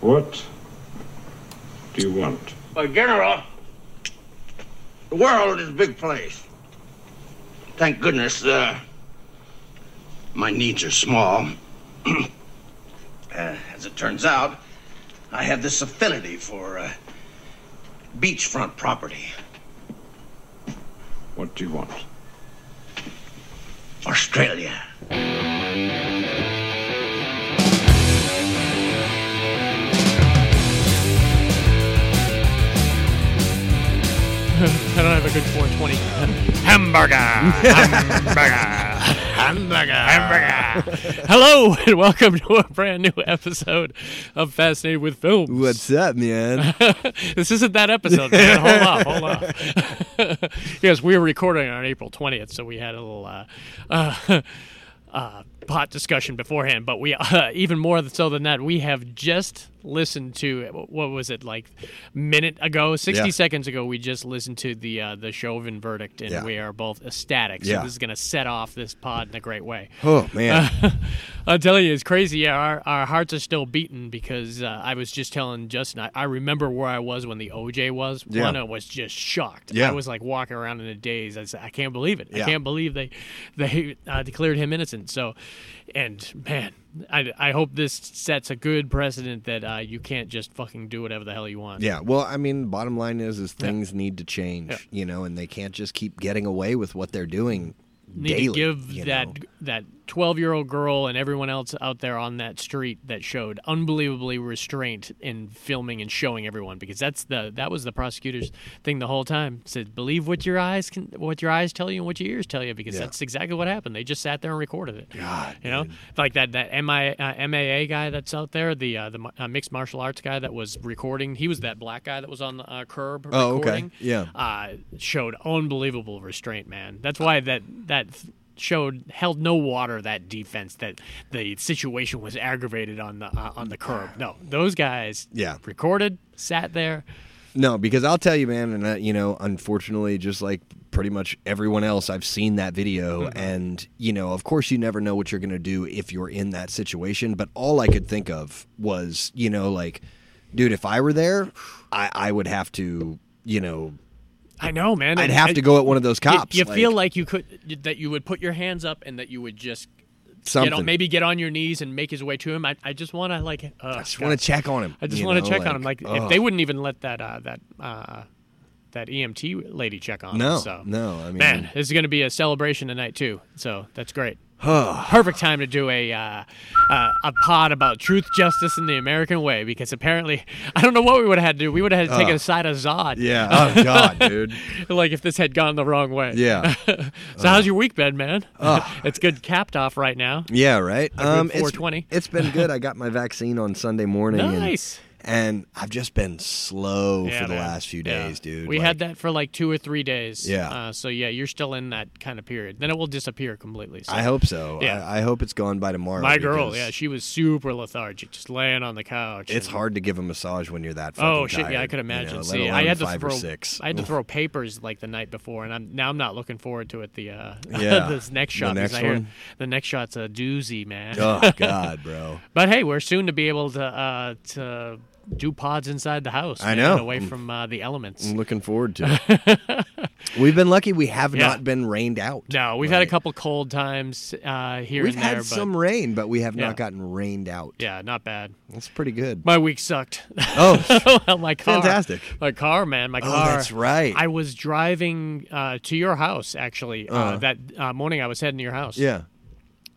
What do you want? Well, General, the world is a big place. Thank goodness, uh, my needs are small. uh, as it turns out, I have this affinity for uh, beachfront property. What do you want? Australia. I don't have a good 420. Hamburger. Hamburger. Hamburger. Hello and welcome to a brand new episode of Fascinated with Films. What's up, man? this isn't that episode. Man. Hold off, hold off. yes, we were recording on April 20th, so we had a little uh, uh, uh, hot discussion beforehand. But we, uh, even more so than that, we have just listened to what was it like minute ago, 60 Yeah. seconds ago. We just listened to the uh, the Chauvin verdict, and Yeah. we are both ecstatic. So Yeah. this is going to set off this pod in a great way. Oh man, I'm telling you, it's crazy. Yeah, our, our hearts are still beating because uh, I was just telling Justin, I, I remember where I was when the OJ was. Yeah. Lana was just shocked. Yeah. I was like walking around in a daze. I said, I can't believe it. I Yeah. can't believe they they uh, declared him innocent. So, and man, I, I hope this sets a good precedent that uh, you can't just fucking do whatever the hell you want. yeah. Well, I mean, bottom line is, is things need to change, you know, and they can't just keep getting away with what they're doing Need daily. to give you that know? that twelve year old girl and everyone else out there on that street that showed unbelievably restraint in filming and showing everyone because that's the that was the prosecutor's thing the whole time said believe what your eyes can what your eyes tell you and what your ears tell you because Yeah. that's exactly what happened they just sat there and recorded it God, you know like that that MI, uh, MAA guy that's out there the uh, the mar- uh, mixed martial arts guy that was recording he was that black guy that was on the uh, curb Oh, okay. recording Yeah. uh, showed unbelievable restraint, man. That's why that that showed held no water that defense that the situation was aggravated on the uh, on the curb. No, those guys Yeah. recorded, sat there. No, because I'll tell you, man, and uh, you know, unfortunately, just like pretty much everyone else, I've seen that video, Mm-hmm. and you know, of course, you never know what you're gonna do if you're in that situation. But all I could think of was, you know, like, dude, if I were there, I, I would have to, you know, I know, man. I'd have to go at one of those You- cops. You, feel like you could that you would put your hands up and that you would just something. Get on, maybe get on your knees and make his way to him. I, I just want to like. Uh, I just want to check on him. I just you want know, oh, to check on him. Like if ugh. they wouldn't even let that uh, that uh, that EMT lady check on No, him. So no, I mean- man, this is going to be a celebration tonight too. So that's great. Perfect time to do a uh, uh, a pod about truth, justice, and the American way because apparently I don't know what we would have had to do. We would have had to take a side of Zod. Uh. yeah. Oh God, dude. Like if this had gone the wrong way. Yeah. Uh. so how's your week been, man? it's good capped off right now. Yeah, right. Um, it's- 420. it's been good. I got my vaccine on Sunday morning. and- Nice. And, I've just been slow Yeah, for the man. last few Yeah. days, dude. We Like, had that for like two or three days. Yeah. Uh, so yeah, you're still in that kind of period. Then it will disappear completely. So. I hope so. Yeah. I, I hope it's gone by tomorrow. My girl, because yeah, she was super lethargic, just laying on the couch. It's and- hard to give a massage when you're that. Oh fucking shit! Yeah, I tired, could you know, imagine. let See, alone I had to five throw. or six. I had to throw papers like the night before, and I'm now I'm not looking forward to it. The uh, Yeah. this next The shot. 'cause next I hear one? The next shot's a doozy, man. oh God, bro. But hey, we're soon to be able to uh, to do pods inside the house. I man, know. Mm. away from uh, the elements. I'm looking forward to it. We've been lucky. We have Yeah. not been rained out. No, we've had a Right. couple cold times uh, here We've and there, had but some rain, but we have Yeah. not gotten rained out. yeah, not bad. That's pretty good. My week sucked. Oh, my car, Fantastic. My car, man, my Oh, car. that's right. I was driving uh, to your house actually uh, Uh-huh. that uh, morning. I was heading to your house. yeah.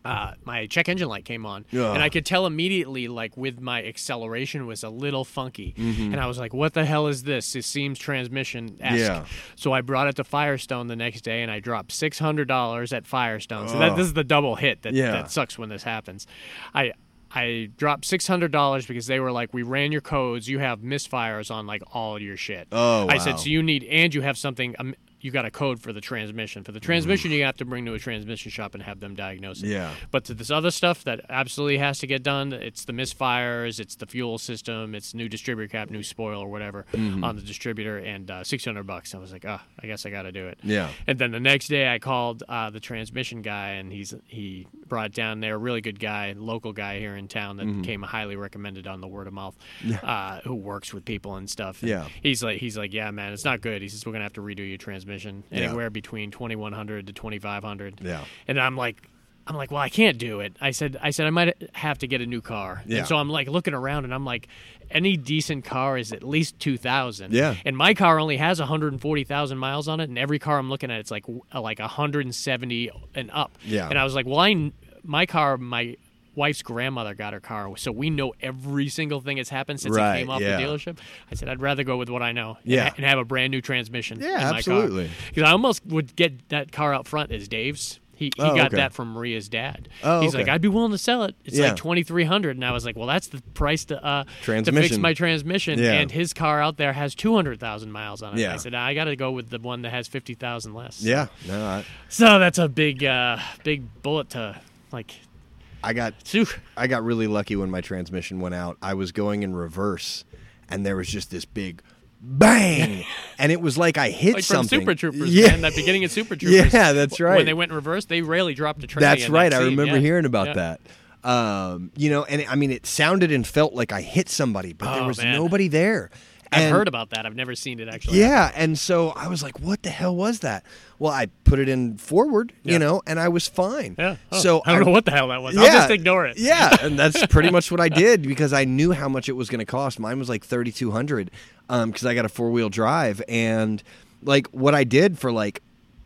uh, my check engine light came on, Yeah. and I could tell immediately, like with my acceleration was a little funky, Mm-hmm. and I was like, "What the hell is this?" It seems transmission. Yeah. So I brought it to Firestone the next day, and I dropped six hundred dollars at Firestone. So that, this is the double hit that Yeah. that sucks when this happens. I. I dropped six hundred dollars because they were like, "We ran your codes. You have misfires on like all your shit." Oh, I said, wow. "So you need, and you have something um, you got a code for the transmission. For the Mm-hmm. transmission, you have to bring to a transmission shop and have them diagnose it. Yeah. But to this other stuff that absolutely has to get done, it's the misfires, it's the fuel system, it's new distributor cap, new spoil or whatever Mm-hmm. on the distributor, and uh, six hundred bucks. I was like, oh, I guess I got to do it. Yeah. And then the next day, I called uh, the transmission guy, and he's he brought down there a really good guy, local guy here in town that Mm-hmm. came highly recommended on the word of mouth, uh, who works with people and stuff. And Yeah. He's like he's like, yeah, man, it's not good. He says we're gonna have to redo your transmission Yeah. anywhere between twenty one hundred to twenty five hundred. Yeah. And I'm like. I'm like, well, I can't do it. I said, I said I might have to get a new car. Yeah. And so I'm like looking around, and I'm like, any decent car is at least two thousand. Yeah. And my car only has 140,000 miles on it, and every car I'm looking at, it's like like 170 and up. Yeah. And I was like, well, I kn- my car, my wife's grandmother got her car, so we know every single thing that's happened since Right, it came off yeah. the dealership. I said, I'd rather go with what I know. and Yeah. ha- And, have a brand new transmission. Yeah, in my absolutely. Because I almost would get that car out front as Dave's. He, he Oh, got okay. that from Maria's dad. Oh, He's like, okay. I'd be willing to sell it. It's Yeah. like twenty three hundred, and I was like, well, that's the price to uh to fix Transmission. my transmission. Yeah. And his car out there has 200,000 miles on it. Yeah. I said, I got to go with the one that has 50,000 less. Yeah. No, I, So that's a big, uh, big bullet to like, I got phew. I got really lucky when my transmission went out. I was going in reverse, and there was just this big bang, and it was like I hit like from something. Super Troopers, yeah, man. That beginning of Super Troopers. Yeah, that's w- right. When they went in reverse, they rarely dropped a train. that's in right. That I scene. remember Yeah. hearing about Yeah. that. Um, you know, and I mean, it sounded and felt like I hit somebody, but there Oh, was man. nobody there. I've And- heard about that. I've never seen it actually. Yeah, and so I was like, "What the hell was that?" Well, I put it in forward, Yeah. you know, and I was fine. Yeah. Oh, so I don't know what the hell that was. I'll just ignore it. Yeah, and that's pretty much what I did because I knew how much it was going to cost. Mine was like thirty two hundred because I got a four wheel drive, and like what I did for like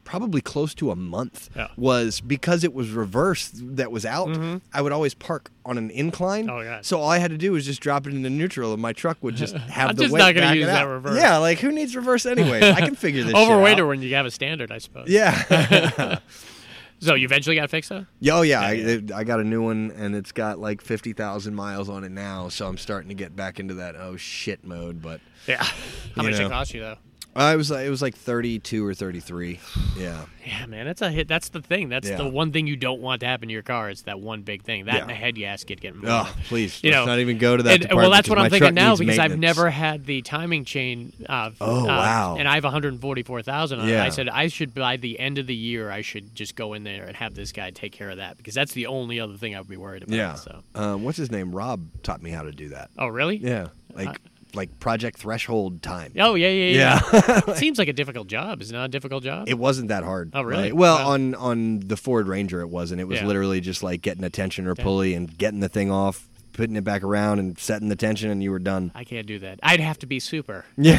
probably close to a month Yeah. Mm-hmm. was because it was reverse that was out. I would always park on an incline. Oh, God. So all I had to do was just drop it into neutral, and my truck would just have I'm the just weight not gonna back it use that out. reverse. Yeah, like who needs reverse anyway? I can figure this. Overweight shit or out. when you have a standard, I suppose. Yeah. So you eventually got to fix that? Yeah, oh yeah, I, I got a new one and it's got like fifty thousand miles on it now, so I'm starting to get back into that oh shit mode. But Yeah. How You much did know. Uh, it cost you though? I was like, it was like thirty two or thirty three. Yeah, Yeah, man, that's a hit. That's the thing. That's Yeah. the one thing you don't want to happen to your car. It's that one big thing. That Yeah. and the head gasket getting. blown oh off. please, You let's know, not even go to that. And, department well, that's what I'm because my thinking truck now needs because I've maintenance. never had the timing chain. Uh, Oh, uh, wow. And I have 144,000 on it. Yeah. I said I should by the end of the year I should just go in there and have this guy take care of that because that's the only other thing I'd be worried about. Yeah, So. um, what's his name? Rob taught me how to do that. Oh really? Yeah, Uh, like like project threshold time. Oh yeah yeah Yeah. yeah. it seems like a difficult job. Is it not a difficult job? It wasn't that hard. Oh, really? Like, well, Wow. on on the Ford Ranger, it wasn't. It was Yeah. literally just like getting a tension or pulley and getting the thing off, putting it back around, and setting the tension, and you were done. I can't do that. I'd have to be super. Yeah.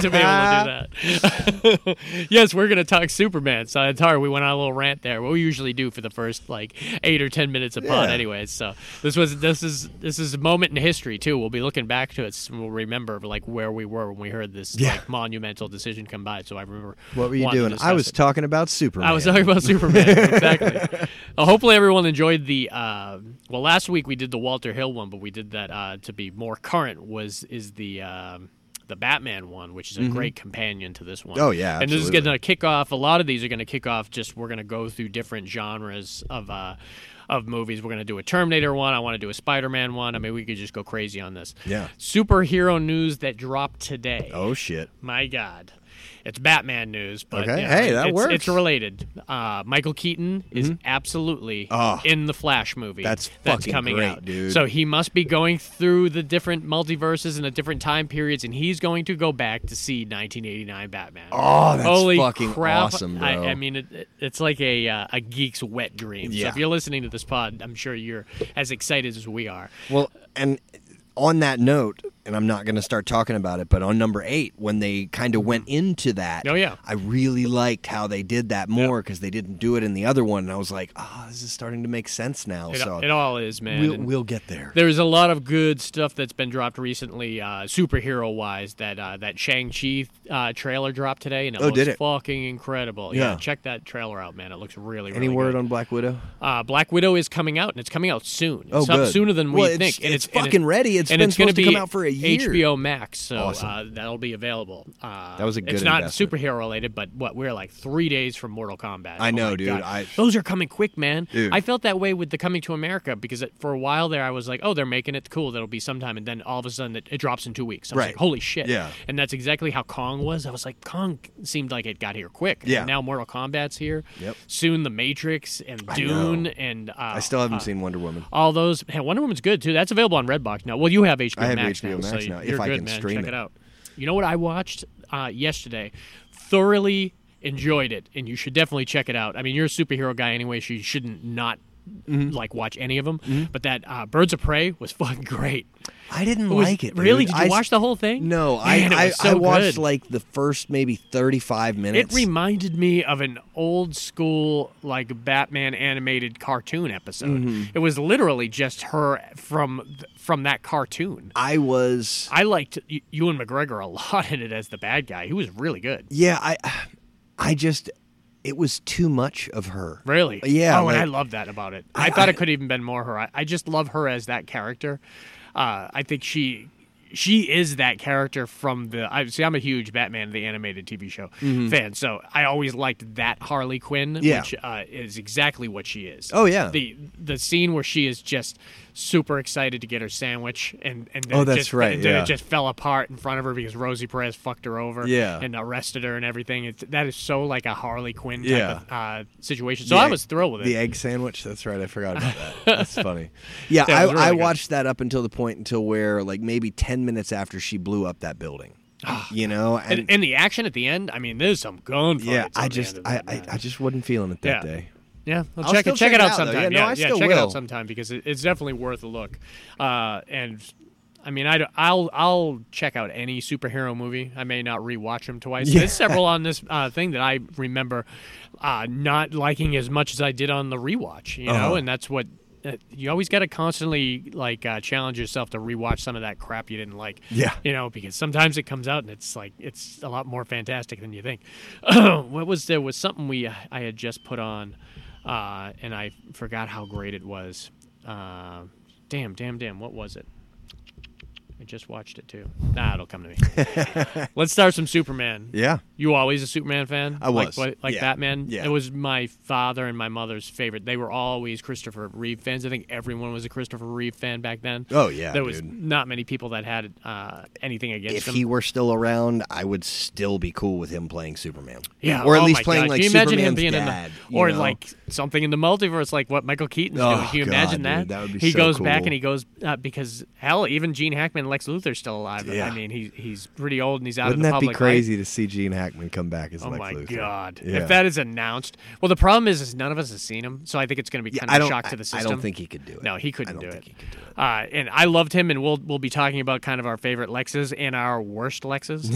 to be able to do that. yes, we're going to talk Superman. So it's hard. We went on a little rant there. What we usually do for the first like eight or ten minutes of pod, Yeah. anyways. So this was this is this is a moment in history too. We'll be looking back to it. And we'll remember like where we were when we heard this Yeah. like monumental decision come by. So I remember What were you wanting to doing? I discuss was it. talking about Superman. I was talking about Superman. exactly. Uh, hopefully, everyone enjoyed the. Uh, well, last week we did the Walter Hill one, but we did that uh, to be more current. Was is the. Um, the Batman one, which is a great companion to this one. Mm-hmm. Oh, yeah, and this is absolutely. going to kick off. A lot of these are going to kick off. Just we're going to go through different genres of uh, of movies. We're going to do a Terminator one. I want to do a Spider Man one. I mean, we could just go crazy on this. Yeah. Superhero news that dropped today. Oh shit! My God. It's Batman news, but Okay. you know, Hey, that it's, works. It's related. Uh, Michael Keaton is absolutely Oh, in the Flash movie. that's that's fucking coming great, out, dude. So he must be going through the different multiverses and the different time periods, and he's going to go back to see 1989 Batman. Oh, that's Holy fucking crap. awesome, bro. I, I mean, it, it- it's like a uh, a geek's wet dream. So Yeah. if you're listening to this pod, I'm sure you're as excited as we are. Well, and on that note, and I'm not going to start talking about it, but on number eight, when they kind of went into that, Oh, yeah. I really liked how they did that more because they didn't do it in the other one, and I was like, ah, this is starting to make sense now. It, so it all is, man. we'll, And- we'll get there. There's a lot of good stuff that's been dropped recently, uh, superhero wise. That uh, that Shang Chi uh, trailer dropped today, and it Oh, looks did it? fucking incredible. Yeah. Yeah. check that trailer out, man. It looks really, really Any word good. on Black Widow? uh, Black Widow is coming out, and it's coming out soon. Oh, It's out good. sooner than Well, we it's- think. and it's and fucking ready. It's and been it's gonna supposed to be, come out for a year. HBO Max, so Awesome. uh, that'll be available. Uh, That was a It's good not investment. superhero related, but what we're like three days from Mortal Kombat. I Oh know, my dude. God. I- Those are coming quick, man. Dude. I felt that way with the Coming to America because it, for a while there, I was like, oh, they're making it cool. That'll be sometime, and then all of a sudden, it, it drops in two weeks. I was Right. like, holy shit. Yeah. And that's exactly how Kong was. I was like, Kong seemed like it got here quick. Yeah. And now Mortal Kombat's here. Yep. Soon, The Matrix and Dune and uh, I still haven't seen Wonder Woman. all those. Hey, Wonder Woman's good too. That's available on Redbox now. Well, you have HBO I have Max HBO now, Max so now, if you're I good, can man. stream Check it. it. out. You know what I watched uh, yesterday? Thoroughly enjoyed it, and you should definitely check it out. I mean, you're a superhero guy anyway, so you shouldn't not Mm-hmm. like watch any of them. But that uh, Birds of Prey was fucking great. I didn't was- like it. really? dude. Did you I- watch the whole thing? No, Man, it I I, was so I watched good. like the first maybe thirty five minutes. It reminded me of an old school like Batman animated cartoon episode. Mm-hmm. It was literally just her from from that cartoon. I was I liked E- Ewan McGregor a lot in it as the bad guy. He was really good. yeah I I just it was too much of her. Really? Yeah, Oh, and I like- love that about it. I, thought it could even been more her. I, I just love her as that character. Uh, I think she she is that character from the. I see. I'm a huge Batman the animated TV show fan, so I always liked that Harley Quinn, Mm-hmm. Yeah. which uh, is exactly what she is. Oh, yeah. The the scene where she is just super excited to get her sandwich and and then Oh, it that's just, right, and then yeah. it just fell apart in front of her because Rosie Perez fucked her over Yeah. and arrested her and everything. It's, that is so like a Harley Quinn type Yeah. of uh, situation. So The I egg- was thrilled with it. The egg sandwich. That's right. I forgot about that. That's funny. Yeah, Yeah, it I, was really I good. watched that up until the point until where like maybe ten minutes after she blew up that building. you know, and, and, and the action at the end, I mean, there's some gun. yeah, fights on I the just end of I, that I, match. I just wasn't feeling it that Yeah. day. yeah, I'll I'll check still it. Check it out though. sometime. Yeah, no, I still check it will. out sometime because it, it's definitely worth a look. Uh, and I mean, I will I'll check out any superhero movie. I may not rewatch them twice. There's several on this uh, thing that I remember uh, not liking as much as I did on the rewatch. You Uh-huh. know, and that's what. uh, You always got to constantly like uh, challenge yourself to rewatch some of that crap you didn't like. Yeah. you know, because sometimes it comes out and it's like it's a lot more fantastic than you think. what was there was something we I had just put on, uh, and I forgot how great it was. Uh, damn, damn, damn! What was it? I just watched it too. Nah, it'll come to me. Let's start some Superman. Yeah. You always a Superman fan? I Like- was, Like, like yeah, Batman? yeah. It was my father and my mother's favorite. They were always Christopher Reeve fans. I think everyone was a Christopher Reeve fan back then. Oh, yeah, There was dude. not many people that had uh, anything against If him. he were still around, I would still be cool with him playing Superman. yeah, or at oh least my playing God. like Can you imagine him Superman's being dad, in you the, or know? like something in the multiverse, like what Michael Keaton's Oh, doing. Can you God, imagine that? dude, that would be he so goes back cool. and he goes uh, because hell, even Gene Hackman, and Lex Luthor's still alive. Yeah. I mean, he he's pretty old and he's out Wouldn't of the that be public eye. crazy to see Gene Hackman come back as Oh Lex my Luthor? god! Yeah. If that is announced, well, the problem is, is none of us has seen him, so I think it's going to be Yeah, kind I of a don't. shock I- to the system. I don't think he could do it. No, he I couldn't don't do, think it. He could do it. Uh, and I loved him, and we'll we'll be talking about kind of our favorite Lexes and our worst Lexes.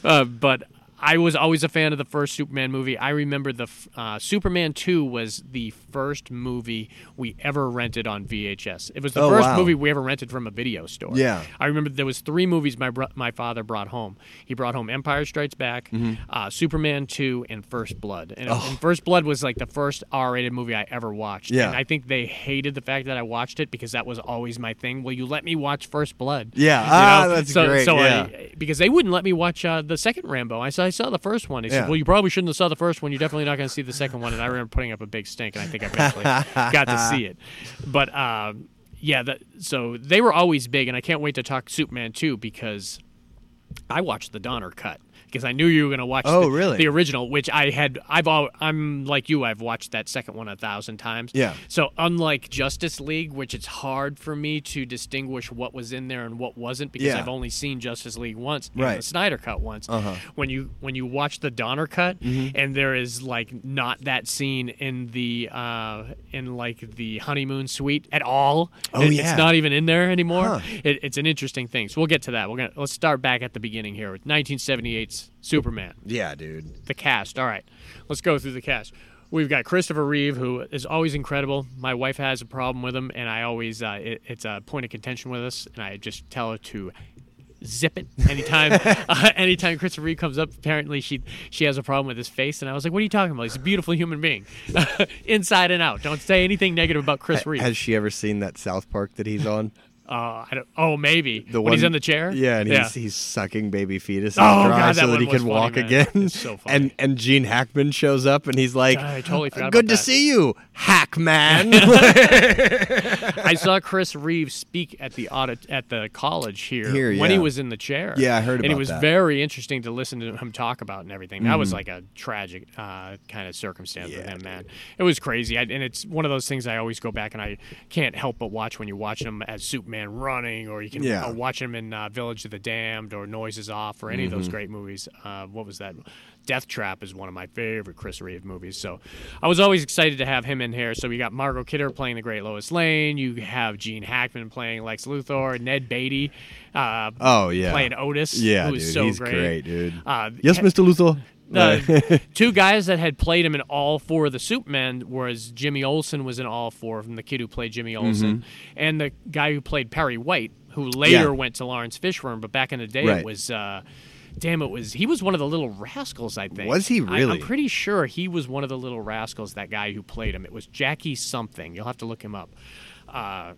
uh, but I was always a fan of the first Superman movie. I remember the f- uh, Superman Two was the first movie we ever rented on VHS. It was the Oh, first wow. movie we ever rented from a video store. Yeah. I remember there was three movies my bro- my father brought home. He brought home Empire Strikes Back, Mm-hmm. uh, Superman Two, and First Blood. And, and First Blood was like the first R-rated movie I ever watched. Yeah. and I think they hated the fact that I watched it because that was always my thing. Will you let me watch First Blood? Yeah. You Ah, know? that's so, great. So Yeah. I, because they wouldn't let me watch uh, the second Rambo. I saw I saw the first one. He Yeah. said, "Well, you probably shouldn't have saw the first one. You're definitely not going to see the second one." And I remember putting up a big stink, and I think I eventually got to see it. But um, yeah, that, so they were always big, and I can't wait to talk Superman two because I watched the Donner cut because I knew you were going to watch. Oh, the, really? The original, which I had, I've, all, I'm like you. I've watched that second one a thousand times. Yeah. So unlike Justice League, which it's hard for me to distinguish what was in there and what wasn't because Yeah. I've only seen Justice League once and Right. the Snyder cut once. Uh-huh. When you when you watch the Donner cut Mm-hmm. and there is like not that scene in the uh, in like the honeymoon suite at all. Oh, It- yeah. It's not even in there anymore. Huh. It, it's an interesting thing. So we'll get to that. We're gonna let's start back at the beginning here with 1978's Superman Yeah, dude. the cast. All right, let's go through the cast. We've got Christopher Reeve, who is always incredible. My wife has a problem with him, and I always uh, it, it's a point of contention with us, and I just tell her to zip it anytime. uh, anytime Christopher Reeve comes up, apparently she she has a problem with his face, and I was like, "What are you talking about? He's a beautiful human being, inside and out. Don't say anything negative about Chris Reeve." she ever seen that South Park that he's on? Uh, I don't, oh, maybe The when one, he's in the chair. Yeah, and he's, he's sucking baby fetuses Oh, dry God, that so that one he was can funny, walk man. again. It's so funny. And and Gene Hackman shows up and he's like, I totally forgot about "Good to that." see you, Hackman." I saw Chris Reeves speak at the audit at the college here, Here, when he yeah. was in the chair. Yeah, Mm-hmm. I heard And it about was that. very interesting to listen to him talk about and everything. That was like a tragic uh, kind of circumstance with him, man. It was crazy, I, and it's one of those things I always go back and I can't help but watch when you watch him as Superman running, or you can Yeah. uh, watch him in uh, Village of the Damned or Noises Off or any of those Mm-hmm. great movies. Uh, what was that? Death Trap is one of my favorite Chris Reeve movies. So I was always excited to have him in here. So you got Margot Kidder playing the Great Lois Lane. You have Gene Hackman playing Lex Luthor. Ned Beatty uh, oh yeah, playing Otis. Yeah, who is dude, so he's great. great, dude. Uh, yes, he- Mr. Luthor. the two guys that had played him in all four of the Supermen whereas Jimmy Olsen was in all four of them, the kid who played Jimmy Mm-hmm. Olsen, and the guy who played Perry White, who later Yeah. went to Lawrence Fishburne, but back in the day it Right. was uh Damn, it was he was one of the little rascals. I think Was he I- really? I'm pretty sure he was one of the little rascals. That guy who played him. It was Jackie something. You'll have to look him up. Uh,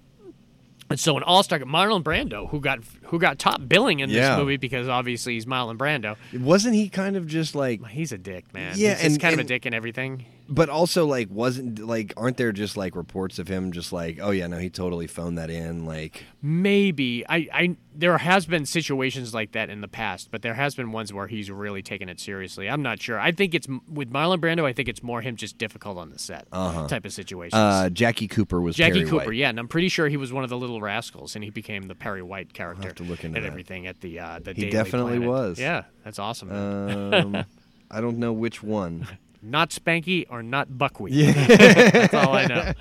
and so an all-star, Marlon Brando, who got who got top billing in Yeah. this movie because obviously he's Marlon Brando. Wasn't he kind of just like He's a dick, man. Yeah, he's just and- kind of a and- dick and everything. But also, like, wasn't like, aren't there just like reports of him just like, oh yeah, no, he totally phoned that in, like, Maybe I, I there has been situations like that in the past, but there has been ones where he's really taken it seriously. I'm not sure. I think it's with Marlon Brando. I think it's more him just difficult on the set type of situations. Uh-huh. uh, Jackie Cooper was Jackie Perry Cooper, White. yeah, and I'm pretty sure he was one of the Little Rascals, and he became the Perry White character. to look into and that. everything at the uh, the He Daily definitely Planet. was. Yeah, that's awesome. man. Um, I don't know which one. not Spanky or not Buckwheat. that's all I know.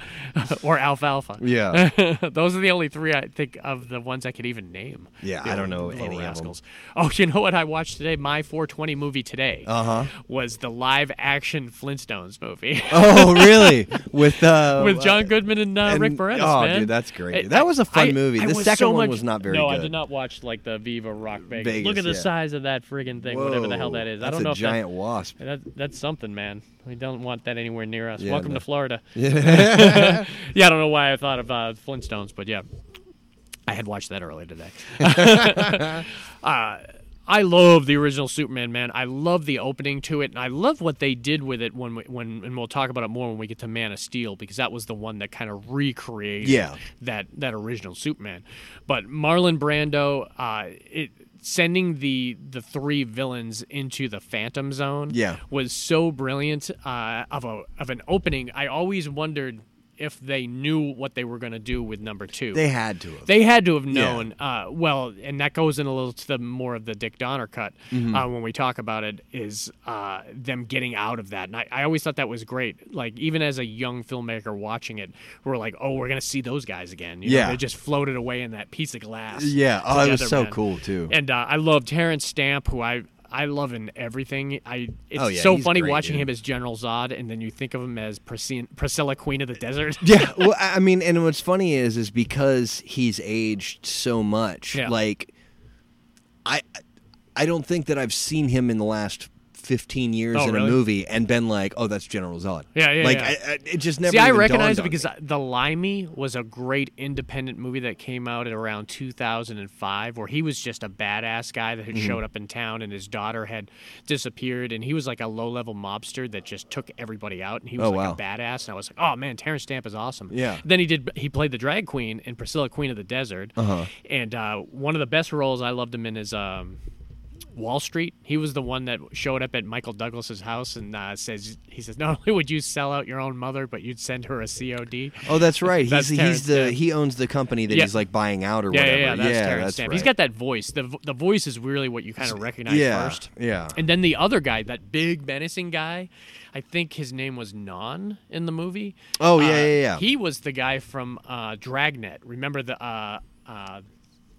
or Alfalfa. Yeah, Those are the only three I think of the ones I could even name. Yeah, The I don't know Little any of 'em. Oh, you know what I watched today? My 420 movie today uh-huh. was the live action Flintstones movie oh really? With uh, with John Goodman and, uh, Rick and- Moranis. oh, man. dude, that's great. I- That was a fun I- movie. I The was second so one much- was not very no, I good. did not watch like the Viva Rock Vegas. Vegas, Look at the yeah. size of that friggin' thing, whatever the hell that is. That's I don't a know if giant wasp. That, that, that's something, man. We don't want that anywhere near us. Yeah, Welcome no. to Florida. yeah, I don't know why I thought of uh, Flintstones, but yeah, I had watched that earlier today. Uh, I love the original Superman, man. I love the opening to it, and I love what they did with it when we, when and we'll talk about it more when we get to Man of Steel because that was the one that kind of recreated Yeah. that that original Superman. But Marlon Brando, uh, it sending the the three villains into the Phantom Zone, Yeah. was so brilliant uh, of a of an opening. I always wondered if they knew what they were going to do with number two. they had to have. They had to have known. Uh, well, and that goes in a little to the more of the Dick Donner cut Mm-hmm. uh, when we talk about it is uh, them getting out of that. And I, I always thought that was great. Like even as a young filmmaker watching it, we're like, oh, we're gonna see those guys again. You know, Yeah. they just floated away in that piece of glass. Yeah. Oh, it was together, so man. cool too. And uh, I love Terrence Stamp, who I I love in everything. I it's Oh, yeah, so he's funny great, watching dude. him as General Zod, and then you think of him as Priscilla, Priscilla Queen of the Desert. yeah, well, I I mean, and what's funny is, is because he's aged so much. Yeah. Like, I, I don't think that I've seen him in the last fifteen years Oh, in really? a movie and been like, oh, that's General Zod. Yeah, yeah, Like, yeah. I, I, it just never. See, I even recognize dawned it on because me. I- The Limey was a great independent movie that came out at around 2005, where he was just a badass guy that had Mm-hmm. showed up in town and his daughter had disappeared, and he was like a low level mobster that just took everybody out, and he was Oh, like wow. a badass. And I was like, oh man, Terrence Stamp is awesome. Yeah. Then he did. He played the drag queen in Priscilla, Queen of the Desert, uh-huh. and uh, one of the best roles I loved him in is. Um, Wall Street. He was the one that showed up at Michael Douglas's house and uh, says he says not only would you sell out your own mother, but you'd send her a COD. Oh, that's right. That's he's Terrence he's the Stamp. he owns the company that Yeah. he's like buying out or Yeah, yeah, whatever. yeah, that's Terrence that's Stamp. Right. He's got that voice. the vo- The voice is really what you kind of recognize yeah, first. yeah. And then the other guy, that big menacing guy, I think his name was Non in the movie. Oh, yeah, Uh, yeah, yeah. He was the guy from uh, Dragnet. Remember the. Uh, uh,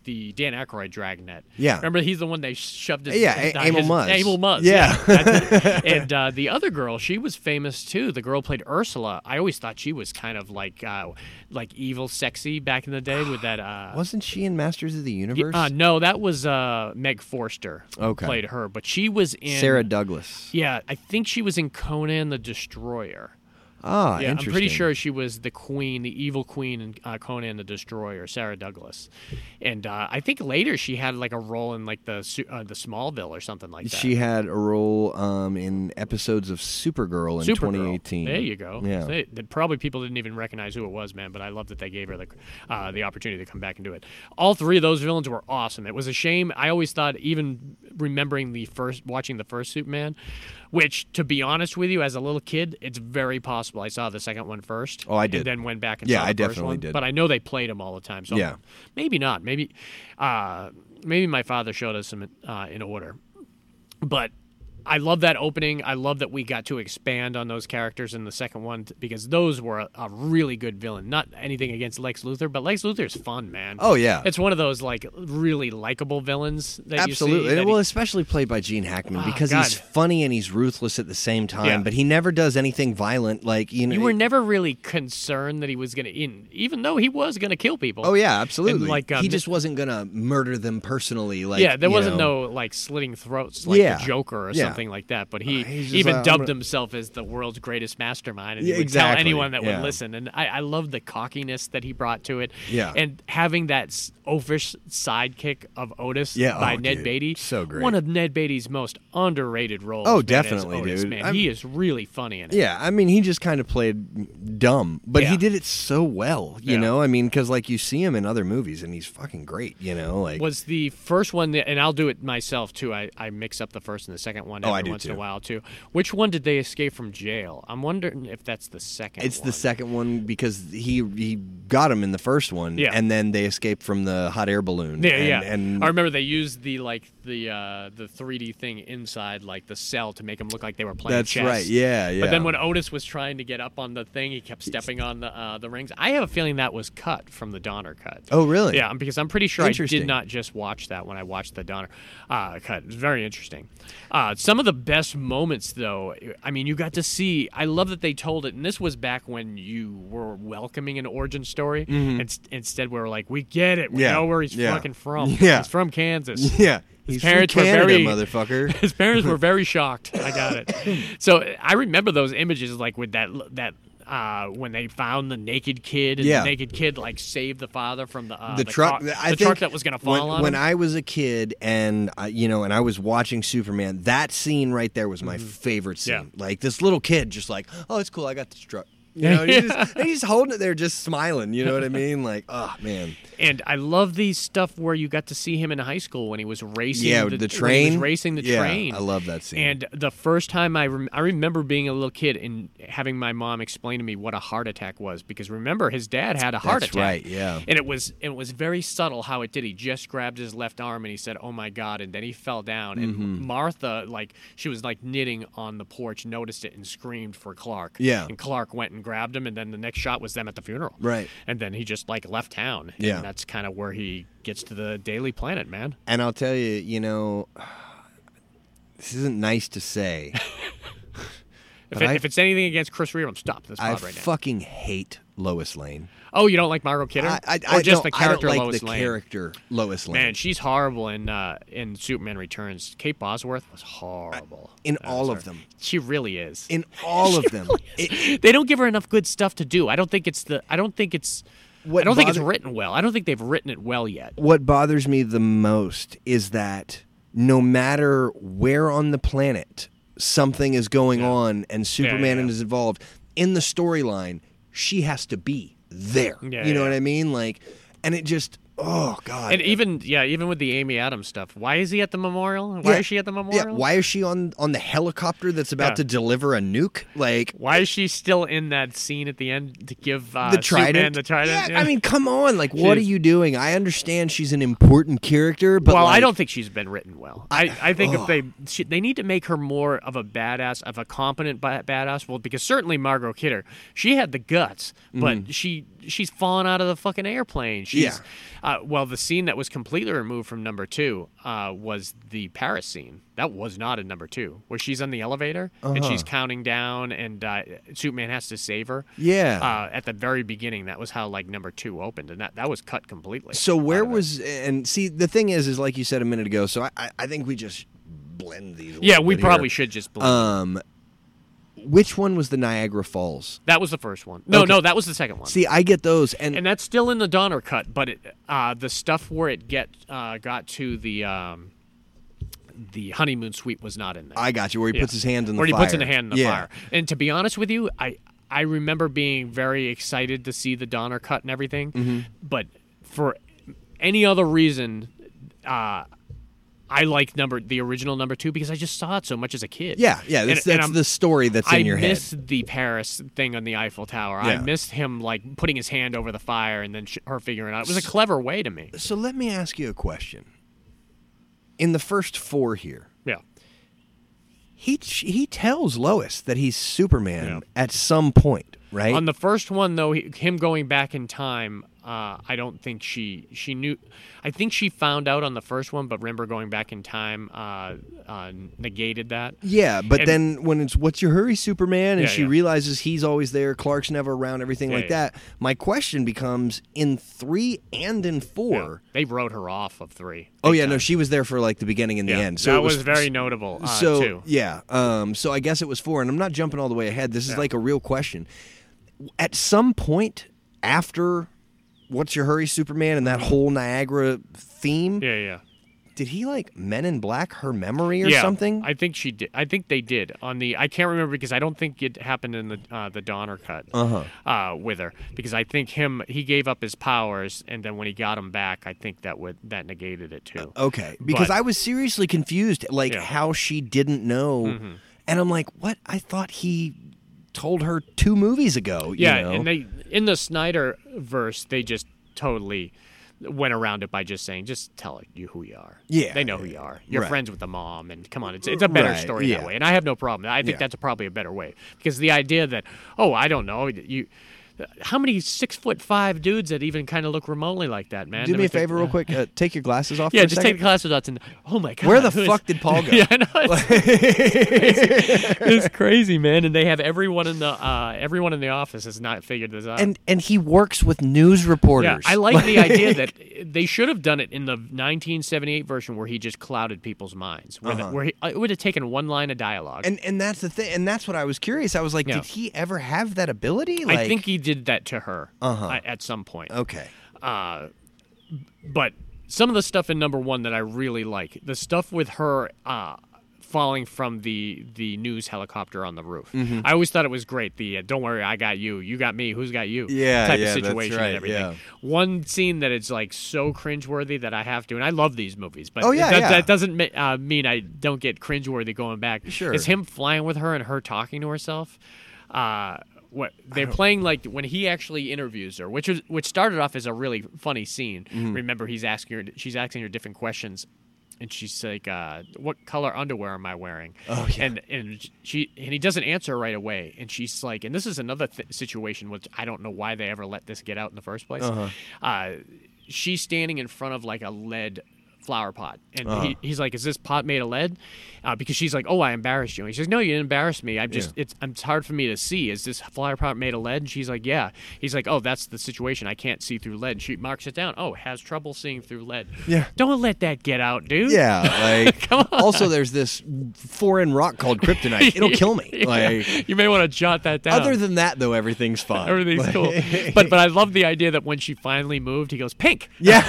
the Dan Aykroyd Dragnet. Yeah. Remember, he's the one they shoved his. Yeah, his, A- Emil his- Muzz. Emil Muzz. Yeah. yeah, that's it. and uh, the other girl, she was famous too. The girl who played Ursula. I always thought she was kind of like, uh, like evil, sexy back in the day with that. Uh, Wasn't she in Masters of the yeah, Universe? Uh, no, that was uh, Meg Forster. Okay. Played her, but she was in Sarah Douglas. Yeah, I think she was in Conan the Destroyer. Ah, yeah, I'm interesting. pretty sure she was the queen, the evil queen in uh, Conan the Destroyer, Sarah Douglas, and uh, I think later she had like a role in like the Su- uh, the Smallville or something like that. She had a role um, in episodes of Supergirl in Supergirl. 2018. There you go. Yeah. They- that probably people didn't even recognize who it was, man. But I love that they gave her the uh, the opportunity to come back and do it. All three of those villains were awesome. It was a shame. I always thought, even remembering the first, watching the first Superman, which, to be honest with you, as a little kid, it's very possible I saw the second one first. Oh, I and did. then went back and Yeah, saw the I first definitely one. did. But I know they played them all the time. So Yeah. maybe not. Maybe, uh, maybe my father showed us them uh, in order but I love that opening. I love that we got to expand on those characters in the second one t- because those were a, a really good villain. Not anything against Lex Luthor, but Lex Luthor's fun, man. Oh, yeah. it's one of those like really likable villains that you see. Absolutely. that And, well, he- especially played by Gene Hackman Ah, because he's God. funny and he's ruthless at the same time, Yeah. but he never does anything violent. Like you know, you were never really concerned that he was gonna, in, even though he was gonna kill people. oh yeah, absolutely. like like, uh, he mi- just wasn't gonna murder them personally. Like yeah, there you wasn't know. no like slitting throats like Yeah. the Joker or Yeah. something like that. But he Uh, he's just even like, I'm dubbed gonna- himself as the world's greatest mastermind, and Yeah, he would tell exactly. anyone that Yeah. would listen. And I, I love the cockiness that he brought to it. Yeah. and having that s- oafish sidekick of Otis Yeah, by oh, Ned dude, Beatty, so great. One of Ned Beatty's most underrated roles. Oh, man, as definitely, Otis, dude. Man, I'm- he is really funny in it. Yeah, I mean, he just kind of played dumb, but Yeah. he did it so well. You Yeah. know, I mean, because like you see him in other movies, and he's fucking great. You know, like was the first one that, and I'll do it myself too. I, I mix up the first and the second one Oh, every I do once in a too. while too. Which one did they escape from jail? I'm wondering if that's the second. it's one. the second one because he he got him in the first one, Yeah. and then they escaped from the hot air balloon. Yeah, and, yeah. And I remember they used the like the uh, the 3D thing inside like the cell to make them look like they were playing that's chess. right. Yeah, yeah. But then when Otis was trying to get up on the thing, he kept stepping on the uh, the rings. I have a feeling that was cut from the Donner cut. oh really? Yeah, because I'm pretty sure I did Interesting. not just watch that when I watched the Donner uh, cut. It's very interesting. Uh, some of the best moments, though, I mean, you got to see. I love that they told it, and this was back when you were welcoming an origin story. And s- instead, we were like, we get it. We Mm-hmm. Yeah, know where he's yeah. fucking from. Yeah. He's from Kansas. yeah. His from parents were Canada, very- motherfucker. His parents were very shocked. I got it. So I remember those images, like with that that uh, when they found the naked kid, and Yeah. the naked kid like saved the father from the uh, the, truck. car- I the think truck that was going to fall when, on When him. I was a kid, and I, you know, and I was watching Superman, that scene right there was my favorite scene. Mm-hmm. Yeah. Like this little kid, just like, oh, it's cool, I got this truck. You know, and he's, just, and he's holding it there, just smiling. You know what I mean? Like, oh man, And I love these stuff where you got to see him in high school when he was racing. yeah, the, the, when he was train, racing the Yeah, train. I love that scene. And the first time I rem- I remember being a little kid and having my mom explain to me what a heart attack was because remember his dad had a heart That's attack. right, yeah. And it was it was very subtle how it did. He just grabbed his left arm and he said, "Oh my god!" And then he fell down. And Mm-hmm. Martha, like she was like knitting on the porch, noticed it and screamed for Clark. Yeah. And Clark went and grabbed him. And then the next shot was them at the funeral. Right. And then he just like left town. Yeah. And that's kind of where he gets to the Daily Planet, man. And I'll tell you, you know, this isn't nice to say. If, But it, I- if it's anything against Chris Reardon, stop this I pod right now. fucking hate Lois Lane. Oh, you don't like Margot Kidder? I, I, or I just don't- the character I don't like Lois the Lane? character Lois Lane. Man, she's horrible in uh, in Superman Returns. Kate Bosworth was horrible. in That all was of her. them. She really is. in all of them. It- they don't give her enough good stuff to do. I don't think it's the I don't think it's What I don't think it's bother- written well. I don't think they've written it well yet. what bothers me the most is that no matter where on the planet something is going on and Superman yeah, yeah. is involved in the storyline, she has to be there. Yeah, you yeah, know what yeah. I mean? Like, and it just, oh god. And even yeah, even with the Amy Adams stuff, why is he at the memorial? Why Yeah. is she at the yeah, memorial? why is she on on the helicopter that's about Yeah. to deliver a nuke? Like Why is she still in that scene at the end to give uh, the trident. Superman the trident? Yeah, I mean, come on. Like, what are She's- you doing? I understand she's an important character, but well, I like- don't think she's been written well. I, I think if they she, they need to make her more of a badass, of a competent ba- badass. Well, because certainly Margot Kidder, she had the guts, but Mm-hmm. she she's fallen out of the fucking airplane. She's, Uh, well, the scene that was completely removed from number two uh, was the Paris scene. That was not in number two, where she's on the elevator and she's counting down, and uh, Superman has to save her. Uh-huh. Yeah. Uh, at the very beginning, that was how like number two opened, and that that was cut completely. So where out of it. was and see the thing is is like you said a minute ago. So I I, I think we just blend these. a Yeah, little we bit probably Here. should just. blend Um, Which one was the Niagara Falls? That was the first one. No, Okay. no, that was the second one. See, I get those, and, and that's still in the Donner cut, but it, uh, the stuff where it get uh, got to the um, the honeymoon suite was not in there. I got you. Where he puts Yeah. his hand in the where fire. he puts in the hand in the yeah. fire. And to be honest with you, I I remember being very excited to see the Donner cut and everything, Mm-hmm. but for any other reason, uh, I like number the original number two because I just saw it so much as a kid. Yeah, yeah. And- That's, and that's I'm- the story that's in I your missed head. the Paris thing on the Eiffel Tower. I Yeah. missed him like putting his hand over the fire and then sh- her figuring it out. It was a clever way to me. So let me ask you a question. In the first four here, Yeah. he he tells Lois that he's Superman at some point, right? On the first one though, he, him going back in time, uh, I don't think she she knew. I think she found out on the first one, but remember going back in time uh, uh, negated that. yeah, but and- then when it's what's your hurry, Superman, and Yeah, she yeah. realizes he's always there, Clark's never around, everything Yeah, like yeah. that. My question becomes in three and in four. They wrote her off of three. Oh yeah, no, she was there for like the beginning and the end. So that it was, very notable. Uh, so too. yeah um so i guess it was four and i'm not jumping all the way ahead this is like a real question at some point after what's your hurry superman and that whole niagara theme Yeah, yeah. did he like men in black her memory or yeah, something I think she did. I think they did on the. I can't remember because I don't think it happened in the uh, the Donner cut uh-huh. with her because I think him he gave up his powers and then when he got them back, I think that would that negated it Uh, too. okay because But- i was seriously confused like Yeah. Mm-hmm. how she didn't know and i'm like what i thought he told her two movies ago you yeah, know? and they in the Snyder verse they just totally went around it by just saying just tell you who you are. Yeah, they know who yeah, you are. You're Right. friends with the mom, and come on, it's it's a better Right, story yeah. that way. And I have no problem. I think Yeah. that's probably a better way because the idea that oh I don't know you. How many six foot five dudes that even kind of look remotely like that, man? do I me mean, a favor real quick uh, take your glasses off Yeah, for a just second. take the class without. And oh my god, Where the who is- fuck did Paul go? yeah, I know, it's, it's crazy. It's crazy, man. And they have everyone in the uh, everyone in the office has not figured this out. and and he works with news reporters. uh, Yeah, I like the idea that they should have done it in the 1978 version where he just clouded people's minds, where, the- where he, it would have taken one line of dialogue. Uh-huh. And and that's the thing, and that's what I was curious. I was like, Yeah. did he ever have that ability? Like, Uh-huh. I think he did that to her uh at some point. okay, but some of the stuff in number one that I really like, the stuff with her uh, falling from the the news helicopter on the roof. Mm-hmm. I always thought it was great. The uh, "Don't worry, I got you. You got me. Who's got you?" Yeah, type yeah, of that's situation right, and everything. yeah. One scene that it's like so cringeworthy that I have to, and I love these movies, but Oh, yeah, that, yeah. that doesn't ma- uh, mean I don't get cringeworthy going back. Sure. it's him flying with her and her talking to herself. Uh, what they're playing like when he actually interviews her, which was which started off as a really funny scene. Remember, he's asking her, she's asking her different questions, and she's like, uh, "What color underwear am I wearing?" Oh yeah. And and she and he doesn't answer right away, and she's like, and this is another th- situation which I don't know why they ever let this get out in the first place. uh she's standing in front of like a lead flower pot. And Uh-huh. he, he's like, "Is this pot made of lead?" Uh, because she's like, "Oh, I embarrassed you." And he says, "No, you didn't embarrass me. I'm just it's I'm, it's hard for me to see. Is this flower pot made of lead?" And she's like, "Yeah." He's like, "Oh, that's the situation. I can't see through lead." And she marks it down. Oh, has trouble seeing through lead. Yeah. Don't let that get out, dude. yeah, like. Also, there's this foreign rock called kryptonite. It'll kill me. Like, You may want to jot that down. other than that, though, everything's fine. Everything's Like- cool, but but I love the idea that when she finally moved, he goes pink. Yeah,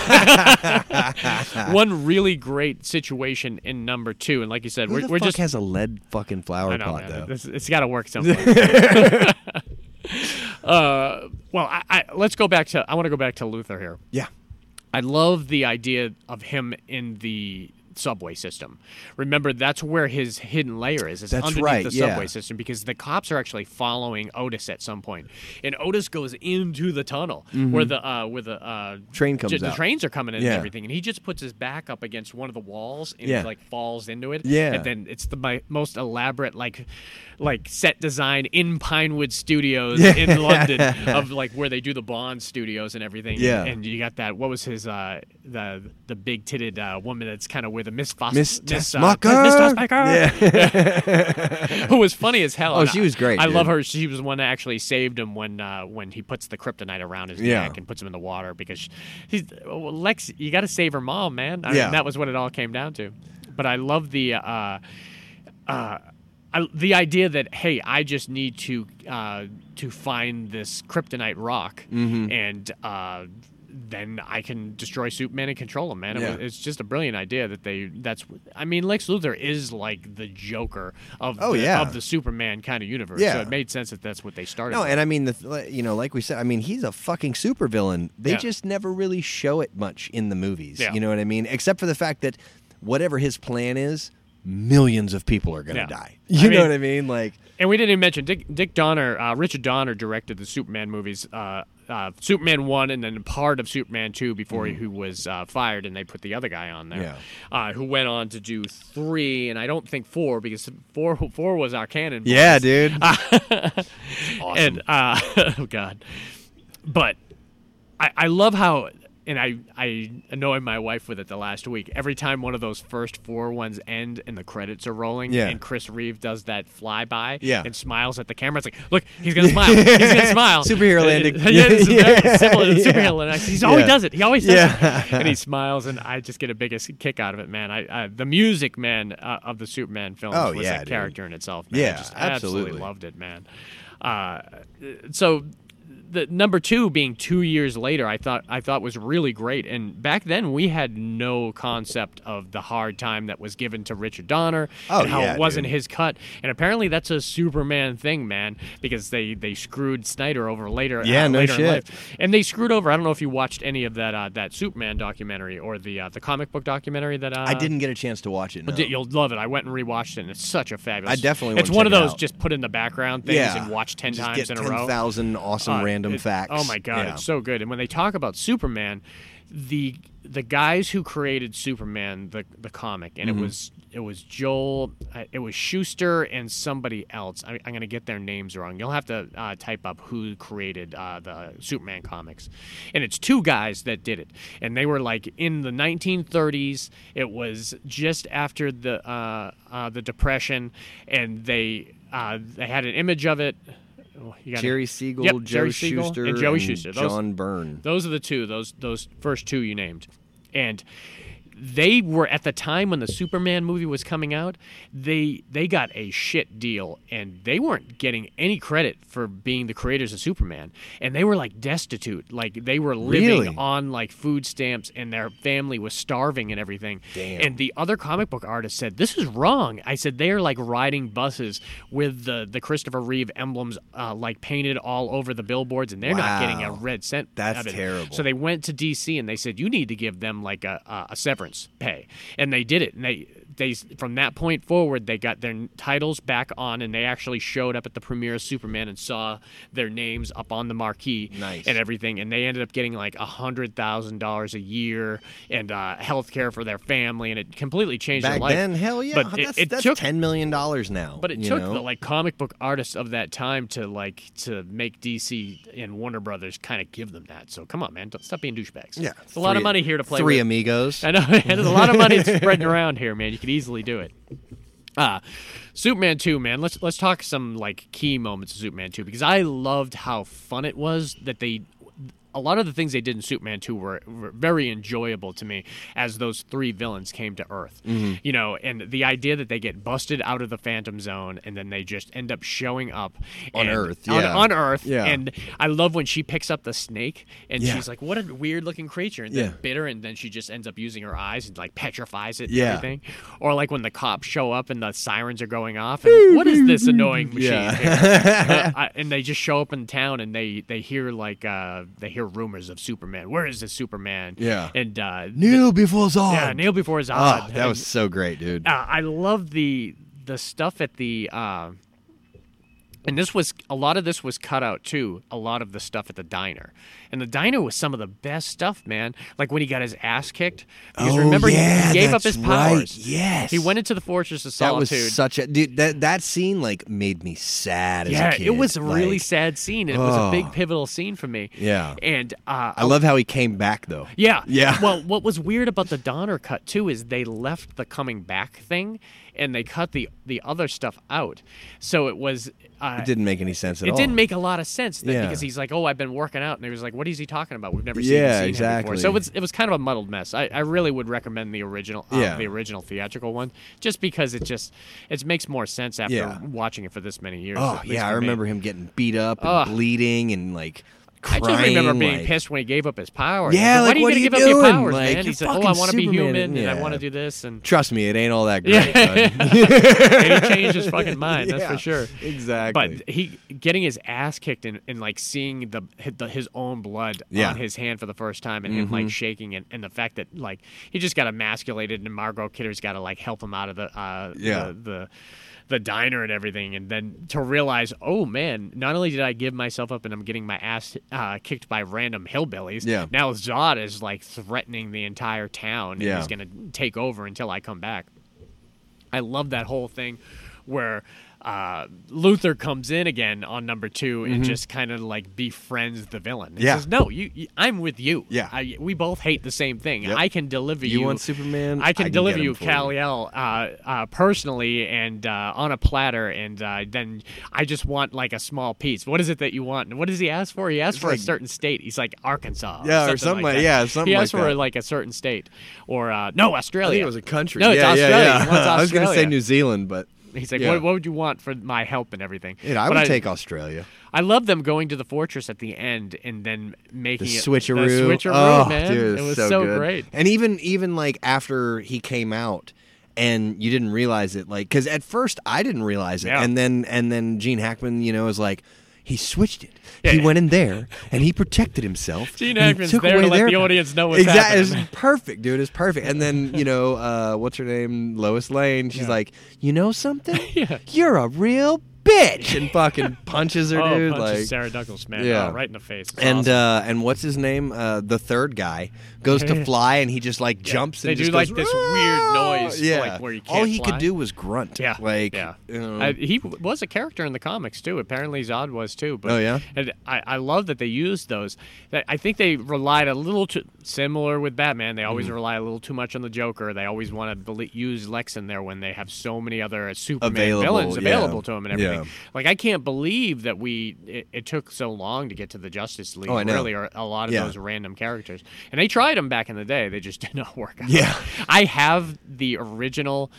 One really great situation in number two, and like you said, who we're, the we're fuck just has a lead fucking flower I know, pot man. though? This- it's got to work somewhere. uh, well, I, I, let's go back to. I want to go back to Luther here. Yeah, I love the idea of him in the subway system. Remember, that's where his hidden layer is. It's That's underneath right, the yeah. subway system because the cops are actually following Otis at some point, and Otis goes into the tunnel where the uh, where the uh, Mm-hmm. Train comes The out. trains are coming in Yeah. and everything, and he just puts his back up against one of the walls and Yeah. he, like falls into it. Yeah. and then it's the my, most elaborate like like set design in Pinewood Studios in London of like where they do the Bond studios and everything. Yeah. and you got that. What was his uh the the big titted uh, woman that's kind of with a Miss Foster, Miss uh, Tessmacher? Miss Tessmacher, who was funny as hell. Oh, and she I- was great, I love dude. her. She was the one that actually saved him when uh, when he puts the kryptonite around his Yeah. neck and puts him in the water because she, he's well, Lex. You got to save her mom, man. I mean, Yeah. that was what it all came down to. But I love the. Uh, uh, I, the idea that hey, I just need to uh, to find this kryptonite rock, Mm-hmm. and uh, then I can destroy Superman and control him. Man, It Yeah. was- it's just a brilliant idea that they. That's I mean, Lex Luthor is like the Joker of Oh, the, yeah. of the Superman kind of universe. Yeah. So it made sense that that's what they started. No, with. and I mean the th- you know, like we said, I mean he's a fucking supervillain. They Yeah. just never really show it much in the movies. Yeah. You know what I mean? Except for the fact that whatever his plan is, millions of people are gonna Yeah. I die. You know mean- what I mean? Like And we didn't even mention Dick, Dick Donner, uh, Richard Donner directed the Superman movies, uh, uh, Superman 1 and then part of Superman 2 before he was uh, fired and they put the other guy on there. Mm-hmm. Yeah. Uh, who went on to do 3 and I don't think 4 because 4, four was our canon. Yeah, dude. And uh, oh god, but I, I love how, and I I annoyed my wife with it the last week. Every time one of those first four ones end and the credits are rolling, Yeah. and Chris Reeve does that flyby, Yeah. and smiles at the camera. It's like, look, he's gonna smile, he's gonna smile, Superhero landing. yeah, it's very similar to the Yeah. superhero landing. He's always Yeah. does it. He always does Yeah. it, and he smiles, and I just get a biggest kick out of it, man. I, I the music, man, uh, of the Superman films Oh, was yeah, a dude. character in itself. Man. I Yeah, just absolutely absolutely. loved it, man. Uh, so the number two being two years later, I thought I thought was really great. And back then we had no concept of the hard time that was given to Richard Donner Oh, and how yeah, it wasn't dude. his cut. And apparently that's a Superman thing, man, because they they screwed Snyder over later. Yeah, uh, no later in shit. life. And they screwed over. I don't know if you watched any of that uh, that Superman documentary or the uh, the comic book documentary that uh, I didn't get a chance to watch it. No. D- You'll love it. I went and rewatched it, and it's such a fabulous. I definitely It's wanna one of check it those out. just put in the background things Yeah. and watch ten Just times get in a row. 10,000 awesome Uh, random it- facts. Oh my god, Yeah. it's so good. And when they talk about Superman, the the guys who created Superman, the the comic, and it Mm-hmm. was it was Joel, uh, it was Schuster, and somebody else. I, I'm gonna get their names wrong. You'll have to uh, type up who created uh, the Superman comics, and it's two guys that did it, and they were like in the 1930s. It was just after the uh, uh, the Depression, and they uh, they had an image of it. Oh, you gotta- Jerry Siegel, Yep, Joe Jerry Siegel Schuster, and Joey Schuster. Those- John Byrne. Those are the two. Those those first two you named, and they were at the time when the Superman movie was coming out. They they got a shit deal, and they weren't getting any credit for being the creators of Superman. And they were like destitute, like they were living Really? on like food stamps, and their family was starving and everything. Damn. And the other comic book artist said, "This is wrong." I said, "They are like riding buses with the the Christopher Reeve emblems uh, like painted all over the billboards, and they're not getting a Wow. red cent That's of it. terrible. So they went to DC and they said, "You need to give them like a, a, a severance pay," and they did it. And they they from that point forward, they got their n- titles back on, and they actually showed up at the premiere of Superman and saw their names up on the marquee Nice. and everything. And they ended up getting like a hundred thousand dollars a year and uh, health care for their family, and it completely changed their Back life. then, hell yeah. But it- that's it that's took $10 million now. but it you took know? the like comic book artists of that time to like to make DC and Warner Brothers kind of give them that. So come on, man, don't, stop being douchebags. Yeah, it's a lot of three- money here to play. Three with. amigos. I know. There's a lot of money spreading around here, man. You could easily do it. Uh, Superman 2, man. Let's let's talk some like key moments of Superman 2 because I loved how fun it was that they a lot of the things they did in Superman 2 were, were very enjoyable to me as those three villains came to Earth. Mm-hmm. You know, and the idea that they get busted out of the Phantom Zone and then they just end up showing up On and- Earth, on- yeah. On, Earth. Yeah. And I love when she picks up the snake and Yeah. she's like, what a weird looking creature. And then Yeah. bit her, and then she just ends up using her eyes and like petrifies it and Yeah. everything. Or like when the cops show up and the sirens are going off and what is this annoying machine? Yeah. here? Uh, I- and they just show up in town and they they hear like uh they hear rumors of Superman. Where is this Superman? Yeah. And uh Neil before Zod. yeah, Neil before his Oh, odd. that was so great, dude. uh, I love the the stuff at the uh, and this was a lot of this was cut out too. A lot of the stuff at the diner, and the diner was some of the best stuff, man. Like when he got his ass kicked. Because Oh, remember, he- yeah, he gave up his that's powers. right. Yes. he went into the fortress of That solitude. was such a dude. That that scene like made me sad. As yeah, a kid. it was a really Like, sad scene. and It was a oh. big pivotal scene for me. Yeah. and uh, I love how he came back though. Yeah. Yeah. Well, what was weird about the Donner cut too is they left the coming back thing and they cut the the other stuff out. So it was uh, guy. It didn't make any sense at It all. didn't make a lot of sense then Yeah. because he's like, "Oh, I've been working out," and he was like, "What is he talking about? We've never seen, Yeah, seen him before." exactly. So it was it was kind of a muddled mess. I, I really would recommend the original, uh, Yeah. the original theatrical one, just because it just it makes more sense after Yeah. watching it for this many years. Oh at least yeah, I for me. remember him getting beat up and Ugh. bleeding and like I crying. just remember being like- pissed when he gave up his powers. Yeah, Like, like, why what do you are gotta you give up your doing? powers, Like, man? you're He said, "Oh, I fucking want to be Superman, human and I yeah. want to do this," and Trust me, it ain't all that great. Yeah. son. and he changed his fucking mind. That's Yeah, for sure. Exactly. But he getting his ass kicked and, and like seeing the, the his own blood Yeah. Mm-hmm. on his hand for the first time and him like shaking and, and the fact that like he just got emasculated and Margot Kidder's got to like help him out of the uh Yeah. the, the the diner and everything and then to realize oh man not only did I give myself up and I'm getting my ass uh, kicked by random hillbillies Yeah. now Zod is like threatening the entire town and Yeah. he's gonna take over until I come back. I love that whole thing where uh, Luther comes in again on number 2 and just kind of like befriends the villain. He Mm-hmm. Yeah. says, "No, you, you- I'm with you. Yeah. I, we both hate the same thing. Yep. I can deliver you. You want Superman? I can, I can deliver get him you for you." Kal Yel uh, uh, personally and uh, on a platter, and uh, then I just want like a small piece. What is it that you want? And what does he ask for? He asked for like- a certain state. He's like Arkansas, Yeah, or or something something like like- that. yeah, something He like asked for that. like a certain state, or uh, no Australia. I think it was a country. No, it's yeah, yeah, Australia. yeah. He wants I was gonna say Australia. New Zealand, but He's like, Yeah. what, what would you want for my help and everything? Dude, I But would take Australia. I love them going to the fortress at the end and then making the it switcheroo. The switcheroo, oh, man. dude, it it's was so, so, good. great. And even even like after he came out and you didn't realize it like cuz at first I didn't realize it Yeah. and then and then Gene Hackman, you know, is like he switched it. he yeah. went in there and he protected himself. Gene and he Hackman's took there to away let their- the audience know what's exactly. happening. It's perfect, dude. It's perfect. And then, you know, uh, what's her name? Lois Lane. She's like, you know something? Yeah. You're a real bitch. And fucking punches her, oh, dude. punches like, Sarah Douglas, man. Yeah. Oh, right in the face. It's and awesome. uh, and what's his name? Uh, the third guy goes to fly, and he just like jumps. They and just do, like, goes, this weird noise, Yeah, like, where you all can't he fly. could do was grunt. Yeah, like uh, um, oh, yeah. you know, I, he w- was a character in the comics too. Apparently, Zod was too. But Oh, yeah? and I, I love that they used those. That- I think they relied a little too similar with Batman. They Mm-hmm. always rely a little too much on the Joker. They always want to use Lex in there when they have so many other uh, Superman Available, villains yeah. available to him and everything. Yeah. Like I can't believe that we it, it took so long to get to the Justice League. Oh, I know. Really, or a lot of Yeah. those random characters. And they tried them back in the day. They just did not work out. Yeah. I have the original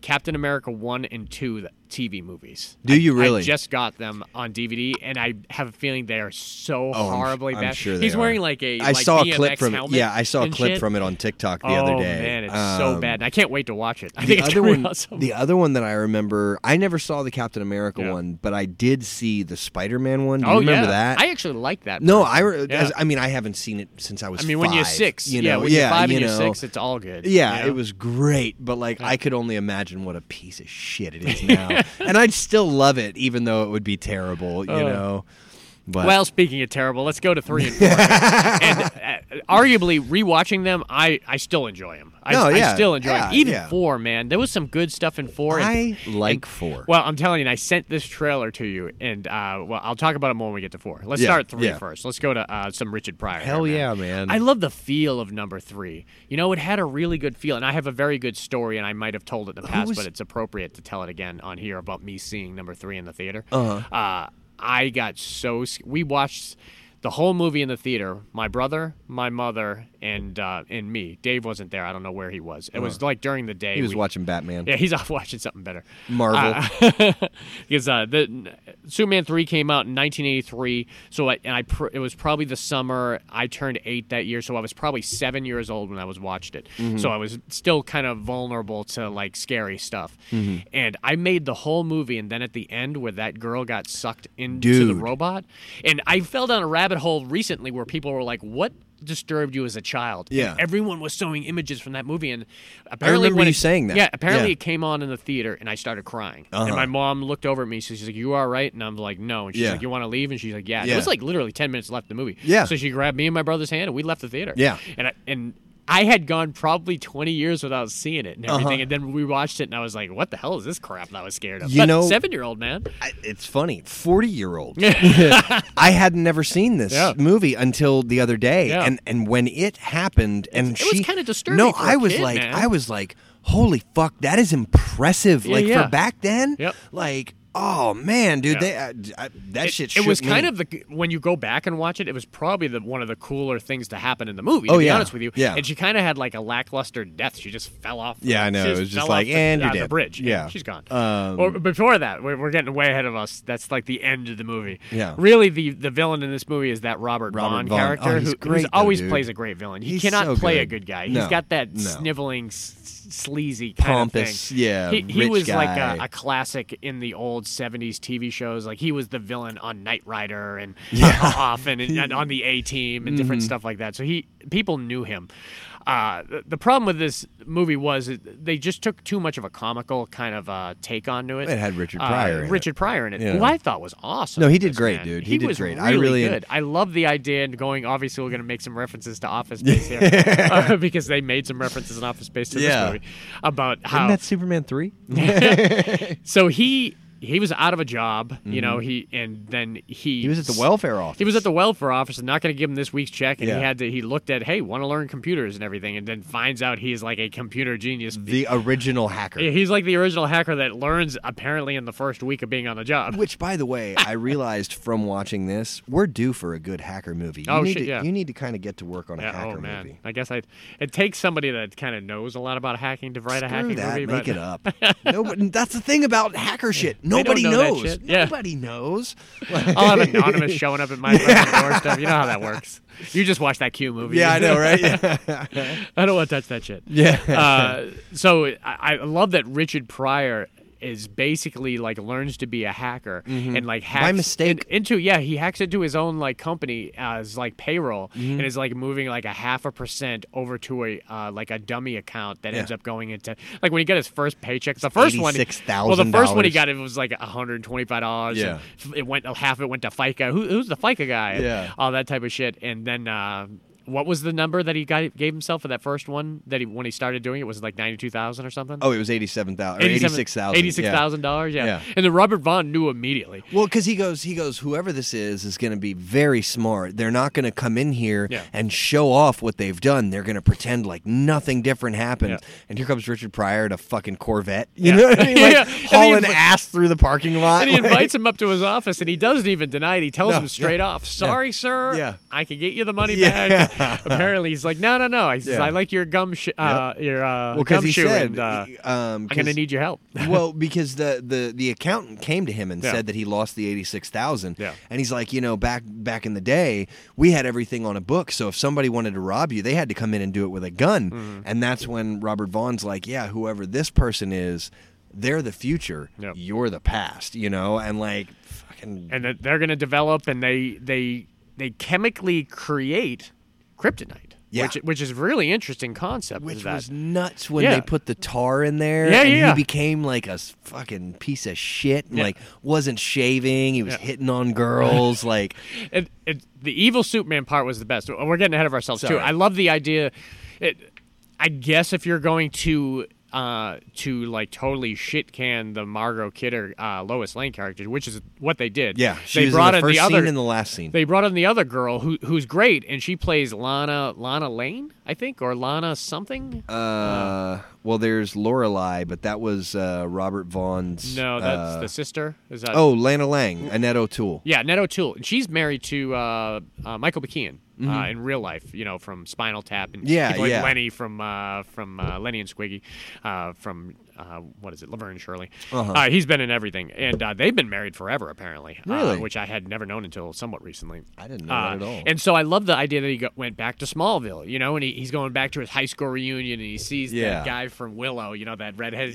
Captain America 1 and 2 th- TV movies. Do you I- I really? just got them on DVD and I have a feeling they are so Oh, I'm- horribly I'm bad. sure they He's wearing are. like a I like saw a BMX clip from it. helmet yeah, I saw a and clip shit. from it on TikTok the Oh, other day. man, it's Um, so bad. And I can't wait to watch it. I The think it's other going one, to awesome. the other one that I remember, I never saw the Captain America Yeah. one, but I did see the Spider-Man one. Do you oh, remember yeah. that? I actually like that. no, version. I. re- Yeah. As, I mean, I haven't seen it since I was. I mean, when you're five, six, you yeah, know, when you're five you and know. you're six, it's all good. Yeah, you it know? was great, but like I could only imagine what a piece of shit it is now, and I'd still love it, even though it would be terrible, you Oh. know. But Well, speaking of terrible, let's go to three and four. and uh, arguably, rewatching them, I, I still enjoy them. I, No, I yeah, still enjoy yeah, 'em. Even yeah. four, man, there was some good stuff in four. and- I like and- four. Well, I'm telling you, and I sent this trailer to you, and uh, well, I'll talk about it more when we get to four. Let's Yeah, start three yeah. first. Let's go to uh, some Richard Pryor. Hell there, yeah, man. I love the feel of number three. You know, it had a really good feel, and I have a very good story, and I might have told it in the past, was- but it's appropriate to tell it again on here about me seeing number three in the theater. Uh-huh. I got so sc- we watched the whole movie in the theater. My brother, my mother, and uh, and me. Dave wasn't there. I don't know where he was. It was like during the day. Uh-huh. he was we- watching Batman. Yeah, he's off watching something better. Marvel. Uh, because uh, the Superman three came out in 1983, so I, and I pr- it was probably the summer I turned eight that year, so I was probably seven years old when I was watched it. Mm-hmm. So I was still kind of vulnerable to like scary stuff, Mm-hmm. and I made the whole movie, and then at the end where that girl got sucked into the Dude. robot, and I fell down a rabbit hole recently where people were like, "What disturbed you as a child?" And Yeah. everyone was showing images from that movie, and apparently remember when you it- saying that. Yeah, apparently Yeah. it came on in the theater and I started crying. And Uh-huh. my mom looked over at me. So she's like, You all right? And I'm like, No. And she's Yeah. like, You want to leave? And she's like, Yeah. And It Yeah. was like literally 10 minutes left in the movie. Yeah. So she grabbed me and my brother's hand and we left the theater. Yeah. And I, and I had gone probably 20 years without seeing it and Uh-huh. everything. And then we watched it and I was like, What the hell is this crap that I was scared of? You know- seven year old man. I, it's funny. Forty year old. I had never seen this Yeah. movie until the other day, Yeah. and and when it happened, and It was she kinda disturbing No, for a I was kid, like, man. I was like, holy fuck, that is impressive. Yeah, like yeah. for back then, Yep. like Oh man, dude, Yeah. they I, I, that It- shit. It, shook was me. kind of the when you go back and watch it, it was probably the one of the cooler things to happen in the movie. To Oh, be yeah. honest with you, Yeah. And she kind of had like a lackluster death. She just fell off. Yeah, I know. she It was just fell like, off the, and you're on the dead. bridge. Yeah. she's gone. Um, or before that, we're, we're getting way ahead of us. That's like the end of the movie. Yeah. really, the the villain in this movie is that Robert, Robert Vaughn, Vaughn. character Oh, who he's who's great, though, always dude. plays a great villain. He He's cannot so play a good good. guy. No. He's got that No. sniveling, s- sleazy kind Pompous, of thing. yeah, he, he rich was like guy. a, a classic in the old 70s TV shows. Like he was the villain on Knight Rider and often and, and on the A Team and Mm-hmm. different stuff like that. So he people knew him. Uh, the, the problem with this movie was it- they just took too much of a comical kind of uh, take onto it. It had Richard Uh, Pryor in it. Richard Pryor in it, Yeah. who I thought was awesome. No, he in did this, great, man. dude. He, He did was great. I Really really- good. I love the idea and going. Obviously, we're going to make some references to Office Space here uh, because they made some references in Office Space to Yeah. this movie about Isn't how that Superman three? so he he was out of a job, you know. He and then he Mm-hmm. He was at the welfare office. He was at the welfare office and not going to give him this week's check, and Yeah. he had to. He looked at, hey, want to learn computers and everything, and then finds out he's like a computer genius. the original hacker. Yeah, He's like the original hacker that learns apparently in the first week of being on the job. Which, by the way, I realized from watching this, we're due for a good hacker movie. You Oh, need shit, to, yeah. You need to kind of get to work on a Yeah, hacker oh man, movie. I guess I. It takes somebody that kind of knows a lot about hacking to write a Screw hacking that, movie. make but it up. Nobody, that's the thing about hacker shit. don't Nobody know that knows. shit. Yeah. Nobody knows. I'll have anonymous showing up at my fucking doorstep. You know how that works. You just watch that Q movie. right? Yeah. I don't want to touch that shit. yeah. uh, so I, I love that Richard Pryor is basically like learns to be a hacker and like hacks Mm-hmm. mistake. in- into yeah he hacks into his own like company as like payroll Mm-hmm. and is like moving like a half a percent over to a uh, like a dummy account that ends up going into like when he got his first paycheck the first one well the first one he $86,000. got it was like 125 dollars Yeah. it went half it went to FICA Who, who's the FICA guy and Yeah. all that type of shit and then uh, what was the number that he got, gave himself for that first one that he when he started doing it was it like 92,000 or something Oh, it was eighty-seven thousand or 87 eighty-six thousand. dollars, yeah. Yeah. And then Robert Vaughn knew immediately. Well, because he goes, he goes. Whoever this is is going to be very smart. They're not going to come in here Yeah. and show off what they've done. They're going to pretend like nothing different happened. Yeah. And here comes Richard Pryor in a fucking Corvette. You Yeah. know what I mean? Like Yeah. And he hauling invi- ass through the parking lot. And he Like, invites him up to his office, and he doesn't even deny it. He tells No, him straight off, "Sorry, sir, Yeah. I can get you the money Yeah. back." Apparently, he's like, "No, no, no." He says, Yeah. "I like your gum, sh- uh, your uh, well, because gum he shoe, said, and uh, I'm um, gonna 'cause- need your help." well, because the, the the accountant came to him and Yeah. said that he lost the eighty six thousand. Yeah. And he's like, you know, back back in the day, we had everything on a book. So if somebody wanted to rob you, they had to come in and do it with a gun. Mm-hmm. And that's when Robert Vaughn's like, yeah, whoever this person is, they're the future. Yep. You're the past. You know, and like, fucking. and that they're going to develop and they they they chemically create kryptonite, Yeah. which which is a really interesting concept. is which that. was nuts when Yeah. they put the tar in there. Yeah, and yeah. He became like a s- fucking piece of shit. And Yeah. Like wasn't shaving. He was Yeah. hitting on girls. like it, it, the evil Superman part was the best. We're getting ahead of ourselves too. Sorry. I love the idea. It, I guess if you're going to uh, to like totally shit can the Margot Kidder uh, Lois Lane character, which is what they did. Yeah, she they was brought in the first other scene and the last scene. they brought in the other girl who who's great, and she plays Lana Lana Lane, I think, or Lana something. uh, well, there's Lorelei, but that was uh, Robert Vaughn's. no, that's uh, the sister. Is that Oh, Lana Lang, Annette O'Toole. Yeah, Ned O'Toole. And she's married to uh, uh, Michael McKean uh, in real life, you know, from Spinal Tap. And Mm-hmm. Yeah, people like yeah. Lenny from uh, from uh, Lenny and Squiggy uh, from, uh, what is it, Laverne and Shirley. Uh-huh. Uh, he's been in everything. And uh, they've been married forever, apparently, uh, Really? which I had never known until somewhat recently. I didn't know Uh, that at all. And so I love the idea that he got, went back to Smallville, you know, and he, he's going back to his high school reunion and he sees Yeah. that guy from Willow, you know, that redheaded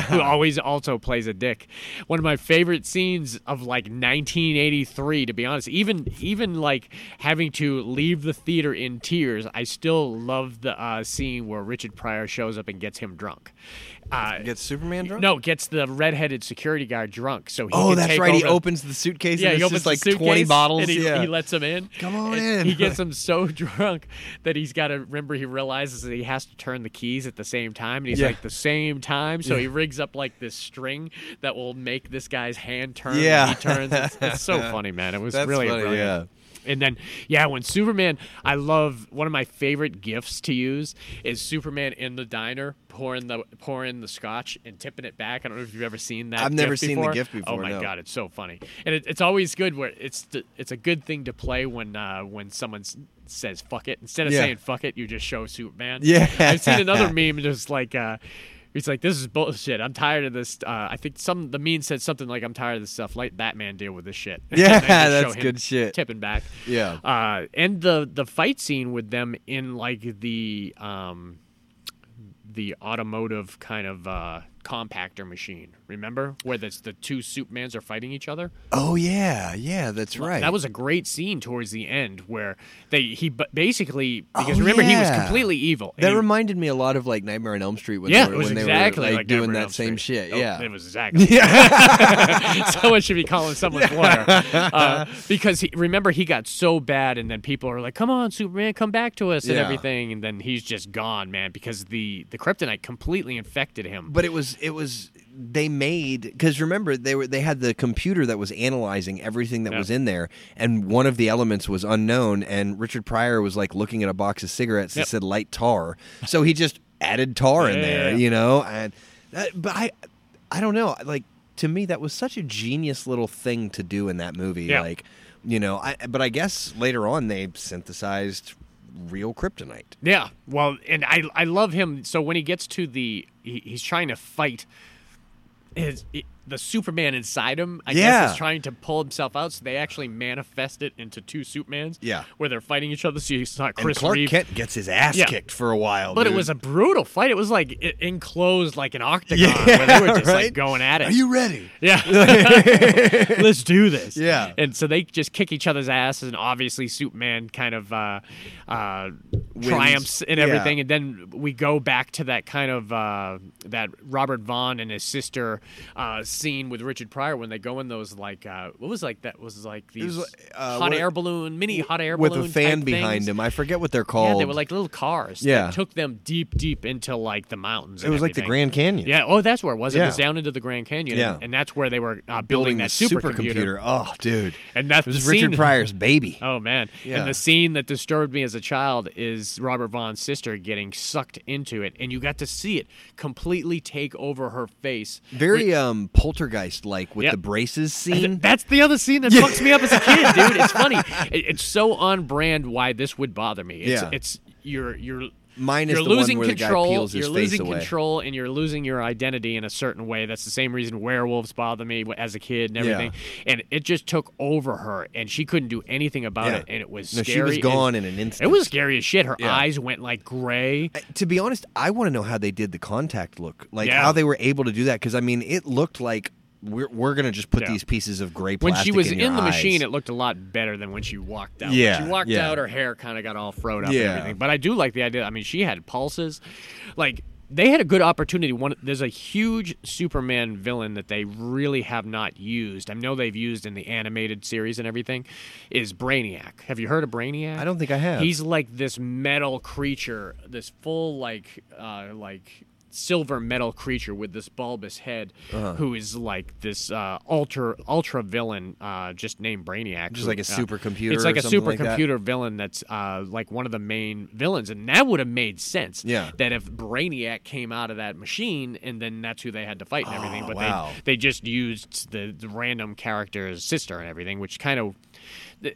guy who always also plays a dick. One of my favorite scenes of like 1983, to be honest, even even like having to leave the theater in tears, I still love the uh, scene where Richard Pryor shows up and gets him drunk. Uh, Gets Superman drunk? no, gets the redheaded security guard drunk. So he Oh, can that's take right. He over- opens the suitcase yeah, and he it's opens just the like 20 suitcase, bottles. And he, yeah. he lets him in. Come on And in. He gets him so drunk that he's got to remember he realizes that he has to turn the keys at the same time, and he's Yeah. like the same time. So he rigs up like this string that will make this guy's hand turn. when Yeah. he turns. It's, it's so funny, man. It was that's really funny, brilliant. yeah. And then, yeah, when Superman, I love one of my favorite gifts to use is Superman in the diner pouring the pouring the scotch and tipping it back. I don't know if you've ever seen that. I've never gif seen the before. gif Oh before, my no. god, it's so funny, and it, it's always good where it's the, it's a good thing to play when uh, when someone s- says fuck it instead of Yeah. saying fuck it, you just show Superman. Yeah. I've seen another meme just like uh he's like this is bullshit. I'm tired of this uh I think some the meme said something like I'm tired of this stuff. Let Batman deal with this shit. And Yeah, they just that's good shit. Tipping back. Yeah. Uh and the the fight scene with them in like the um the automotive kind of uh compactor machine. Remember where that's the two Supermans are fighting each other? Oh yeah, yeah, that's right. That was a great scene towards the end where they he bu- basically because Oh, remember he was yeah. completely evil. That He- reminded me a lot of like Nightmare on Elm Street when yeah, they were, it was when exactly they were like, like doing Nightmare on that Elm same Street. shit. Oh, yeah. it was exactly. Someone should be calling someone's lawyer uh, because he, remember he got so bad, and then people are like, "Come on, Superman, come back to us," and Yeah. everything, and then he's just gone, man, because the the kryptonite completely infected him. but it was it was they made because remember they were they had the computer that was analyzing everything that Yeah. was in there and one of the elements was unknown and richard pryor was like looking at a box of cigarettes Yep. that said light tar so he just added tar in there Yeah. you know and that, but i i don't know like to me that was such a genius little thing to do in that movie Yeah. like you know i but i guess later on they synthesized real kryptonite Yeah, well, and I I love him. So when he gets to the, he, he's trying to fight his i the Superman inside him. I guess Yeah. is trying to pull himself out. So they actually manifest it into two Supermans. Yeah. where they're fighting each other. So you saw and Chris clark Reeve. kent gets his ass Yeah. kicked for a while but it dude. was a brutal fight. It was like it enclosed like an octagon where they were just like right? going at it. Are you ready? Yeah. Let's do this. Yeah. And so they just kick each other's ass, and obviously Superman kind of uh, uh, Wins. triumphs and Yeah. everything. And then we go back to that kind of uh, that Robert Vaughn and his sister uh, scene with Richard Pryor when they go in those like uh, what was like that was like these like, uh, hot what- air balloon mini hot air with balloon a fan type behind things. him. I forget what they're Yeah, called. they were like little cars. Yeah. that took them deep, deep into like the mountains. it was like the Grand Canyon. Yeah. Oh, that's where it was. It was Yeah. down into the Grand Canyon. Yeah. And, and that's where they were uh, building, building, that the supercomputer. supercomputer. Oh, dude, And that it was scene- Richard Pryor's baby. Oh man! Yeah. And the scene that disturbed me as a child is Robert Vaughn's sister getting sucked into it, and you got to see it completely take over her face. Very um poltergeist like with Yeah. the braces Th- scene. That's the other scene that fucks me up as a kid, dude. It's funny. It- it's so on brand why this would bother me. It's, Yeah. it's you're you're Minus you're the one losing where the guy control. peels his you're face losing away. control, and you're losing your identity in a certain way. That's the same reason werewolves bother me wh- as a kid and Yeah. everything. And it just took over her, and she couldn't do anything about Yeah. it. And it was No, scary. she was and- gone in an instant. It was scary as shit. Her Yeah. eyes went like gray. Uh, To be honest, I want to know how they did the contact look, like Yeah. how they were able to do that. Because I mean, it looked like we're we're gonna just put Yeah. these pieces of gray When plastic she was in, in, your the eyes. machine, it looked a lot better than when she walked out. When Yeah, she walked yeah. out, her hair kind of got all froed up and Yeah. everything. But I do like the idea. I mean, she had pulses. Like they had a good opportunity. One, there's a huge Superman villain that they really have not used. I know they've used in the animated series and everything. Is Brainiac? Have you heard of Brainiac? I don't think I have. He's like this metal creature, this full like uh, like silver metal creature with this bulbous head, Uh-huh. who is like this uh, ultra ultra villain, uh, just named Brainiac. Just who- like a uh, supercomputer It's like or a something like that? supercomputer villain that's uh, like one of the main villains, and that would have made sense. Yeah. That if Brainiac came out of that machine, and then that's who they had to fight and everything. But wow. they they just used the, the random character's sister and everything, which kind of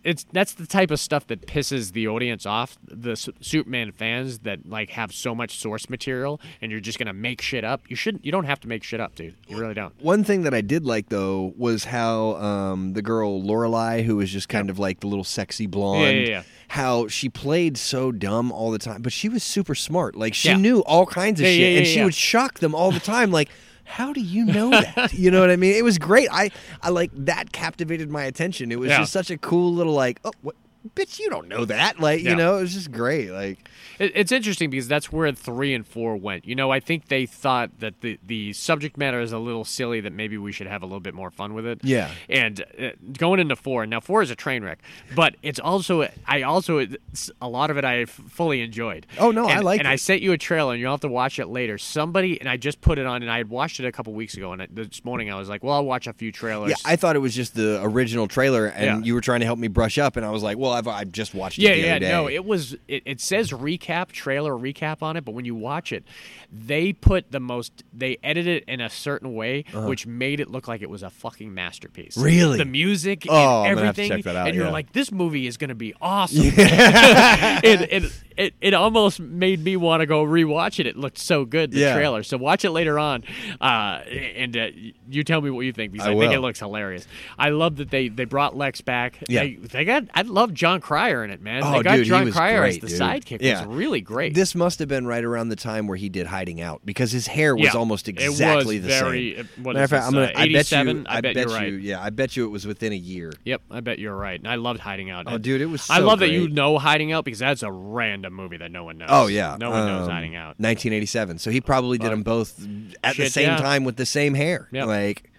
it's that's the type of stuff that pisses the audience off, the Su- Superman fans that like have so much source material, and you're just gonna make shit up. You shouldn't. You don't have to make shit up, dude. You really don't. One thing that I did like though was how um, the girl Lorelai, who was just kind of like the little sexy blonde, Yeah, yeah, yeah. how she played so dumb all the time, but she was super smart. Like she Yeah. knew all kinds of Yeah, shit, yeah, yeah, and she yeah. would shock them all the time. Like, how do you know that? you know what I mean? It was great. I I like that captivated my attention. It was Yeah. just such a cool little like, oh, what? bitch, you don't know that. Like, Yeah. you know, it was just great. Like, It, it's interesting because that's where three and four went. You know, I think they thought that the, the subject matter is a little silly, that maybe we should have a little bit more fun with it. Yeah. And uh, going into four, now four is a train wreck, but it's also, I also, it's, a lot of it I f- fully enjoyed. Oh, no, I And- liked And it. I sent you a trailer, and you'll have to watch it later. Somebody, and I just put it on, and I had watched it a couple weeks ago, and I, this morning I was like, well, I'll watch a few trailers. Yeah, I thought it was just the original trailer, and Yeah. you were trying to help me brush up, and I was like, "Well, I I've I've just watched. Yeah, it the yeah, other day. no, it was. It, it says recap, trailer recap on it, but when you watch it, they put the most. They edited it in a certain way, which made it look like it was a fucking masterpiece. Uh-huh. Really? the music, Oh, I'm and gonna have to everything, check that out, and you're yeah. like, this movie is gonna be awesome. it, it, it, it almost made me want to go rewatch it. It looked so good the Yeah. trailer. So watch it later on, uh, and uh, you tell me what you think because I, I think it will. looks hilarious. I love that they they brought Lex back. Yeah. They, they got I love John Cryer in it, man. Oh, they got dude, he John was Cryer great, as dude. the sidekick. It Yeah. was really great. This must have been right around the time where he did Hiding Out because his hair was Yeah. almost It was exactly the very- same. uh, what is Matter of fact, this, I'm uh, gonna, I bet you, 87? I bet you're right. yeah, I bet you it was within a year. Yep, I bet you're right. And I loved Hiding Out. Oh, And dude, it was I so love that you great. know Hiding Out because that's a random movie that no one knows. Oh yeah, no one knows Um, Hiding Out. 1987. So he probably did them both at the shit, same yeah. time with the same hair. Yep. Like,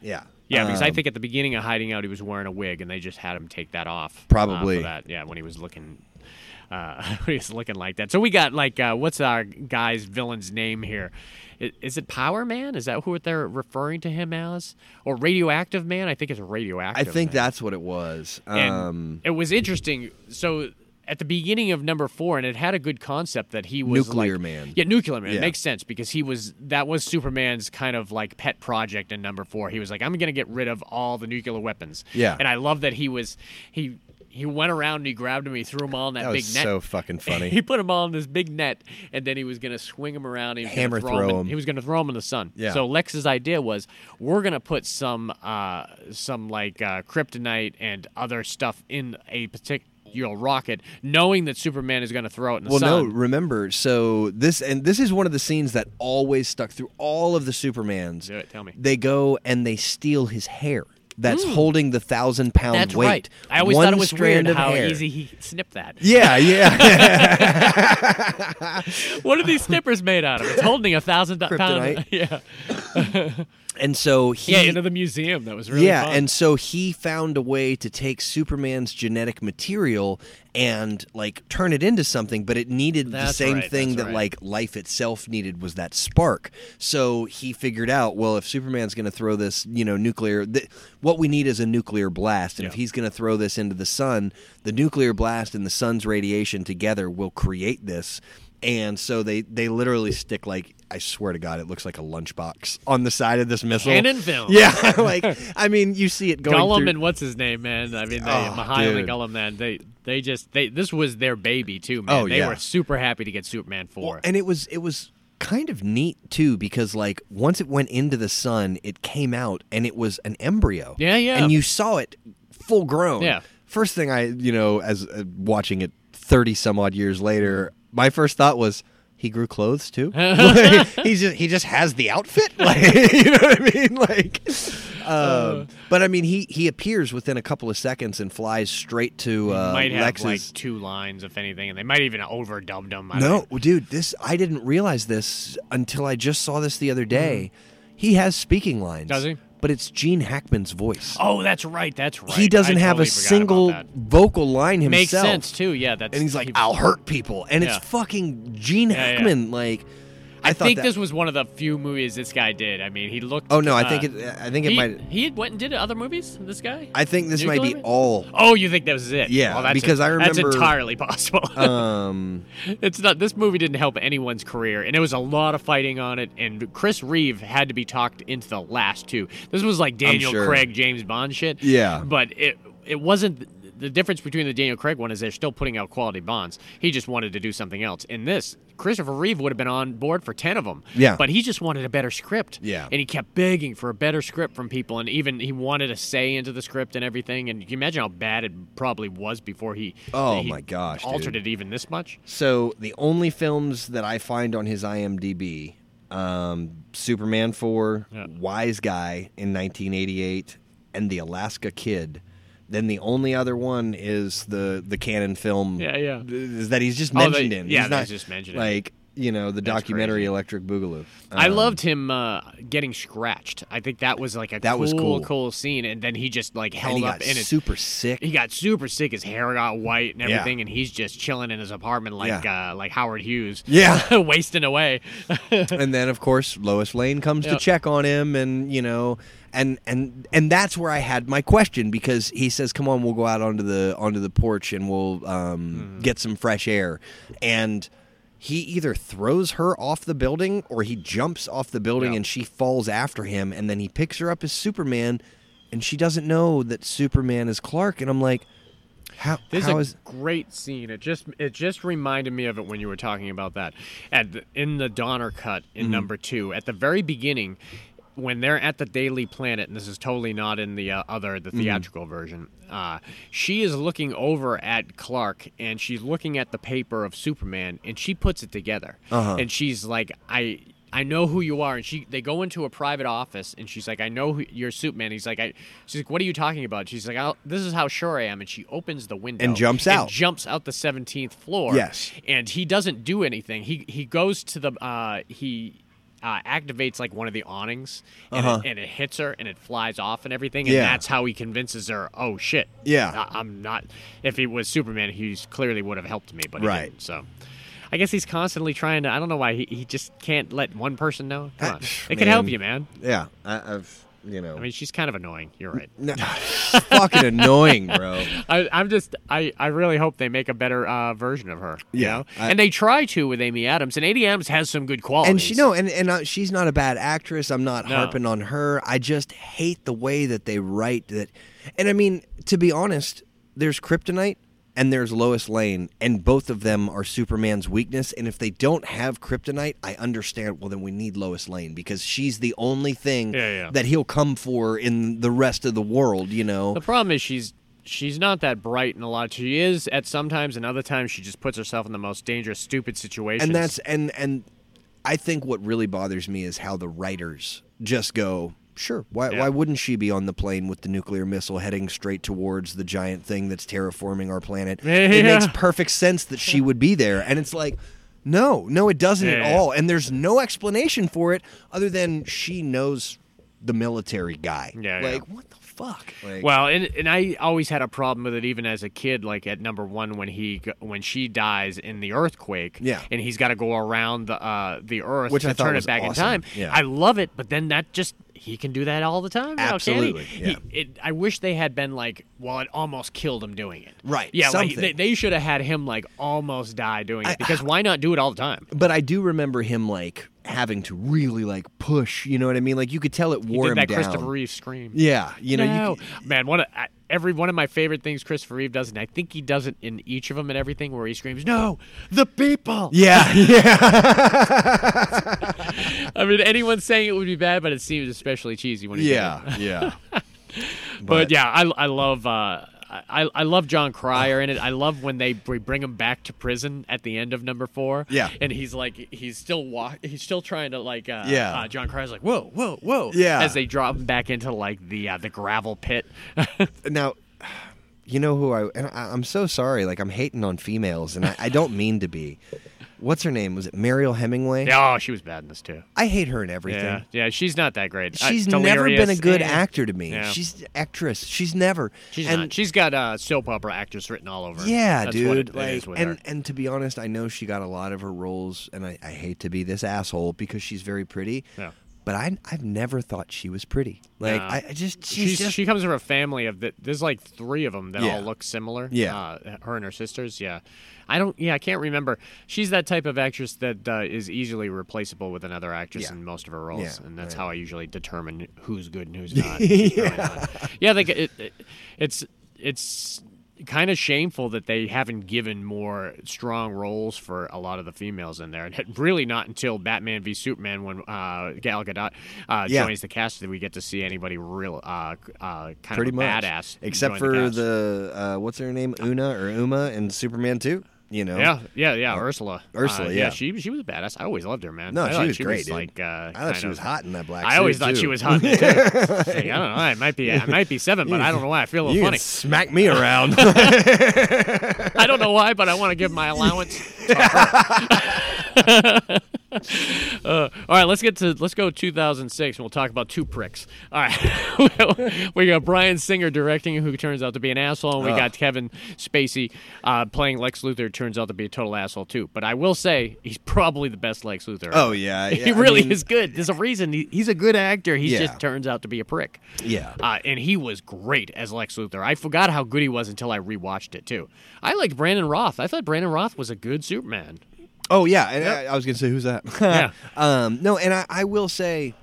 yeah, Yeah, because I Um, think at the beginning of Hiding Out, he was wearing a wig, and they just had him take that off. uh, for Probably. that. Yeah, when he was looking, uh, when he was looking like that. So we got like, uh, what's our guy's villain's name here? Is, is it Power Man? Is that who they're referring to him as, or Radioactive Man? I think it's I Radioactive. think Man. that's what it was. And Um, it was interesting. So at the beginning of number four, and it had a good concept that he was Nuclear like- Man. Yeah, Nuclear Man. Yeah. It makes sense because he was that was Superman's kind of like pet project in number four. He was like, I'm gonna get rid of all the nuclear weapons. Yeah. and I love that he was he he went around and he grabbed him, he threw them all in that, that big was net. so fucking He funny. put them all in this big net, and then he was going to swing them around. He was gonna Hammer throw, throw 'em in- 'em. He was going to throw them in the sun. Yeah. So Lex's idea was, we're going to put some, uh, some like uh, kryptonite and other stuff in a particular rocket, knowing that Superman is going to throw it in the Well, no, sun. remember. So this and this is one of the scenes that always stuck through all of the Supermans. Do it, tell me. They go and they steal his hair. That's holding the thousand pound That's weight. right. I always Um, One thought it was strand weird of how hair. easy he snipped that. Yeah, yeah. What are these snippers made out of? It's holding a thousand pounds. Kryptonite. Yeah, and so he yeah, into the museum. That was really yeah, fun. and so he found a way to take Superman's genetic material and like turn it into something, but it needed the That's same right, thing that's that right. like life itself needed was that spark. So he figured out, well, if Superman's going to throw this, you know, nuclear, th- what we need is a nuclear blast, and if he's going to throw this into the sun, the nuclear blast and the sun's radiation together will create this. And so they they literally stick like I swear to God, it looks like a lunchbox on the side of this missile. Cannon film. Yeah, like I mean, you see it going. Gollum through- and what's his name, man? I mean, they, Oh, Mihail dude. and Gollum, man. They they just they this was their baby too, man. Oh, they yeah. were super happy to get Superman four. and it was it was kind of neat too because like once it went into the sun, it came out and it was an embryo. Yeah, yeah. And you saw it full grown. Yeah. First thing I, you know, as uh, watching it thirty some odd years later, my first thought was. He grew clothes too. Like, he's just, he just has the outfit. Like you know what I mean? Like, um, Uh. but I mean he he appears within a couple of seconds and flies straight to uh, might have Lex's. like two lines, if anything, and they might even overdubbed them. I don't No, know. well, dude, this I didn't realize this until I just saw this the other day. He has speaking lines. Mm-hmm. Does he? But it's Gene Hackman's voice. Oh, that's right. That's right. he doesn't I have totally a forgot about single that. vocal line himself. Makes sense too. Yeah, that's And he's like, he- "I'll hurt people," and Yeah. it's fucking Gene yeah. Hackman. Like, I, I thought think that- this was one of the few movies this guy did. I mean, he looked. Oh no, I uh, think it. I think it he, might. He had went and did other movies. This guy. I think this might Nuclear be Man? all. Oh, you think that was it? Yeah, Well, that's because I remember- that's entirely possible. Um, It's not. This movie didn't help anyone's career, and it was a lot of fighting on it. And Chris Reeve had to be talked into the last two. This was like Daniel sure. Craig, James Bond shit. Yeah. but it it wasn't. The difference between the Daniel Craig one is they're still putting out quality bonds. He just wanted to do something else. In this, Christopher Reeve would have been on board for ten of them. Yeah. but he just wanted a better script. Yeah. and he kept begging for a better script from people, and even he wanted a say into the script and everything. And you can imagine how bad it probably was before he. Oh, he my gosh, altered dude. it even this much. So the only films that I find on his IMDb, um, Superman four, Wise Guy in 1988, and The Alaska Kid. Then the only other one is the the canon film. Yeah, yeah. Is that he's just Oh, they- mentioned in. yeah, he's they not just mentioned it. Like you know, the documentary Electric Boogaloo. I Um, loved him uh, getting scratched. I think that was like a That cool, was cool. cool scene. And then he just like and held he up got in his super sick. he got super sick. His hair got white and Yeah. everything, and he's just chilling in his apartment like uh, like Howard Hughes, yeah. wasting away. and then of course Lois Lane comes Yeah. to check on him and you know and and and that's where I had my question because he says come on we'll go out onto the onto the porch and we'll um, Mm-hmm. get some fresh air and he either throws her off the building or he jumps off the building Yeah. and she falls after him and then he picks her up as Superman and she doesn't know that Superman is Clark and I'm like how This how is is a great scene. It just it just reminded me of it when you were talking about that. At the, in the Donner cut in number two, at the very beginning, when they're at the Daily Planet, and this is totally not in the uh, other the theatrical version. Uh, she is looking over at Clark, and she's looking at the paper of Superman, and she puts it together, and she's like, I. I know who you are, and she. They go into a private office, and she's like, "I know who, you're Superman." He's like, "I." She's like, "What are you talking about?" She's like, I'll, "This is how sure I am." And she opens the window And jumps out. jumps out the 17th floor. Yes. And he doesn't do anything. He he goes to the uh, he uh, activates like one of the awnings and, it, and it hits her and it flies off and everything and Uh-huh. Yeah. that's how he convinces her. Oh shit. Yeah. I, am not. If he was Superman, he clearly would have helped me, but he Right. didn't, so. I guess he's constantly trying to. I don't know why he, he just can't let one person know. Come Ah, on. pff, It can help man. you, man. yeah I, I've you know I mean, she's kind of annoying. You're right. No, fucking annoying bro I, I'm just I, I really hope they make a better uh, version of her. you Yeah, know? I- and they try to with Amy Adams, and Amy Adams has some good qualities. And she no, and and uh, she's not a bad actress. I'm not No. harping on her. I just hate the way that they write that. And I mean, to be honest, there's Kryptonite and there's Lois Lane, and both of them are Superman's weakness. And if they don't have Kryptonite, I understand. Well, then we need Lois Lane because she's the only thing Yeah, yeah. that he'll come for in the rest of the world. You know, The problem is she's she's not that bright in a lot. She is at sometimes, and other times she just puts herself in the most dangerous, stupid situations. and that's and and I think what really bothers me is how the writers just go. Sure. Why, Yeah. why wouldn't she be on the plane with the nuclear missile heading straight towards the giant thing that's terraforming our planet? It Yeah. makes perfect sense that she would be there. And it's like, no, no, it doesn't Yeah. at all. And there's no explanation for it other than she knows the military guy. Yeah, yeah. Like, what the fuck? Like, well, and and I always had a problem with it, even as a kid. Like at number one, when he go- when she dies in the earthquake, Yeah. and he's got to go around the uh, the earth Which to I thought turn was it back in awesome. time. Yeah. I love it, but then that just he can do that all the time. now, can't he? Absolutely, yeah. He, it, I wish they had been like, well, it almost killed him doing it. Right, Yeah. Like, something. they, they should have had him like almost die doing it because why not do it all the time? but I do remember him like having to really like push, you know what I mean? Like you could tell it He wore did him that down. Christopher Reeve scream. Yeah, you know, no. you c- man, one of I, every one of my favorite things Christopher Reeve does, and I think he does it in each of them and everything, where he screams, "No, the people!" yeah, yeah, I mean, anyone saying it would be bad, but it seems especially cheesy when he did it. yeah, yeah. But, yeah, I, I love. Uh, I, I love John Cryer in it. I love when they br- bring him back to prison at the end of number four. Yeah. and he's like, he's still walk, he's still trying to like, uh, Yeah. Uh, John Cryer's like, whoa, whoa, whoa. Yeah. As they drop him back into like the uh, the gravel pit. Now, you know who I? And I I'm so sorry. Like I'm hating on females, and I, I don't mean to be. What's her name? Was it Mariel Hemingway? oh, she was bad in this too. I hate her in everything. Yeah, yeah, she's not that great. Uh, She's never been a Delirious, good eh. actor to me. Yeah. She's actress. She's never. She's and not. She's got uh, soap opera actress written all over. her. Yeah, That's dude. What it- it like, is with and her. and to be honest, I know she got a lot of her roles, and I, I hate to be this asshole because she's very pretty. Yeah. But I I've never thought she was pretty. Like No. I, I just she's, She's, just she comes from a family of the, there's like three of them that Yeah. all look similar. Yeah. uh, her and her sisters. Yeah, I don't. Yeah, I can't remember. She's that type of actress that uh, is easily replaceable with another actress Yeah. in most of her roles, Yeah, and that's how I usually determine who's good and who's not. yeah, yeah. Like it, it, it's it's kind of shameful that they haven't given more strong roles for a lot of the females in there, and really not until Batman v Superman when uh, Gal Gadot uh, Yeah. joins the cast that we get to see anybody real uh, c- uh, kind pretty of a much badass. join Except for cast. the, uh, what's her name, Una or Uma in Superman two. You know. Yeah, yeah, yeah. Ursula. Ursula, Uh, yeah. she she was a badass. I always loved her, man. No, I she thought was great, dude. Like, uh, I thought she kind was of- hot in that black. I always suit, thought too. she was hot in it too. It's like, I don't know. I might be. I might be seven, but I don't know why. I feel a You little funny. can smack me around. I don't know why, but I want to give my allowance. Uh, All right, let's get to let's go 2006, and we'll talk about two pricks. All right, Well, we got Brian Singer directing, who turns out to be an asshole, and we got Kevin Spacey uh, playing Lex Luthor, who turns out to be a total asshole too. But I will say, he's probably the best Lex Luthor. Oh yeah, yeah, he I really mean, is good. There's a reason he, he's a good actor. He Yeah. just turns out to be a prick. Yeah. uh, and he was great as Lex Luthor. I forgot how good he was until I rewatched it too. I liked Brandon Roth. I thought Brandon Roth was a good Superman. Oh yeah, and I, I was gonna say who's that? Yeah. Um, no, and I, I will say,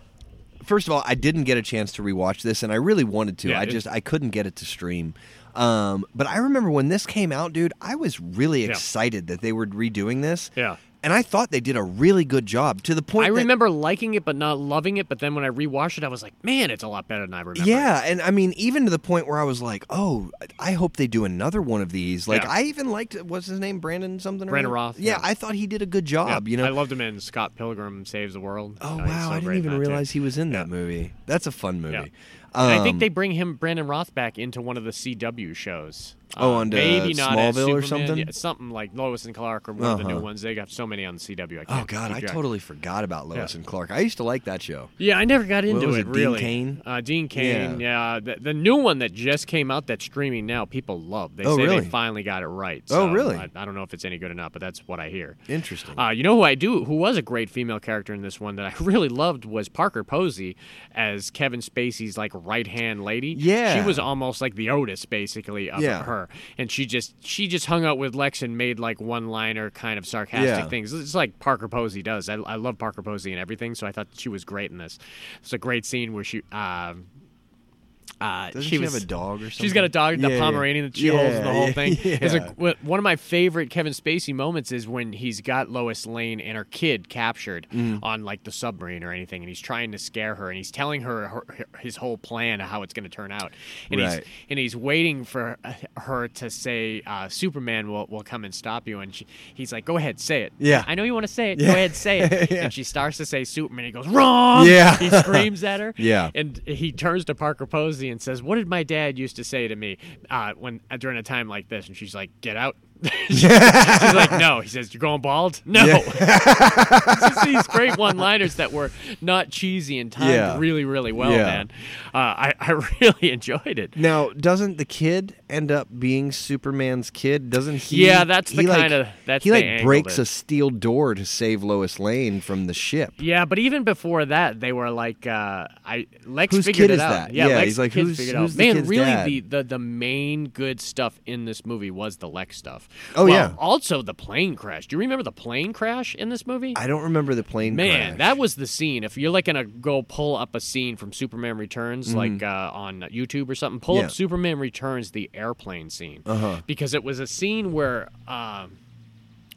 first of all, I didn't get a chance to rewatch this, and I really wanted to. Yeah, I it- just I couldn't get it to stream. Um, but I remember when this came out, dude. I was really excited that they were redoing this. Yeah. And I thought they did a really good job to the point. I that- remember liking it but not loving it. But then when I rewatched it, I was like, man, it's a lot better than I remember. Yeah, and I mean, even to the point where I was like, "Oh, I hope they do another one of these." Like, Yeah. I even liked what's his name, Brandon something. or Brandon other? Roth, Yeah, yeah. I thought he did a good Yeah. job. You know, I loved him in Scott Pilgrim Saves the World. Oh Uh, he's wow! so I didn't great in even that, too. realize he was in that movie. That's a fun movie. Yeah. Um, I think they bring him Brandon Roth back into one of the CW shows. Oh, Uh, onto maybe not as Smallville or Superman. something? Yeah, something like Lois and Clark or one of the new Uh-huh. ones. They got so many on the CW. I can't Oh god, keep I track. totally forgot about Lois and Clark. I used to like that show. Yeah, I never got into was it, it, Dean really. Cain? Uh, Dean Kane. Yeah, the, the new one that just came out that's streaming now, people love. They Oh, say really? they finally got it right. Oh, so really? I, I don't know if it's any good or not, but that's what I hear. Interesting. Uh, you know who I do, who was a great female character in this one that I really loved was Parker Posey as Kevin Spacey's like right hand lady. Yeah. she was almost like the Otis basically of Yeah. her, and she just she just hung out with Lex and made like one liner kind of sarcastic Yeah. things. It's like Parker Posey does. I, I love Parker Posey and everything, so I thought she was great in this. It's a great scene where she. Um, uh, Doesn't she, she, was, have a dog or something? She's got a dog, the Yeah, yeah. Pomeranian that she holds, and the Yeah, whole yeah, thing. There's a- yeah. wh- one of my favorite Kevin Spacey moments is when he's got Lois Lane and her kid captured Mm. on like the submarine or anything, and he's trying to scare her, and he's telling her, her his whole plan of how it's going to turn out, and Right. he's and he's waiting for uh, her to say, uh, "Superman will will come and stop you," and she, he's like, "Go ahead, say it." Yeah. I know you want to say it. Yeah. Go ahead, say it. Yeah. And she starts to say Superman. He goes wrong. Yeah. he screams at her. Yeah. And he turns to Parker Posey and says, "What did my dad used to say to me uh, when during a time like this?" And she's like, "Get out." she's like, "No." He says, "You're going bald." No. It's just these great one-liners that were not cheesy and timed Yeah. really, really well, Yeah. man. Uh, I I really enjoyed it. Now, doesn't the kid end up being Superman's kid? Doesn't he? Yeah, that's the he, like- kinda- that's he they like angled breaks it. a steel door to save Lois Lane from the ship. Yeah, but even before that, they were like, uh, "I Lex Whose figured kid it is out." that? Yeah, Yeah, Lex he's like, kid "Who's- figured who's out. the Man, kid's really, dad? The, the the main good stuff in this movie was the Lex stuff. Oh, Well, yeah. Also, the plane crash. Do you remember the plane crash in this movie? I don't remember the plane Man, crash. that was the scene. If you're like gonna go pull up a scene from Superman Returns, like uh, on YouTube or something, pull Mm-hmm. Yeah. Uh-huh. up Superman Returns, the airplane scene, because it was a scene where, um,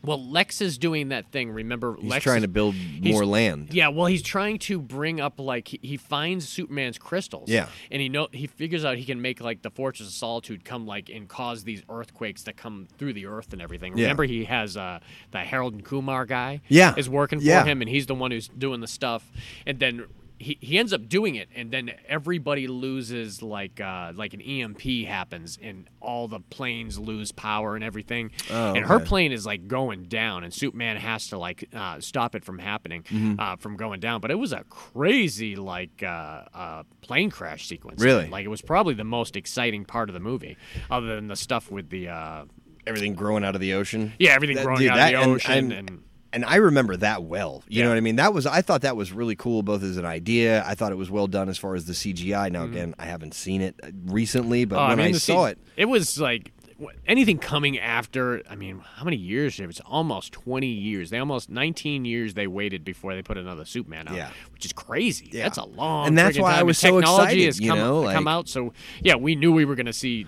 well, Lex is doing that thing. Remember, He's Lex trying is- to build he's- more land. yeah, well, he's trying to bring up like he, he finds Superman's crystals. Yeah. and he know he figures out he can make like the Fortress of Solitude come like and cause these earthquakes that come through the earth and everything. Yeah. Remember, he has uh, the Harold and Kumar guy. Yeah. is working for Yeah. him, and he's the one who's doing the stuff, and then. He, he ends up doing it, and then everybody loses like uh, like an EMP happens, and all the planes lose power and everything. Oh, and her okay. plane is like going down, and Superman has to like uh, stop it from happening, Mm-hmm. uh, from going down. But it was a crazy like uh, uh, plane crash sequence. Really? like it was probably the most exciting part of the movie, other than the stuff with the uh, Everything growing out of the ocean. yeah everything That- growing dude, out that- of and- the ocean and- and. and I remember that well. You Yeah. know what I mean? That was I thought that was really cool, both as an idea. I thought it was well done as far as the CGI. Now again, I haven't seen it uh, recently, but Mm-hmm. Oh, when I, the saw scene- it, it was like wh- anything coming after. I mean, how many years? did it- It's almost twenty years. They almost nineteen years they waited before they put another Superman out, Yeah. which is crazy. Yeah. That's a long. And that's friggin' why I time. was so and technology excited, Has you come, know, come like- out. So yeah, we knew we were going to see.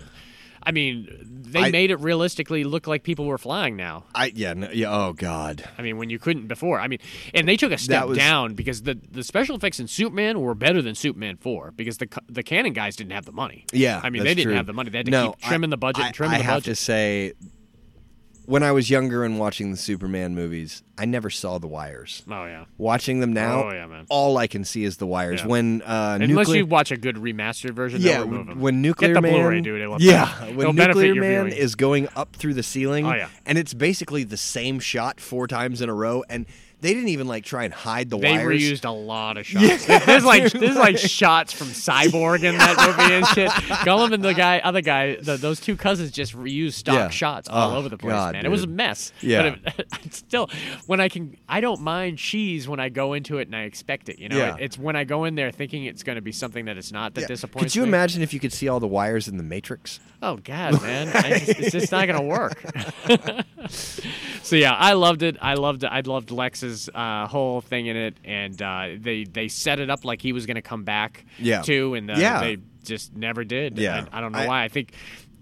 I mean, they I- made it realistically look like people were flying now. I yeah, no, yeah oh god. I mean, when you couldn't before. I mean, and they took a step That was- down because the, the special effects in Superman were better than Superman 4 because the co- the Canon guys didn't have the money. Yeah, I mean, that's they didn't true. have the money. They had to No, keep trimming I- the budget I- and trimming I the have budget. to say, when I was younger and watching the Superman movies, I never saw the wires. Oh yeah. Watching them now, Oh, yeah, man. all I can see is the wires. Yeah. When uh, Unless nuclear, you watch a good remastered version, yeah, they'll remove when- them. when nuclear Get the man, Blu-ray, dude. It'll, yeah, when it'll nuclear benefit your man viewing. is going up through the ceiling, Oh, yeah. and it's basically the same shot four times in a row, and they didn't even like try and hide the They wires. reused a lot of shots. There's like there's like shots from Cyborg in that movie and shit. Gollum and the guy, other guy, the, those two cousins just reused stock Yeah. shots all Oh, over the place, God, man. It was a dude. mess. Yeah. But it, it's still, when I can, I don't mind cheese when I go into it and I expect it. You know, Yeah. It- it's when I go in there thinking it's going to be something that it's not that Yeah. disappoints. Could you me. imagine if you could see all the wires in the Matrix? Oh God, man, I just, it's just not gonna work. so yeah, I loved it. I loved. I loved Lex's uh, whole thing in it, and uh, they they set it up like he was gonna come back. Yeah. Too, and uh, Yeah. they just never did. Yeah. I, I don't know I- why. I think,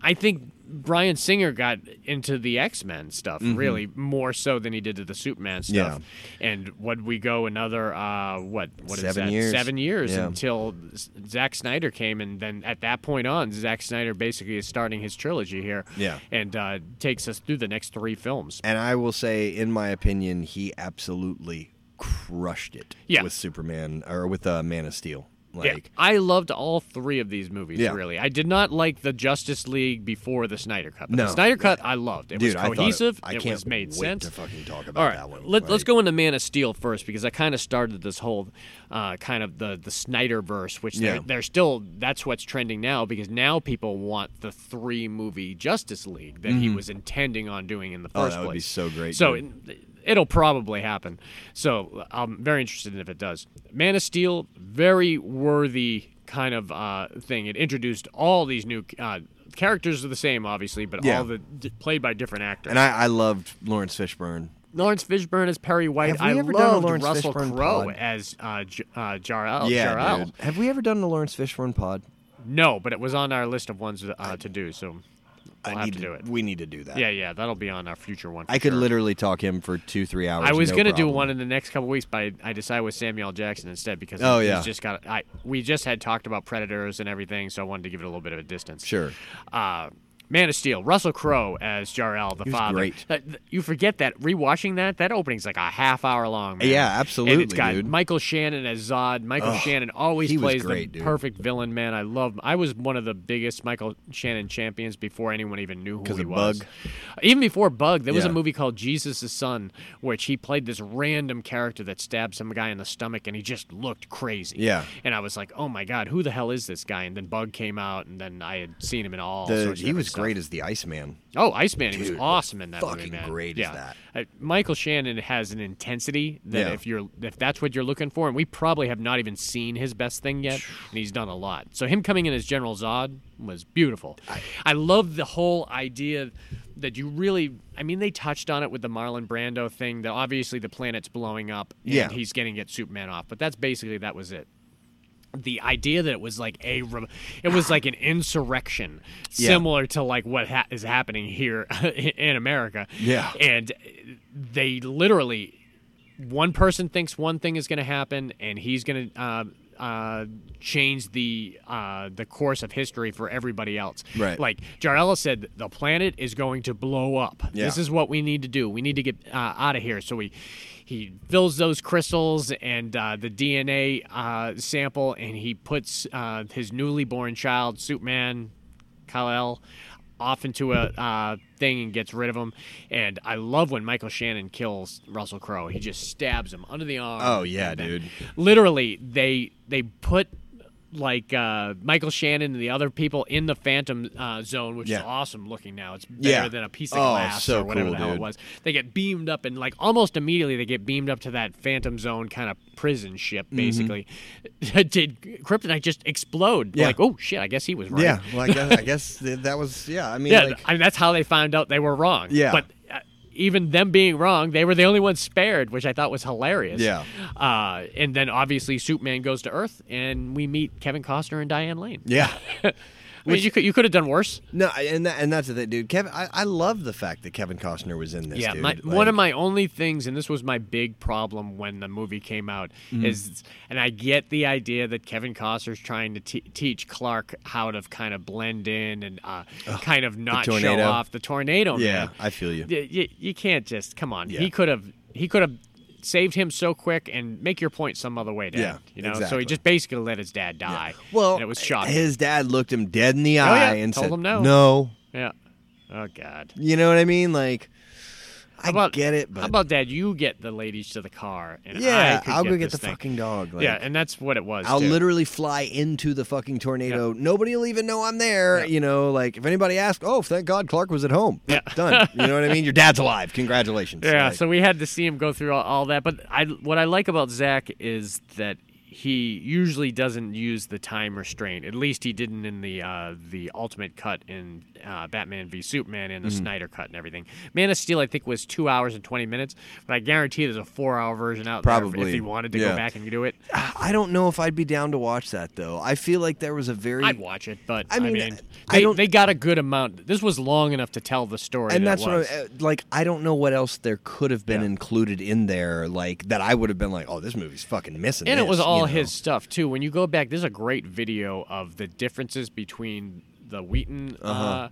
I think Brian Singer got into the X Men stuff Mm-hmm. really more so than he did to the Superman stuff. And would we go another uh, what what is Seven that? years. Seven years Yeah. until S- Zack Snyder came, and then at that point on, Zack Snyder basically is starting his trilogy here. Yeah. and uh, takes us through the next three films. And I will say, in my opinion, he absolutely crushed it Yeah. with Superman or with uh, Man of Steel. Like, yeah, I loved all three of these movies. Yeah. Really, I did not like the Justice League before the Snyder Cut. But No. the Snyder Cut I loved. It dude, I was thought cohesive. I it can't was made wait sense. to fucking talk about All right, that one. Let, let's Like, go into Man of Steel first because I kind of started this whole uh, kind of the the Snyder verse, which Yeah. they're, they're still that's what's trending now because now people want the three movie Justice League that he was intending on doing in the Mm-hmm. Oh, first that would be place. so great, So dude. it- it'll probably happen. So I'm very interested in if it does. Man of Steel, very worthy kind of uh, thing. It introduced all these new. Uh, Characters are the same, obviously, but Yeah. all the d- played by different actors. And I, I loved Lawrence Fishburne. Lawrence Fishburne as Perry White. Have we I ever done a loved Lawrence Russell Fishburne Crowe pod? as uh, J- uh, Jor-El. Yeah, Jor-El. dude. Have we ever done a Lawrence Fishburne pod? No, but it was on our list of ones uh, to do, so we'll I have need to do it. We need to do that. Yeah, yeah, that'll be on our future one. for I could sure. literally talk him for two, three hours. I was no gonna do problem. one in the next couple weeks, but I, I decided with Samuel L. Jackson instead because Oh, he's yeah. just got. I we just had talked about predators and everything, so I wanted to give it a little bit of a distance. Sure. uh, Man of Steel, Russell Crowe as Jor-El, the was father. great. Uh, th- you forget that rewatching that that opening's like a half hour long. man. Yeah, And it's absolutely, got dude. Michael Shannon as Zod. Michael Ugh, Shannon always he was plays great, the dude. perfect villain. Man, I love. I was one of the biggest Michael Shannon champions before anyone even knew who 'Cause he of was. Bug? Even before Bug, there was a Yeah. movie called Jesus' Son, which he played this random character that stabbed some guy in the stomach, and he just looked crazy. Yeah. And I was like, oh my god, who the hell is this guy? And then Bug came out, and then I had seen him in all. The- sorts of he was different stuff. great as the Iceman. Oh, Iceman, he was Dude, awesome in that movie, fucking man. great is yeah. that. Uh, Michael Shannon has an intensity that Yeah. if you're if that's what you're looking for, and we probably have not even seen his best thing yet, and he's done a lot. So him coming in as General Zod was beautiful. I, love the whole idea that you really I mean they touched on it with the Marlon Brando thing, that obviously the planet's blowing up and Yeah. he's getting get Superman off, but that's basically that was it the idea that it was like a re- it was like an insurrection Yeah. similar to like what ha- is happening here in America Yeah. and they literally one person thinks one thing is going to happen and he's going to uh, uh, change the uh, the course of history for everybody else. Right. Like Jarella said, the planet is going to blow up. Yeah. This is what we need to do. We need to get uh, out of here. So he he fills those crystals and uh, the DNA uh, sample, and he puts uh, his newly born child, Superman, Kal-El off into a uh, thing and gets rid of him. And I love when Michael Shannon kills Russell Crowe. He just stabs him under the arm. Oh, yeah, And then- dude. Literally, they they put like uh, Michael Shannon and the other people in the Phantom uh, Zone, which is Yeah. awesome looking now. It's better Yeah. than a piece of Oh, glass so or whatever cool, the hell it dude. was. They get beamed up and like almost immediately they get beamed up to that Phantom Zone kind of prison ship. Mm-hmm. Basically, did Kryptonite just explode? Yeah. Like, oh shit! I guess he was right. Yeah, well, I guess, I guess th- that was yeah. I mean, Yeah, like, I mean that's how they found out they were wrong. Yeah. but uh, even them being wrong, they were the only ones spared, which I thought was hilarious. Yeah. uh, and then obviously Superman goes to Earth, and we meet Kevin Costner and Diane Lane. yeah, I mean, you could you could have done worse. No, I- and that, and that's the thing, dude. Kevin, I, I love the fact that Kevin Costner was in this. yeah, dude. my, Like, one of my only things, and this was my big problem when the movie came out, Mm-hmm. is, and I get the idea that Kevin Costner's trying to te- teach Clark how to kind of blend in and uh, kind of not show tornado. off the tornado. Yeah, man. I feel you. Y- y- you can't just come on. Yeah. He could have he could have saved him so quick and make your point some other way, Dad. Yeah, you know. So exactly. he just basically let his dad die. Well, and it was shocking. Oh, His dad looked him dead in the yeah, eye and told said, him no. "No." yeah. Oh God. You know what I mean? Like, I How about, get it, but how about Dad? You get the ladies to the car, and yeah, I could I'll go this get the thing. fucking dog. Like, yeah, and that's what it was. I'll too. literally fly into the fucking tornado. Nobody will even know I'm there. You know, like if anybody asks, "Oh, thank God Clark was at home." Yeah. done. You know what I mean? Your dad's alive. Congratulations. Yeah, Like, so we had to see him go through all, all that. But I, what I like about Zach is that he usually doesn't use the time restraint. At least he didn't in the uh, the ultimate cut in uh, Batman v Superman Mm-hmm. and the Snyder cut and everything. Man of Steel, I think, was two hours and twenty minutes, but I guarantee there's a four hour version out there if- Probably, if he wanted to yeah. go back and do it. I don't know if I'd be down to watch that though. I feel like there was a very I'd watch it, but I I mean, mean, I they, don't- they got a good amount. This was long enough to tell the story. and that that's it what was. I'm, uh, like I don't know what else there could have been Yeah. included in there like that I would have been like, "Oh, this movie's fucking missing." and it this," was you all know? his stuff too. When you go back, there's a great video of the differences between the Wheaton uh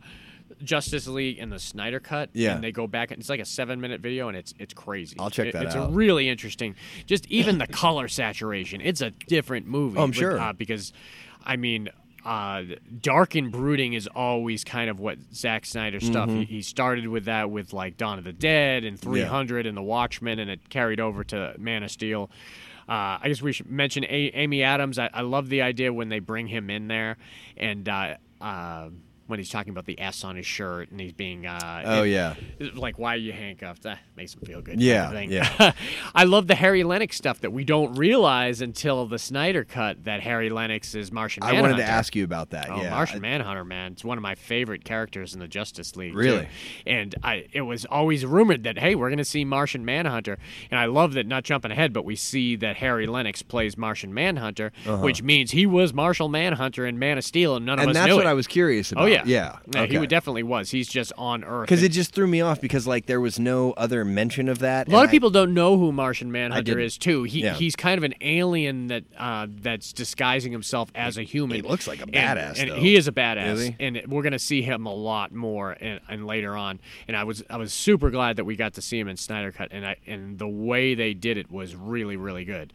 Justice League and the Snyder Cut. Uh-huh. Yeah. and they go back and it's like a seven minute video, and it's it's crazy. I'll check It- that it's out. It's really interesting. Just even the color saturation, it's a different movie. Oh, I'm with- sure. uh, because, I mean. Uh, dark and brooding is always kind of what Zack Snyder stuff. He, he started with that with like Dawn of the Dead and 300 and The Watchmen, and it carried over to Man of Steel. Uh, I guess we should mention a- Amy Adams. I-, I love the idea when they bring him in there, and uh, uh, when he's talking about the S on his shirt and he's being uh, Oh, it- yeah. it's like why are you handcuffed? That makes him feel good. kind Yeah, of thing. yeah. I love the Harry Lennox stuff that we don't realize until the Snyder cut that Harry Lennox is Martian. I wanted to Manhunter. ask you about that. Oh, yeah. Martian Manhunter, man, it's one of my favorite characters in the Justice League. too. Really? and I it was always rumored that hey, we're going to see Martian Manhunter, and I love that. Not jumping ahead, but we see that Harry Lennox plays Martian Manhunter, which means he was Martian Manhunter in Man of Steel, and none of Uh-huh. and us that's knew what it. I was curious about. Oh yeah, Yeah. No, okay. he would definitely was. He's just on Earth Because and- it just threw me off because like there was no other mention of that. A lot and of I- people don't know who Martian Manhunter didn't. is too. He Yeah. he's kind of an alien that uh, that's disguising himself as a human. he looks like a And- badass, and, though. he is a badass, Is he? and we're gonna see him a lot more and, and later on. And I was I was super glad that we got to see him in Snyder Cut, and I and the way they did it was really really good.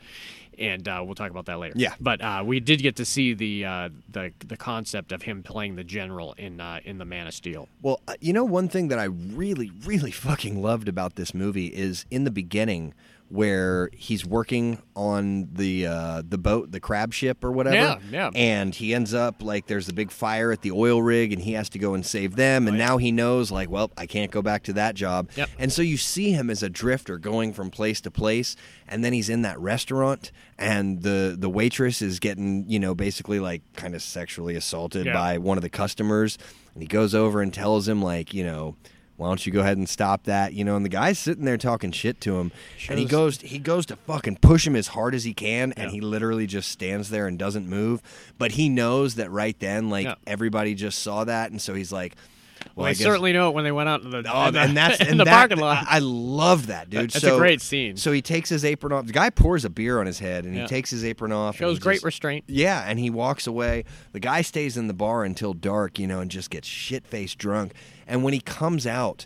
And uh, we'll talk about that later. Yeah. but uh, we did get to see the uh, the the concept of him playing the general in uh, in the Man of Steel. Well, uh, you know, one thing that I really, really fucking loved about this movie is in the beginning where he's working on the uh, the boat, the crab ship or whatever. Yeah, yeah. And he ends up like there's a big fire at the oil rig, and he has to go and save them. And now he knows like, well, I can't go back to that job. Yep. And so you see him as a drifter going from place to place, and then he's in that restaurant, and the the waitress is getting you know basically like kind of sexually assaulted Yeah. by by one of the customers and he goes over and tells him like you know why don't you go ahead and stop that you know and the guy's sitting there talking shit to him and he goes he goes to fucking push him as hard as he can and he literally just stands there and doesn't move but he knows that right then like Yeah. everybody just saw that and so he's like well, Well, I, I guess- certainly know it when they went out in the, Oh, in the- and that's in and the that- parking lot. I I love that, dude. That's a so, great scene. So he takes his apron off. The guy pours a beer on his head, and he Yeah. takes his apron off. and Shows he great just- restraint. yeah, and he walks away. The guy stays in the bar until dark, you know, and just gets shit faced drunk. And when he comes out,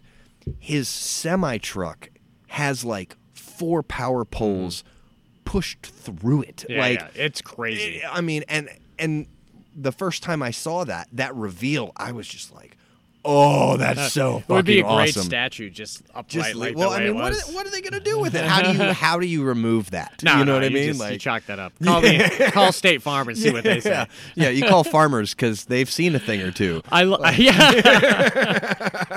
his semi truck has like four power poles pushed through it. Mm-hmm. Yeah, like, yeah, it's crazy. I mean, and and the first time I saw that that reveal, I was just like, "Oh, that's so It would be a fucking great awesome." statue, just upright Just like like- well, the I way mean, it what was. are, what are they gonna do with it? How do you how do you remove that? no, you know no, what I you mean? Just, you Like- chalk that up. Call, the, call State Farm and see what they say. yeah, you call farmers because they've seen a thing or two. I lo- yeah.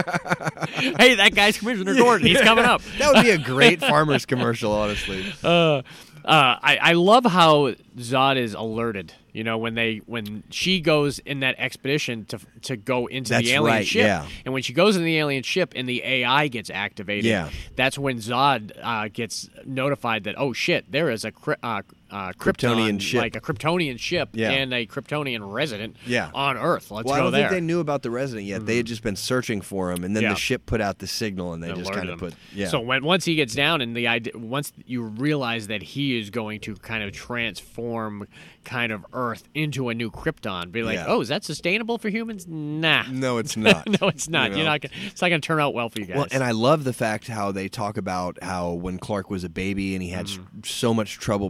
hey, that guy's Commissioner Gordon. He's coming up. That would be a great farmers commercial, honestly. Uh, I, I love how Zod is alerted. You know when they when she goes in that expedition to to go into That's the alien right, ship, yeah. and when she goes in the alien ship and the AI gets activated, Yeah. that's when Zod uh, gets notified that oh shit, there is a cry- uh, uh, Kryptonian Krypton, ship. like a Kryptonian ship Yeah. and a Kryptonian resident Yeah. on Earth. Let's well, I go don't there. Mm-hmm. think they knew about the resident yet. They had just been searching for him, and then Yeah. the ship put out the signal, and they just alert kind him. of put yeah. So when once he gets down and the idea, once you realize that he is going to kind of transform kind of Earth into a new Krypton, be like, Yeah. oh, is that sustainable for humans? Nah, no, it's not. no, it's not. You You're know? not. Gonna, it's not going to turn out well for you guys. Well, and I love the fact how they talk about how when Clark was a baby and he had s so much trouble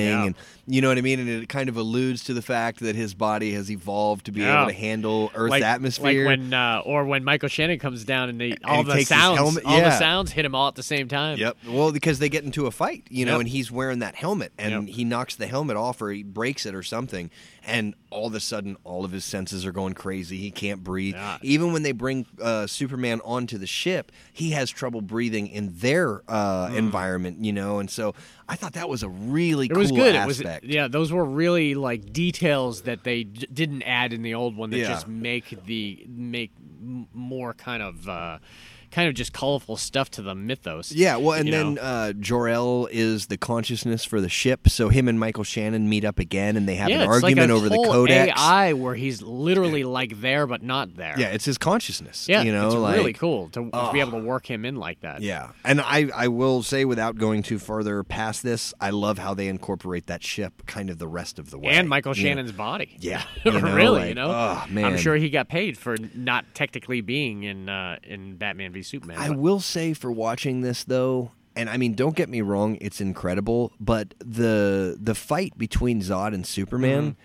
Mm-hmm. Yeah. and you know what I mean. And it kind of alludes to the fact that his body has evolved to be Yeah. able to handle Earth's like, atmosphere. like when uh, or when Michael Shannon comes down and they all he the takes his sounds, helmet- all the yeah. sounds hit him all at the same time. Yep. Well, because they get into a fight, you know, Yep. and he's wearing that helmet and Yep. he knocks the helmet off or he breaks it or something. And all of a sudden, all of his senses are going crazy. He can't breathe. Yeah. Even when they bring uh, Superman onto the ship, he has trouble breathing in their uh, environment, you know. And so I thought that was a really Hmm. It cool was good. aspect. It was yeah. Those were really like details that they d- didn't add in the old one that Yeah. just make the make m- more kind of uh, kind of just colorful stuff to the mythos. Yeah, well, and you then know? uh, Jor El is the consciousness for the ship, so him and Michael Shannon meet up again, and they have yeah, an it's like argument a over the whole codex. AI where he's literally like there but not there. Yeah, it's his consciousness. yeah. you know, it's like, really cool to be able to work him in like that. Yeah, and I I will say without going too further past this, I love how they incorporate that ship kind of the rest of the way. And Michael Yeah. Shannon's body. Yeah, you know, really, like, you know. oh, I'm man. sure he got paid for not technically being in uh, in Batman v Superman. I but- will say for watching this though, and I mean don't get me wrong, it's incredible, but the the fight between Zod and Superman, Mm-hmm.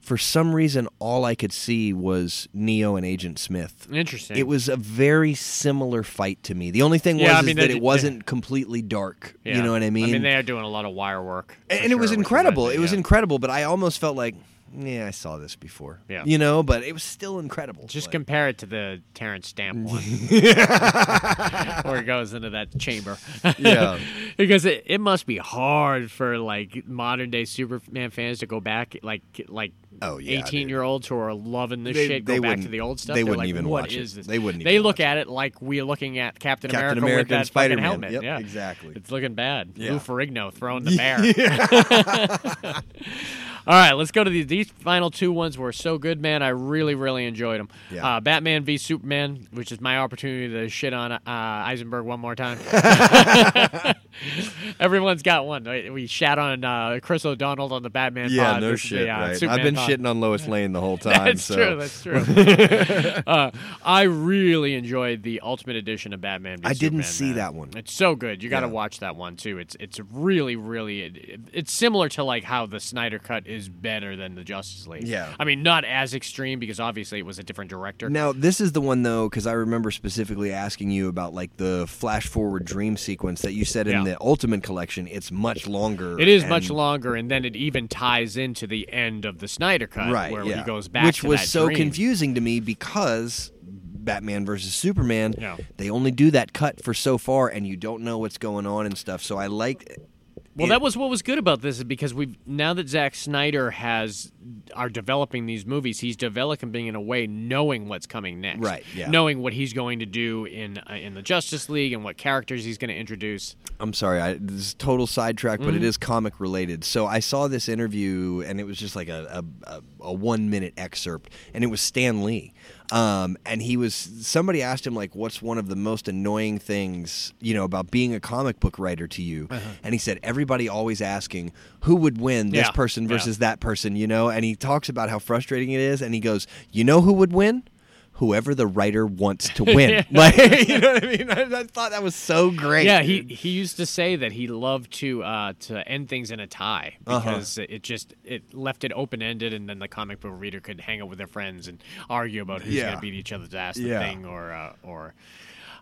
for some reason all I could see was Neo and Agent Smith. Interesting. It was a very similar fight to me. The only thing Yeah, was I is mean, that they- it wasn't completely dark. Yeah. You know what I mean? I mean, they are doing a lot of wire work, for and it sure, which was is incredible. nice, It was yeah. incredible, but I almost felt like, yeah, I saw this before. Yeah. you know, but it was still incredible. Just Like, compare it to the Terrence Stamp one, where it goes into that chamber. Yeah. because it, it must be hard for like modern day Superman fans to go back, like like Oh, yeah, dude. eighteen year olds who are loving this They- shit go they back to wouldn't- the old stuff. they They're wouldn't like, even "What watch it. is this? They wouldn't They even look watch at it like we're looking at Captain, Captain America, America with and that fucking Spider-Man. helmet. Yep, yeah, exactly. It's looking bad. Yeah. Lou Ferrigno throwing the bear. All right, let's go to these. These final two ones were so good, man. I really, really enjoyed them. Yeah. Uh, Batman v Superman, which is my opportunity to shit on uh, Eisenberg one more time. Everyone's got one. right? We shat on uh, Chris O'Donnell on the Batman. yeah, pod. no This is the, shit. uh, right? I've Superman been pod. shitting on Lois Lane the whole time. That's so. true. That's true. uh, I really enjoyed the Ultimate Edition of Batman. V I Superman, didn't see man. that one. It's so good. You got to Yeah. watch that one too. It's it's really really it, it's similar to like how the Snyder cut is better than the Justice League. Yeah. I mean, not as extreme because obviously it was a different director. Now this is the one though, because I remember specifically asking you about like the flash forward dream sequence that you said in Yeah. the Ultimate Collection. It's much longer. It is much and- longer, and then it even ties into the end of the Snyder cut, right where yeah. he goes back, which to was that so dream. confusing to me because batman versus superman Yeah. they only do that cut for so far and you don't know what's going on and stuff so i like Well, it- that was what was good about this is because we've now that Zack Snyder has are developing these movies, he's developing in a way knowing what's coming next, Right, yeah. Knowing what he's going to do in uh, in the Justice League and what characters he's going to introduce. i'm sorry I, this is total sidetrack but Mm-hmm. it is comic related so i saw this interview and it was just like a, a, a, a one minute excerpt and it was stan lee um, and he was somebody asked him like what's one of the most annoying things you know about being a comic book writer to you Uh-huh. and he said everybody always asking who would win this Yeah, person yeah. versus versus that person, you know? And he talks about how frustrating it is. And he goes, You know who would win? Whoever the writer wants to win. Like, you know what I mean? I, I thought that was so great. Yeah, he, dude. he used to say that he loved to uh, to end things in a tie Uh-huh. because it just it left it open ended, and then the comic book reader could hang out with their friends and argue about who's Yeah. going to beat each other's ass, the Yeah. thing or uh, or.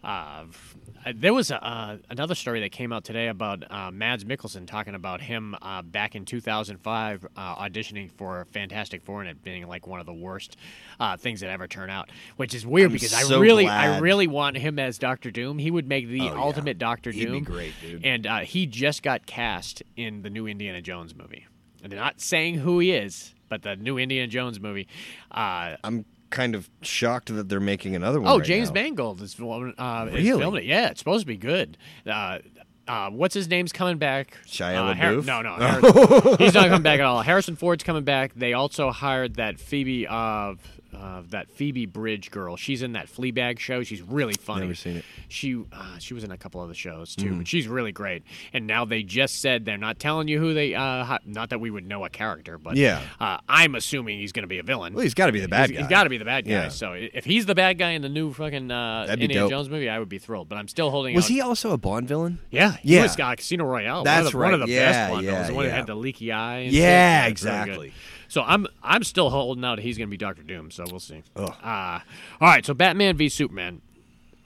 Uh, f- there was a, uh, another story that came out today about uh, Mads Mikkelsen talking about him uh, back in 2005 uh, auditioning for Fantastic Four and it being like one of the worst uh, things that ever turn out, which is weird I'm because I so really, I glad. really want him as Doctor Doom. He would make the Oh, yeah. ultimate Doctor He'd be Doom. great, dude. And uh, he just got cast in the new Indiana Jones movie. and they're not saying who he is, but the new Indiana Jones movie. Uh, I'm kind of shocked that they're making another one. oh, right James now. Mangold is, fil- uh, is Really? filming it. Yeah, it's supposed to be good. Uh, uh, what's his name's coming back? Shia uh, Har- LaBeouf? no, no, Harrison- he's not coming back at all. Harrison Ford's coming back. They also hired that Phoebe of uh, that Phoebe Bridge girl. She's in that Fleabag show. She's really funny. Never seen it. Mm. She uh, she was in a couple other shows too, but she's really great. And now they just said they're not telling you who they. Uh, hi- not that we would know a character, but Yeah. uh, I'm assuming he's going to be a villain. Well, he's got to be the bad He's- guy. He's got to be the bad guy. Yeah. So i- if he's the bad guy in the new fucking uh, That'd be Indiana dope. Jones movie, I would be thrilled. But I'm still holding. Was out. he also a Bond villain? Yeah, he Yeah. was uh, Casino Royale. one That's of the, One of right. the Yeah, best one. yeah, the one yeah. that had the leaky eye. and Yeah, shit. very exactly. good. So I'm I'm still holding out. He's going to be Doctor Doom. So we'll see. Ugh. Uh, all right. So Batman v Superman.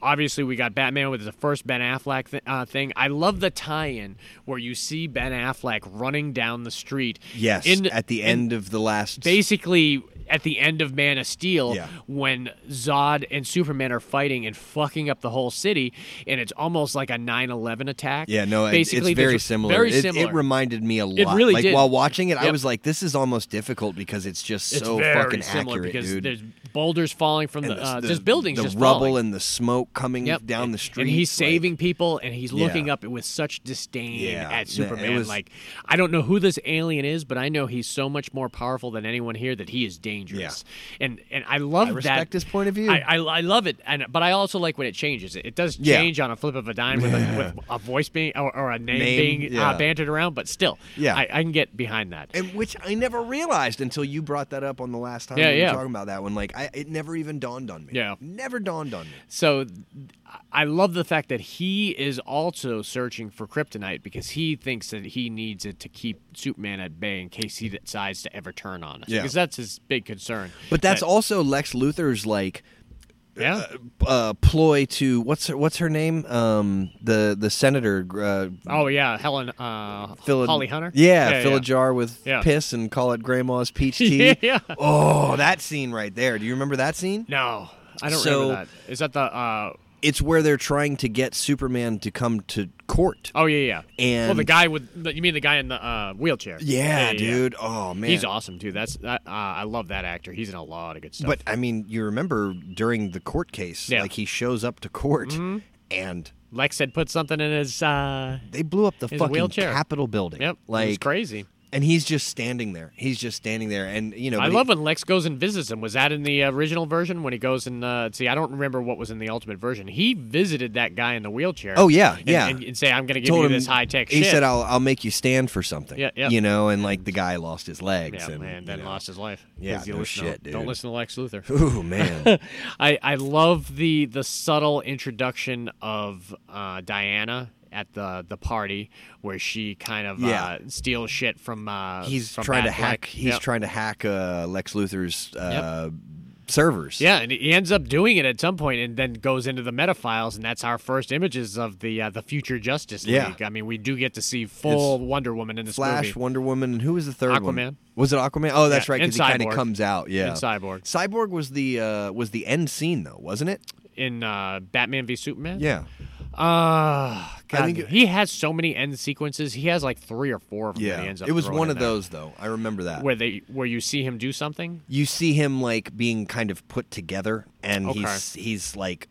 Obviously, we got Batman with the first Ben Affleck th- uh, thing. I love the tie-in where you see Ben Affleck running down the street. Yes. in, at the end of the last. basically at the end of Man of Steel Yeah. when Zod and Superman are fighting and fucking up the whole city, and it's almost like a 9-11 attack. yeah, no, it, it's basically there's very a- similar. Very It- it, similar. reminded me a lot. really like did. while watching it, I Yep. was like, "This is almost difficult because it's just it's so very fucking similar accurate, because dude." there's boulders falling from the, And uh, the- there's buildings the just rubble falling. and the smoke coming Yep. down the street. and he's saving people, and he's looking Yeah. up with such disdain Yeah. Yeah, it at Superman. was- like, I don't know who this alien is, but I know he's so much more powerful than anyone here that he is dangerous. And and I love I respect that. his point of view. I, I, I love it, and but I also like when it changes. It, it does Yeah. change on a flip of a dime with, a, with a voice being or, or a name, Name, being yeah. uh, bantered around. But still, Yeah. I, I can get behind that. and which I never realized until you brought that up on the last time Yeah, we yeah. were talking about that one. Like, I, it never even dawned on me. Yeah. never dawned on me. So th- I love the fact that he is also searching for kryptonite because he thinks that he needs it to keep Superman at bay in case he decides to ever turn on us. Yeah. Because that's his big concern. But that's That- also Lex Luthor's like yeah. uh, ploy to what's her, what's her name? Um, the the senator. Uh, oh yeah, Helen uh fill a- Holly Hunter. Yeah, fill a jar with Yeah. piss and call it grandma's peach yeah. tea. Oh, that scene right there. Do you remember that scene? No. I don't So- remember that. Is that the uh It's where they're trying to get Superman to come to court. oh yeah, yeah. well the And- guy with you mean the guy in the uh wheelchair. Yeah, dude. Oh man. He's awesome too. That's that, uh, I love that actor. He's in a lot of good stuff. But I mean, you remember during the court case, Yeah. Mm-hmm. like he shows up to court and Lex had put something in his uh they blew up the His fucking wheelchair. Capitol building. Yep. Like it's crazy. and he's just standing there. He's just standing there and you know I but he- love when Lex goes and visits him. Was that in the original version when he goes and uh, see? I don't remember what was in the ultimate version. He visited that guy in the wheelchair. Oh, yeah, and, yeah. and, and say I'm going to give told you him this high tech. He shit. said, "I'll I'll make you stand for something." Yeah, yeah. You know, and like the guy lost his legs. yeah, and, man, then you know. lost his life. Yeah, 'Cause you no listen to- shit, dude. Don't listen to Lex Luthor. Ooh man, I I love the the subtle introduction of uh, Diana. At the, the party where she kind of Yeah. uh, steals shit from uh, he's from trying to Batfleck. hack. He's Yep. trying to hack uh, Lex Luthor's uh, servers. Yeah, and he ends up doing it at some point, and then goes into the meta files, and that's our first images of the uh, the future Justice League. Yeah. I mean, we do get to see full Wonder Woman in this Flash, movie. Wonder Woman, and who was the third one? Aquaman. Was it Aquaman? Oh, that's Yeah, right, and because he kind Cyborg. of comes out. Yeah, And Cyborg. Cyborg was the uh, was the end scene though, wasn't it? in uh, Batman v Superman. Yeah, Uh, God, think it- he has so many end sequences. He has like three or four of them. That he ends up It was throwing one in of there, those though. I remember that. where they where you see him do something. you see him like being kind of put together and Okay. he's he's like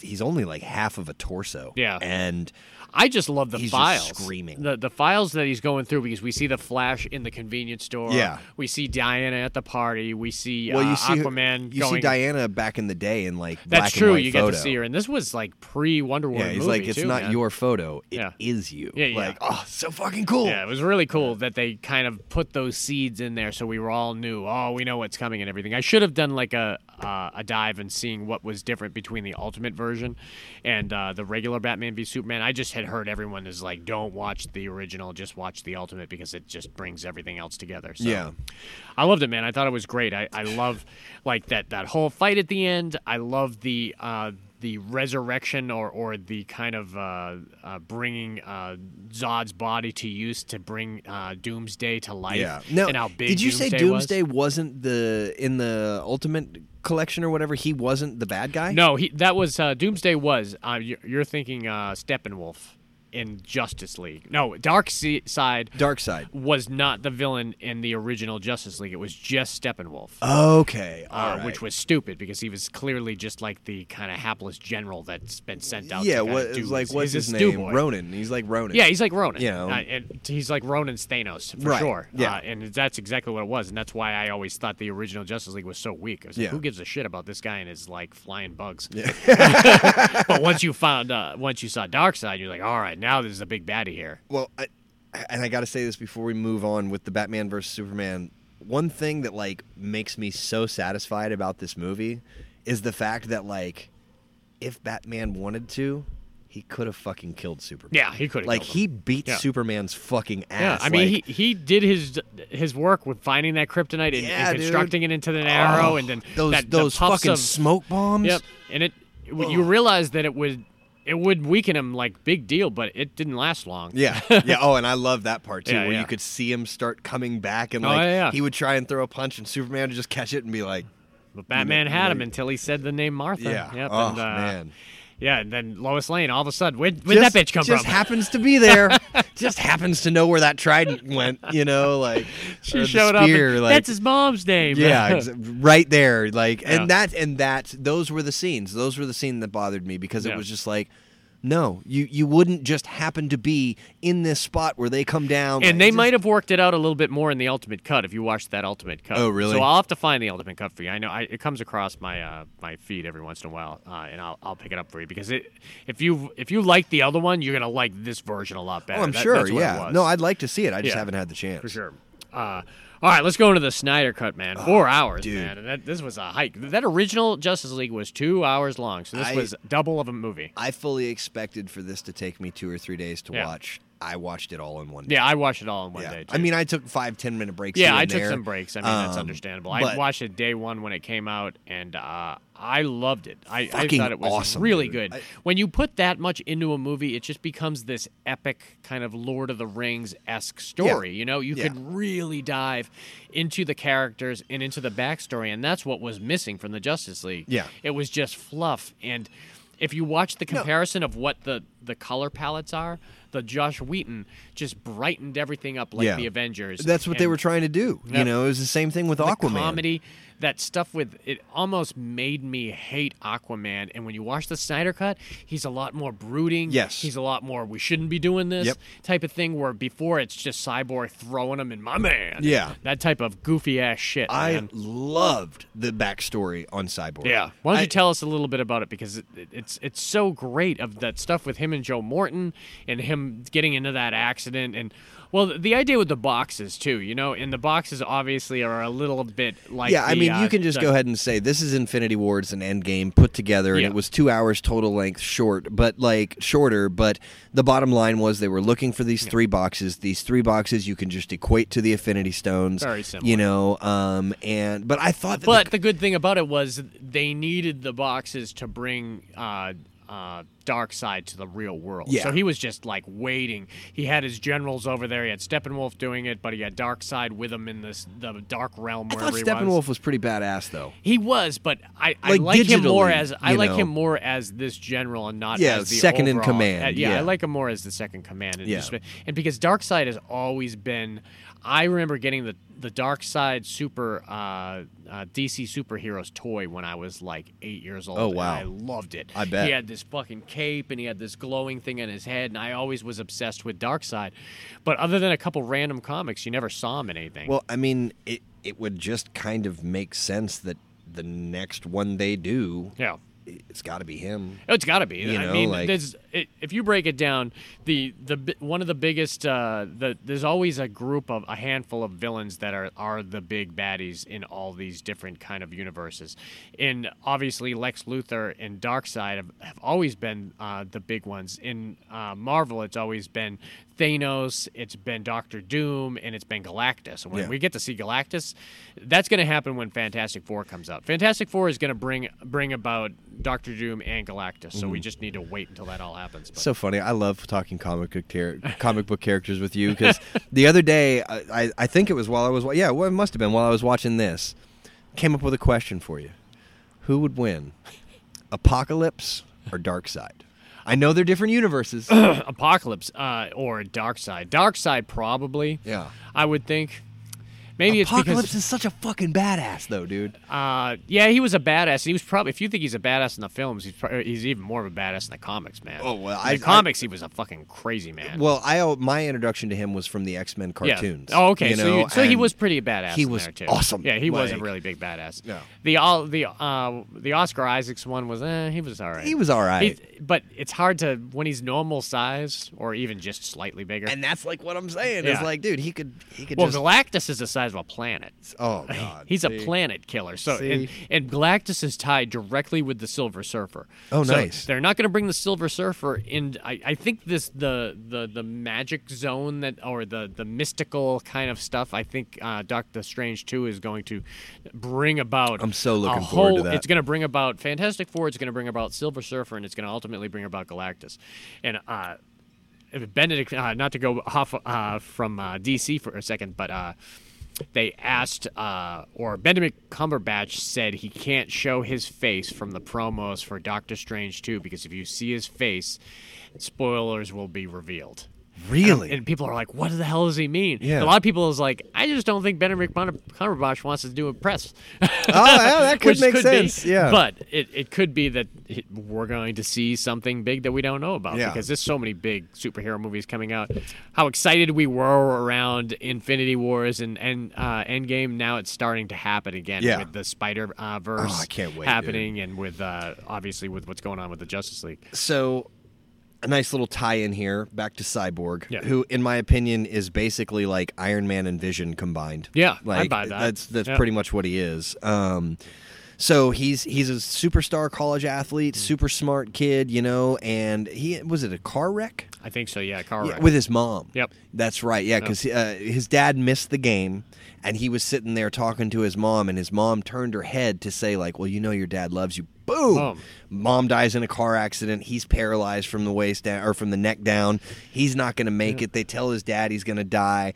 he's only like half of a torso Yeah. and I just love the He's just files. screaming. The the files that he's going through because we see the Flash in the convenience store. Yeah. We see Diana at the party. We see well uh, you see her- Aquaman you see going diana back in the day in like That's black true. and white you photo. get to see her, and this was like pre Wonder Woman. yeah he's movie like it's too, not man. your photo It is Yeah. you Yeah, yeah. like oh so fucking cool Yeah, it was really cool that they kind of put those seeds in there, so we were all new. Oh, we know what's coming and everything. I should have done like a uh, a dive and seeing what was different between the Ultimate version and uh, the regular Batman v Superman. I just had heard everyone is like, don't watch the original, just watch the Ultimate because it just brings everything else together. So. Yeah. I loved it, man. I thought it was great. I, I love like that that whole fight at the end. I love the uh, the resurrection or or the kind of uh, uh, bringing uh, Zod's body to use to bring uh, Doomsday to life. yeah now and how big did you Doomsday say was. doomsday wasn't the in the ultimate collection or whatever he wasn't the bad guy No, he that was uh, Doomsday was. Uh, you're, you're thinking uh, Steppenwolf in Justice League. No, Dark Se- Side Dark Side. was not the villain in the original Justice League. It was just Steppenwolf. Okay, Uh, all right. Which was stupid because he was clearly just like the kind of hapless general that's been sent out. yeah, to kinda what do it's like this. what's He's his a name? stew boy. Ronan. He's like Ronan. Yeah, he's like Ronan. You know. Uh, and he's like Ronan's Thanos for Right, sure. yeah. Uh, and that's exactly what it was, and that's why I always thought the original Justice League was so weak. I was like, Yeah. who gives a shit about this guy and his like flying bugs? but once you found, uh, once you saw Darkseid, you're like, all right, now there's a big baddie here. well I, and i gotta say this before we move on with the batman versus superman one thing that like makes me so satisfied about this movie is the fact that like if batman wanted to he could have fucking killed superman Yeah, he could have like he beat Yeah. superman's fucking Yeah, ass I mean like- he he did his his work with finding that kryptonite and, Yeah, and dude. constructing it into an arrow, and then oh, those that, the those puffs fucking of, smoke bombs Yep, and it you realize that it would it would weaken him like big deal, but it didn't last long. Yeah, yeah. Oh, and I love that part too, Yeah, where yeah. you could see him start coming back, and Oh, like yeah, yeah. he would try and throw a punch, and Superman would just catch it and be like, But Batman had him until he said the name Martha. "Yeah, Yep, oh and, uh, man." Yeah, and then Lois Lane. All of a sudden, where'd, where'd that bitch come just from? happens to be there. just happens to know where that trident went. You know, like or she the showed up. and, spear, like, That's his mom's name. yeah, ex- right there. Like, Yeah. and that and that. Those were the scenes. Those were the scene that bothered me because Yeah. it was just like. No, you, you wouldn't just happen to be in this spot where they come down. And they Just- might have worked it out a little bit more in the Ultimate Cut if you watched that Ultimate Cut. Oh, really? So I'll have to find the Ultimate Cut for you. I know I, it comes across my uh, my feed every once in a while, uh, and I'll, I'll pick it up for you because it if you if you like the other one, you're gonna like this version a lot better. Oh, I'm That- sure. that's what it yeah. was. No, I'd like to see it. I just Yeah. haven't had the chance. for sure. Uh, all right, let's go into the Snyder Cut, man. Four hours, Oh, dude. man. And that, this was a hike. That original Justice League was two hours long, so this I- was double of a movie. I fully expected for this to take me two or three days to Yeah. watch. I watched it all in one day. Yeah, I watched it all in one Yeah. day. Too. I mean, I took five, ten minute breaks. yeah, here I and took there. some breaks. I mean, that's Um, understandable. I but watched it day one when it came out, and uh, I loved it. I, I Fucking thought it was awesome, really dude. good. I- when you put that much into a movie, it just becomes this epic kind of Lord of the Rings esque story. You know, you Yeah. could really dive into the characters and into the backstory, and that's what was missing from the Justice League. Yeah. it was just fluff and. If you watch the comparison of what the, the color palettes are, the Josh Wheaton just brightened everything up like Yeah. the Avengers. That's what they and- were trying to do. Yeah. You know, it was the same thing with the Aquaman. comedy, that stuff with it almost made me hate Aquaman. And when you watch the Snyder cut, he's a lot more brooding. Yes. he's a lot more. We shouldn't be doing this Yep. type of thing. Where before it's just Cyborg throwing him in my man. Yeah. that type of goofy ass shit. I man. loved the backstory on Cyborg. Yeah. Why don't I- you tell us a little bit about it because it, it- it's it's so great of that stuff with him and Joe Morton and him getting into that accident and well the, the idea with the boxes too you know and the boxes obviously are a little bit like yeah, I the, mean, uh, you can just the- go ahead and say this is Infinity War. It's an Endgame put together, and Yeah. it was two hours total length, short, but like shorter. But the bottom line was they were looking for these three boxes. These three boxes you can just equate to the Infinity Stones, Very similar. you know. Um, and but I thought, that But the good thing about it was they needed the boxes to bring uh, uh, Dark Side to the real world. Yeah. So he was just like waiting. He had his generals over there. He had Steppenwolf doing it, but he had Dark Side with him in this the Dark Realm. the, I thought wherever he was. Steppenwolf was pretty badass, though. He was, but I, I Like, like him more digitally, as I you like know. him more as this general and not Yeah, as the second in overall- command, uh, yeah, I yeah. like him more as the second command. And, Yeah. just- and because Darkseid has always been, I remember getting the the Darkseid super uh, uh, DC superheroes toy when I was like eight years old. Oh, and wow. I loved it. I bet. he had this fucking cape and he had this glowing thing on his head, and I always was obsessed with Darkseid. But other than a couple random comics, you never saw him in anything. Well, I mean, it it would just kind of make sense that the next one they do, yeah. it's got to be him. Oh, It's got to be. You I know, mean, like- there's, i if you break it down, the the bi- one of the biggest uh, the there's always a group of a handful of villains that are are the big baddies in all these different kind of universes. And obviously, Lex Luthor and Darkseid have, have always been uh, the big ones. In uh, Marvel, it's always been Thanos, it's been Doctor Doom, and it's been Galactus. And when Yeah. we get to see Galactus, that's going to happen when Fantastic Four comes out. Fantastic Four is going to bring bring about Doctor Doom and Galactus. So Mm-hmm. we just need to wait until that all happens. But So funny. I love talking comic book char- comic book characters with you because the other day, I, I, I think it was while I was wa- yeah, well, it must have been while I was watching this, came up with a question for you: Who would win, Apocalypse or Darkseid? I know they're different universes. Apocalypse uh, or Dark Side. Dark Side probably. Yeah. I would think. Maybe Apocalypse it's is such a fucking badass, though, dude. because uh, yeah, he was a badass. He was probably if you think he's a badass in the films, he's pro- he's even more of a badass in the comics, man. Oh, well, in the I- I- comics he was a fucking crazy man. Well, I oh, my introduction to him was from the X Men cartoons. Yeah. Oh, okay. you so, know, you, so he and- was pretty badass. he in was there, too. awesome. Yeah, he was a Like- really big badass. Yeah. The all the uh the Oscar Isaacs one was eh, he was all right. He was all right. He- but it's hard to when he's normal size or even just slightly bigger. and that's like what I'm saying. It's Yeah. like, dude, he could he could well, just Galactus is the size of a planet. oh god, He's see? a planet killer. So See? and, and Galactus is tied directly with the Silver Surfer. Oh, So nice. They're not going to bring the Silver Surfer in. I, I think this the, the the magic zone that or the the mystical kind of stuff. I think uh, Doctor Strange Two is going to bring about. I'm so looking a forward to whole- that. It's going to bring about Fantastic Four. It's going to bring about Silver Surfer, and it's going to ultimately bring about Galactus. And uh, Benedict, uh, not to go off uh, from uh, DC for a second, but uh, they asked, uh, or Benedict Cumberbatch said he can't show his face from the promos for Doctor Strange 2 because if you see his face, spoilers will be revealed. really Oh, And people are like, what the hell does he mean? Yeah. A lot of people is like, I just don't think Benedict Cumber- Cumberbatch wants to do a press. oh yeah, that could Which make be. sense. yeah, But it, it could be that it- we're going to see something big that we don't know about Yeah. because there's so many big superhero movies coming out. How excited we were around Infinity Wars and, and uh, Endgame. Now it's starting to happen again Yeah. with the Spider uh, Verse Oh, I can't wait, dude. happening and with uh, obviously with what's going on with the Justice League. so a nice little tie-in here back to Cyborg, Yeah. who, in my opinion, is basically like Iron Man and Vision combined. Yeah, I'd like buy that. that's that's Yeah. pretty much what he is. Um, so he's he's a superstar college athlete, Mm. super smart kid, you know, and he was it a car wreck? I think so, yeah. Car Yeah, wreck. with his mom. Yep. That's right. Yeah, because uh, his dad missed the game, and he was sitting there talking to his mom, and his mom turned her head to say, like, "Well, you know, your dad loves you." Boom. Boom. Mom dies in a car accident. He's paralyzed from the waist down or from the neck down. He's not going to make it. They tell his dad he's going to die.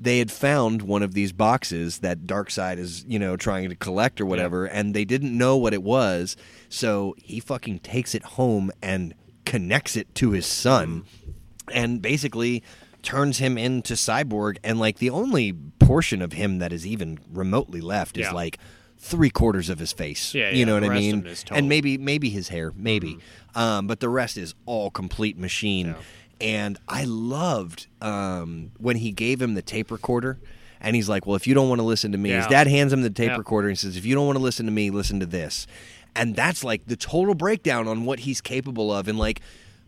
They had found one of these boxes that Darkseid is, you know, trying to collect or whatever, and they didn't know what it was. So he fucking takes it home and connects it to his son Mm-hmm. and basically turns him into cyborg and like the only portion of him that is even remotely left is Yeah. like three quarters of his face Yeah, you yeah, know what the i rest of mean it is total. and maybe maybe his hair maybe Mm-hmm. um, but the rest is all complete machine and i loved um, when he gave him the tape recorder and he's like well if you don't want to listen to me his Yeah. dad hands him the tape Yeah. recorder and says if you don't want to listen to me listen to this and that's like the total breakdown on what he's capable of and like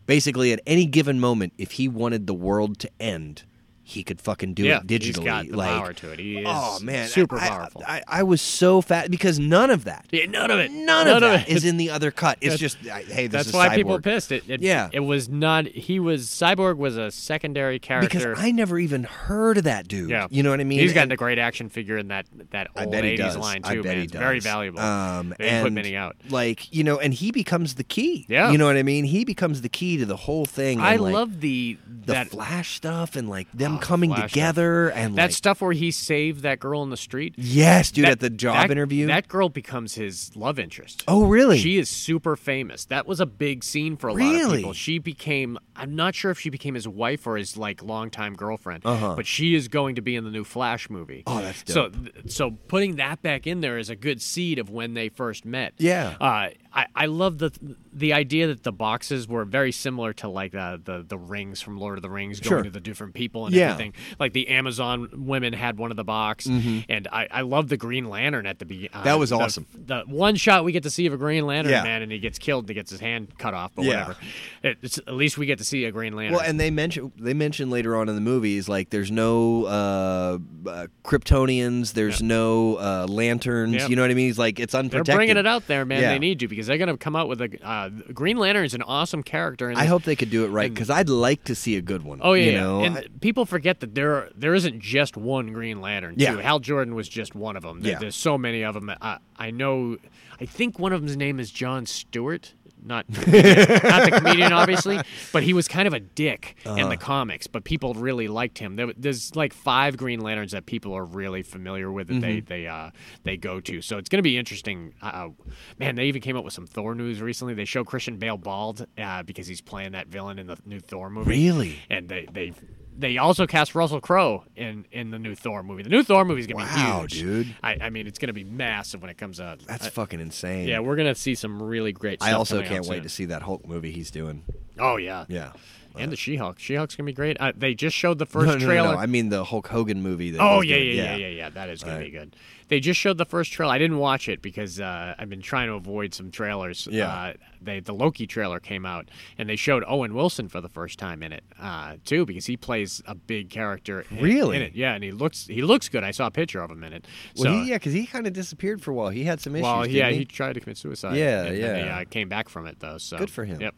basically at any given moment if he wanted the world to end he could fucking do yeah, it digitally he's got the like power to it. He is oh man super I- I- powerful. I, I was so fat because none of that yeah, none of it. none, of, that is in the other cut. It's That's- just I- hey, this That's is why cyborg. people pissed. It, it, Yeah. it was not. He was cyborg was a secondary character. because I never even heard of that dude. yeah, you know what I mean. He's got And- a great action figure in that that I old bet he '80s does. line too, I bet man. he It's very does. valuable. Um, they and put many out. like you know, and he becomes the key. Yeah. you know what I mean. He becomes the key to the whole thing. I and, like, love the the that Flash stuff and like them Oh, the coming Flash together and that like, stuff where he saved that girl in the street. yes, dude, That- at the job that- interview. that girl becomes his love interest. oh, really? She is super famous. That was a big scene for a lot Really? of people. She became I'm not sure if she became his wife or his like longtime girlfriend, Uh-huh. but she is going to be in the new Flash movie. Oh, that's So th- so putting that back in there is a good seed of when they first met. Yeah. Uh, I, I love the the idea that the boxes were very similar to like uh, the the rings from Lord of the Rings going Sure. to the different people and Yeah. everything. Like the Amazon women had one of the box, and I, I love the Green Lantern at the beginning. Mm-hmm. That was the- awesome. The, one shot we get to see of a Green Lantern Yeah. man, and he gets killed, and he gets his hand cut off, but Yeah. whatever. It's, at least we get to see a Green Lantern. Well, and they mention they mention later on in the movies like there's no uh, uh, Kryptonians, there's no uh, lanterns. Yep. You know what I mean? He's like it's they're unprotected. bringing it out there, man. Yeah. They need to because they're going to come out with a uh, Green Lantern is an awesome character. And I hope they could do it right because I'd like to see a good one. Oh yeah, you yeah. know, and I- people forget that there are, there isn't just one Green Lantern. Yeah. too. Hal Jordan was just one of them. There- Yeah. there's so many of them. I, I know. I think one of them's name is John Stewart. not not the comedian, obviously, but he was kind of a dick in Uh. the comics. But people really liked him. There, there's like five Green Lanterns that people are really familiar with that they Mm-hmm. they uh, they go to. So it's going to be interesting. Uh, man, they even came up with some Thor news recently. They show Christian Bale bald uh, because he's playing that villain in the new Thor movie. Really? And they they. They also cast Russell Crowe in, in the new Thor movie. The new Thor movie is going to Wow, be huge, dude. I, I mean, it's going to be massive when it comes out. That's I- fucking insane. yeah, we're gonna see some really great. I stuff also coming out can't wait soon. to see that Hulk movie he's doing. Oh yeah, Yeah. and the She-Hulk. She-Hulk's gonna be great. Uh, they just showed the No, first no, no, trailer. no, I mean the Hulk Hogan movie. That Oh he's yeah, doing. yeah, yeah, yeah, yeah. That is gonna be good. They just showed the first trailer. I didn't watch it because uh, I've been trying to avoid some trailers. Yeah. Uh, they, the Loki trailer came out, and they showed Owen Wilson for the first time in it uh, too, because he plays a big character. In, Really? In it, yeah, and he looks he looks good. I saw a picture of him in it. So, Well, he, yeah, because he kind of disappeared for a while. He had some issues. Well, didn't yeah, he? he tried to commit suicide. Yeah, and then he, yeah. uh, came back from it though. So Good for him. Yep.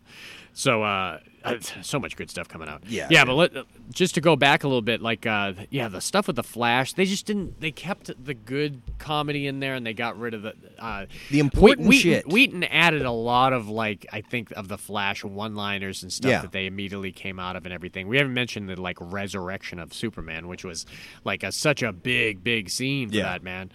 So, uh, uh, so much good stuff coming out. Yeah, yeah. yeah. But let, just to go back a little bit, like, uh, yeah, the stuff with the Flash, they just didn't. They kept the good comedy in there, and they got rid of the uh, The important Wheaton, shit. Wheaton added a lot of like I think of the Flash one-liners and stuff Yeah. that they immediately came out of and everything. We haven't mentioned the like resurrection of Superman, which was like a, such a big, big scene for Yeah. that man.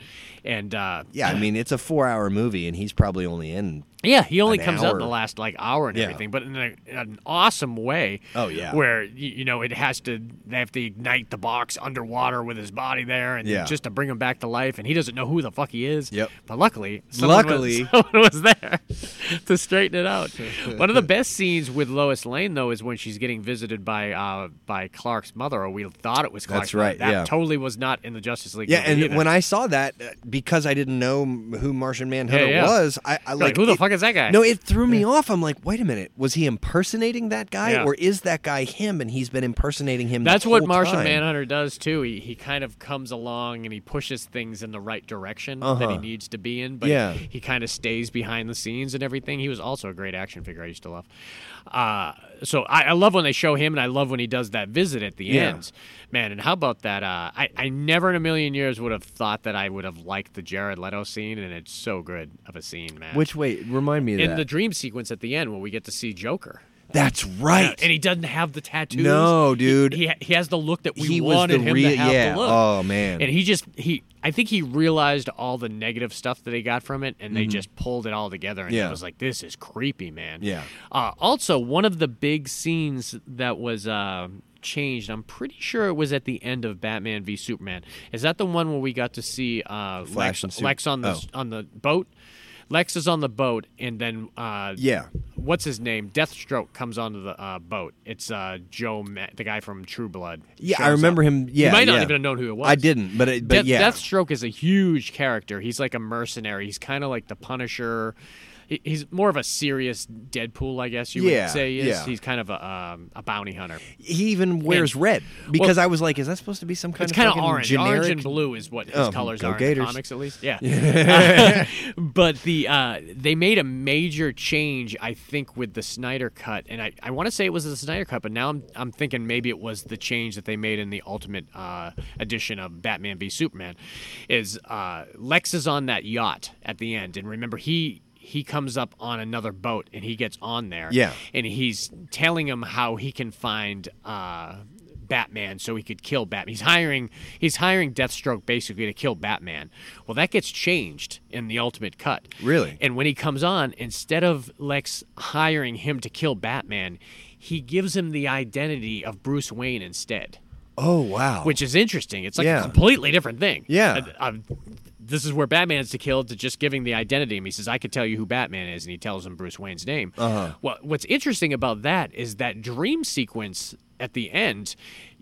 And uh, Yeah, I mean it's a four-hour movie, and he's probably only in. yeah, he only an comes out in the hour. last like hour and Yeah. everything, but in a, an awesome way. Oh, yeah. where y- you know it has to they have to ignite the box underwater with his body there, and Yeah. just to bring him back to life, and he doesn't know who the fuck he is. Yep. But luckily, someone Luckily. was, someone was there to straighten it out. One of the best scenes with Lois Lane though is when she's getting visited by uh, by Clark's mother, or we thought it was Clark's. That's right, Mother. That yeah. totally was not in the Justice League. Yeah, movie and either. when I saw that, uh, because I didn't know m- who Martian Manhunter Yeah, yeah. was, I, I You're like, who the it- fuck is that guy? No, it threw me off. I'm like, wait a minute, was he impersonating that guy, Yeah. or is that guy him? And he's been impersonating him. the That's what whole Martian time? Manhunter does too. He he kind of comes along and he pushes things in the right direction that he Uh-huh. needs to be in, but Yeah. he, kind of stays behind the scenes and everything. He was also a great action figure I used to love. Uh, so I, I love when they show him, and I love when he does that visit at the Yeah. end, man. And how about that? Uh, I I never in a million years would have thought that I would have liked the Jared Leto scene, and it's so good of a scene, man. Which wait, remind me of in that. the dream sequence at the end where we get to see Joker. That's right. And he doesn't have the tattoos. No, dude. He, he, he has the look that we He was wanted the him to real- have yeah. the look. Oh, man. And he just he I think he realized all the negative stuff that he got from it and they just pulled it all together and Mm-hmm. Yeah. it was like this is creepy, man. Yeah. Uh, also one of the big scenes that was uh, changed, I'm pretty sure it was at the end of Batman v Superman. Is that the one where we got to see uh Lex, Flash and Sup- Lex on the oh. on the boat? Lex is on the boat and then uh yeah, what's his name? Deathstroke comes onto the uh, boat. It's uh, Joe, Ma- the guy from True Blood. yeah. shows I remember up. him. Yeah, you might not yeah. even have known who it was. I didn't, but it, but Death- yeah, Deathstroke is a huge character. He's like a mercenary. He's kind of like the Punisher. He- He's more of a serious Deadpool, I guess you Yeah, would say. He is. yeah. He's kind of a, um, a bounty hunter. he even wears red because I was like, is that supposed to be some kind It's of kind of fucking orange. generic? Orange and blue is what his Oh, colors go are in the Gators. comics, at least. Yeah. but the uh, they made a major change, I think, with the Snyder cut, and I, I want to say it was the Snyder cut, but now I'm I'm thinking maybe it was the change that they made in the Ultimate uh, edition of Batman v Superman. Is uh, Lex is on that yacht at the end, and remember he. He comes up on another boat and he gets on there. Yeah. And he's telling him how he can find uh, Batman so he could kill Batman. He's hiring he's hiring Deathstroke basically to kill Batman. Well, that gets changed in the Ultimate Cut. Really? And when he comes on, instead of Lex hiring him to kill Batman, he gives him the identity of Bruce Wayne instead, Oh wow. which is interesting. It's like a Yeah. completely different thing. Yeah. Uh, um, this is where Batman's to kill to just giving the identity. And he says, "I could tell you who Batman is," and he tells him Bruce Wayne's name. Uh-huh. Well, what's interesting about that is that dream sequence at the end.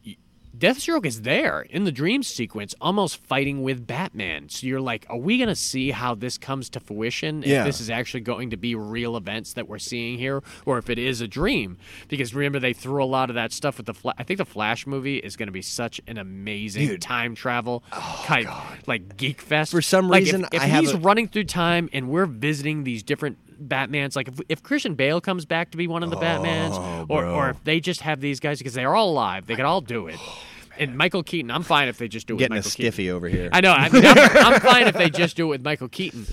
y- Deathstroke is there in the dream sequence, almost fighting with Batman. So you're like, are we going to see how this comes to fruition? Yeah. If this is actually going to be real events that we're seeing here, or if it is a dream? Because remember, they threw a lot of that stuff with the. Fla- I think the Flash movie is going to be such an amazing time travel type, like geek fest. Oh, For some Like, if- reason, if, I have he's a- running through time and we're visiting these different Batmans, like if, if Christian Bale comes back to be one of the Oh, Batmans, or, or if they just have these guys because they're all alive, they could all do it. and Michael Keaton, I'm fine if they just do it. Oh, getting a with Michael Keaton. stiffy over here. I know. I mean, I'm, I'm fine if they just do it with Michael Keaton.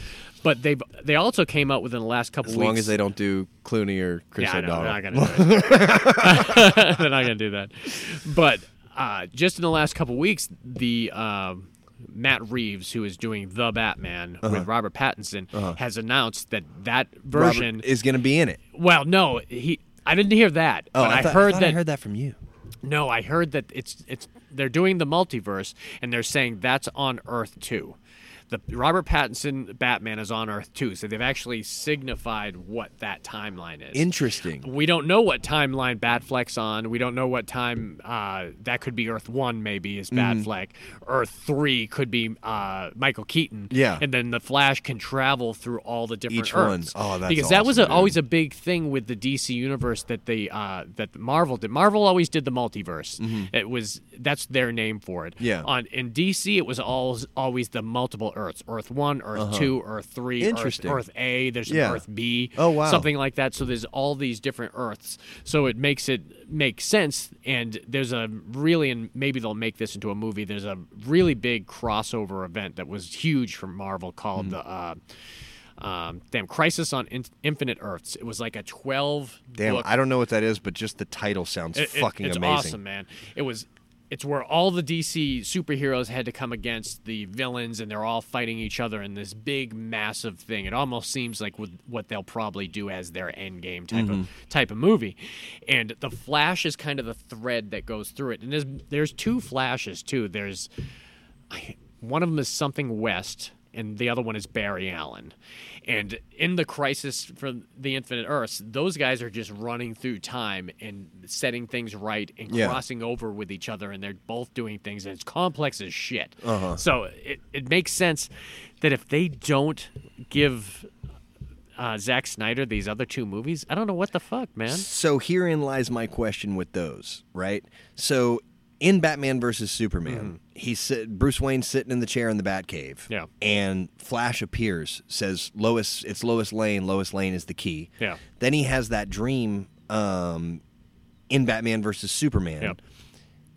But they they also came out within the last couple As weeks. long as they don't do Clooney or Chris yeah, I know, O'Donnell. they're not gonna do it. they're not gonna do that. But uh, just in the last couple weeks, the um, Matt Reeves, who is doing the Batman Uh-huh. with Robert Pattinson, has announced that that Robert version. is going to be in it. well, no, he. I didn't hear that, Oh, but I, I, thought, I heard thought that. I heard that from you. No, I heard that it's it's they're doing the multiverse and they're saying that's on Earth too. The Robert Pattinson Batman is on Earth too, so they've actually signified what that timeline is. Interesting. we don't know what timeline Batfleck's on. We don't know what time uh, that could be. Earth One maybe is Mm-hmm. Batfleck. Earth Three could be uh, Michael Keaton. Yeah. and then the Flash can travel through all the different Each one. Earths. Oh, that's because that was a, awesome, dude. always a big thing with the DC universe that they uh, that Marvel did. Marvel always did the multiverse. It was that's their name for it. Mm-hmm. Yeah. On in DC, it was all always the multiple Earths: Earth One, Earth Two, Earth Three, Earth- Uh-huh. Interesting. Earth, A. There's an Yeah. Earth B. Oh, wow. Something like that. So there's all these different Earths. So it makes it make sense. And there's a really, and maybe they'll make this into a movie. There's a really big crossover event that was huge for Marvel Hmm. called the. Uh, um, damn, Crisis on In- Infinite Earths. It was like a twelve. Damn, book- I don't know what that is, but just the title sounds it- it- fucking it's amazing. awesome, man. It was. It's where all the DC superheroes had to come against the villains, and they're all fighting each other in this big, massive thing. It almost seems like with what they'll probably do as their end game type of Mm-hmm. type of movie. And the Flash is kind of the thread that goes through it. And there's there's two Flashes too. There's one of them is something West, and the other one is Barry Allen. And in the crisis for the Infinite Earths, those guys are just running through time and setting things right and Yeah. crossing over with each other, and they're both doing things, and it's complex as shit. Uh-huh. So it, it makes sense that if they don't give uh, Zack Snyder these other two movies, I don't know what the fuck, man. So herein lies my question with those, right? So in Batman versus Superman, he's sit, Bruce Wayne's sitting in the chair in the Batcave. Mm-hmm. Yeah. And Flash appears, says Lois, it's Lois Lane. Lois Lane is the key. Yeah. Then he has that dream um, in Batman versus Superman. Yeah.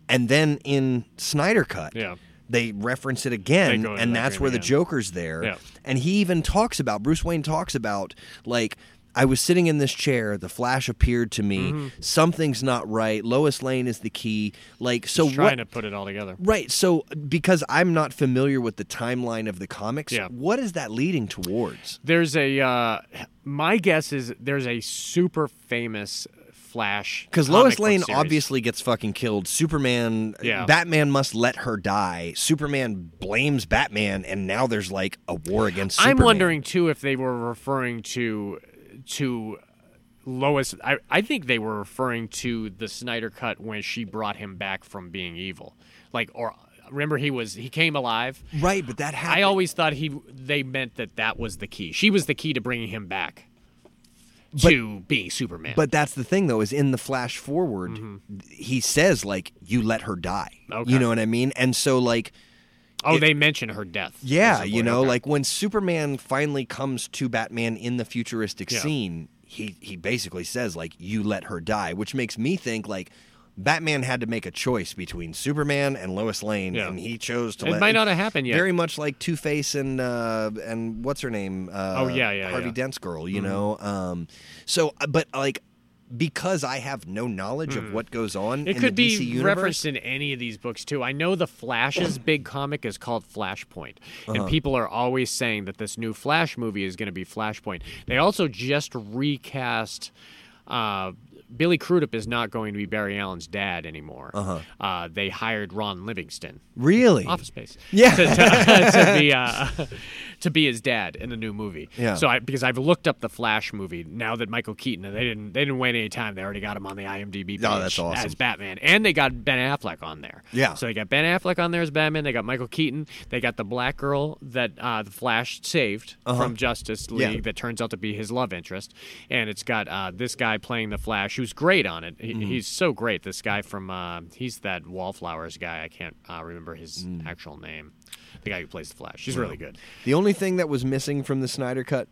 And then in Snyder Cut, Yeah. they reference it They again, go into and that that's dream where the again. Joker's there. Yeah. And he even talks about Bruce Wayne talks about like I was sitting in this chair, the flash appeared to me. Mm-hmm. Something's not right. Lois Lane is the key. Like so Trying what to put it all together. Right. So because I'm not familiar with the timeline of the comics, Yeah. what is that leading towards? There's a uh, my guess is there's a super famous Flash Because comic Lois book Lane series. obviously gets fucking killed. Superman, Yeah. Batman must let her die. Superman blames Batman, and now there's like a war against. Superman. I'm wondering too if they were referring to to Lois. I I think they were referring to the Snyder cut when she brought him back from being evil, like or. Remember, he was he came alive. Right, but that happened. I always thought he they meant that that was the key. She was the key to bringing him back to being Superman. But that's the thing, though, is in the flash forward, he says like, "You let her die." Okay. You know what I mean? And so like, oh, they mention her death. yeah, Basically, you know, okay. like when Superman finally comes to Batman in the futuristic scene, he he basically says like, "You let her die," which makes me think like. Batman had to make a choice between Superman and Lois Lane, Yeah. and he chose to. It let, might not have happened yet. Very much like Two Face and uh, and what's her name? Uh, Oh, yeah, yeah, Harvey yeah. Mm-hmm. Dent's girl. You know, um, so but like because I have no knowledge of what goes on. Mm. It in could the be DC universe, referenced in any of these books too. I know the Flash's big comic is called Flashpoint, Uh-huh. and people are always saying that this new Flash movie is going to be Flashpoint. They also just recast. Uh, Billy Crudup is not going to be Barry Allen's dad anymore. Uh-huh. they hired Ron Livingston, Really? Office Space, Yeah. to, to- to be uh, to be his dad in the new movie. Yeah. So I because I've looked up the Flash movie now that Michael Keaton and they didn't they didn't wait any time. They already got him on the IMDb page Oh, that's awesome. as Batman, and they got Ben Affleck on there. Yeah. So they got Ben Affleck on there as Batman. They got Michael Keaton. They got the black girl that uh, the Flash saved Uh-huh. from Justice League that turns out to be his love interest, and it's got uh, this guy playing the Flash who's great on it. Mm-hmm. He, He's so great. This guy from uh, he's that Wallflowers guy. I can't uh, remember his Mm. actual name. The guy who plays the Flash. He's really good. The only thing that was missing from the Snyder Cut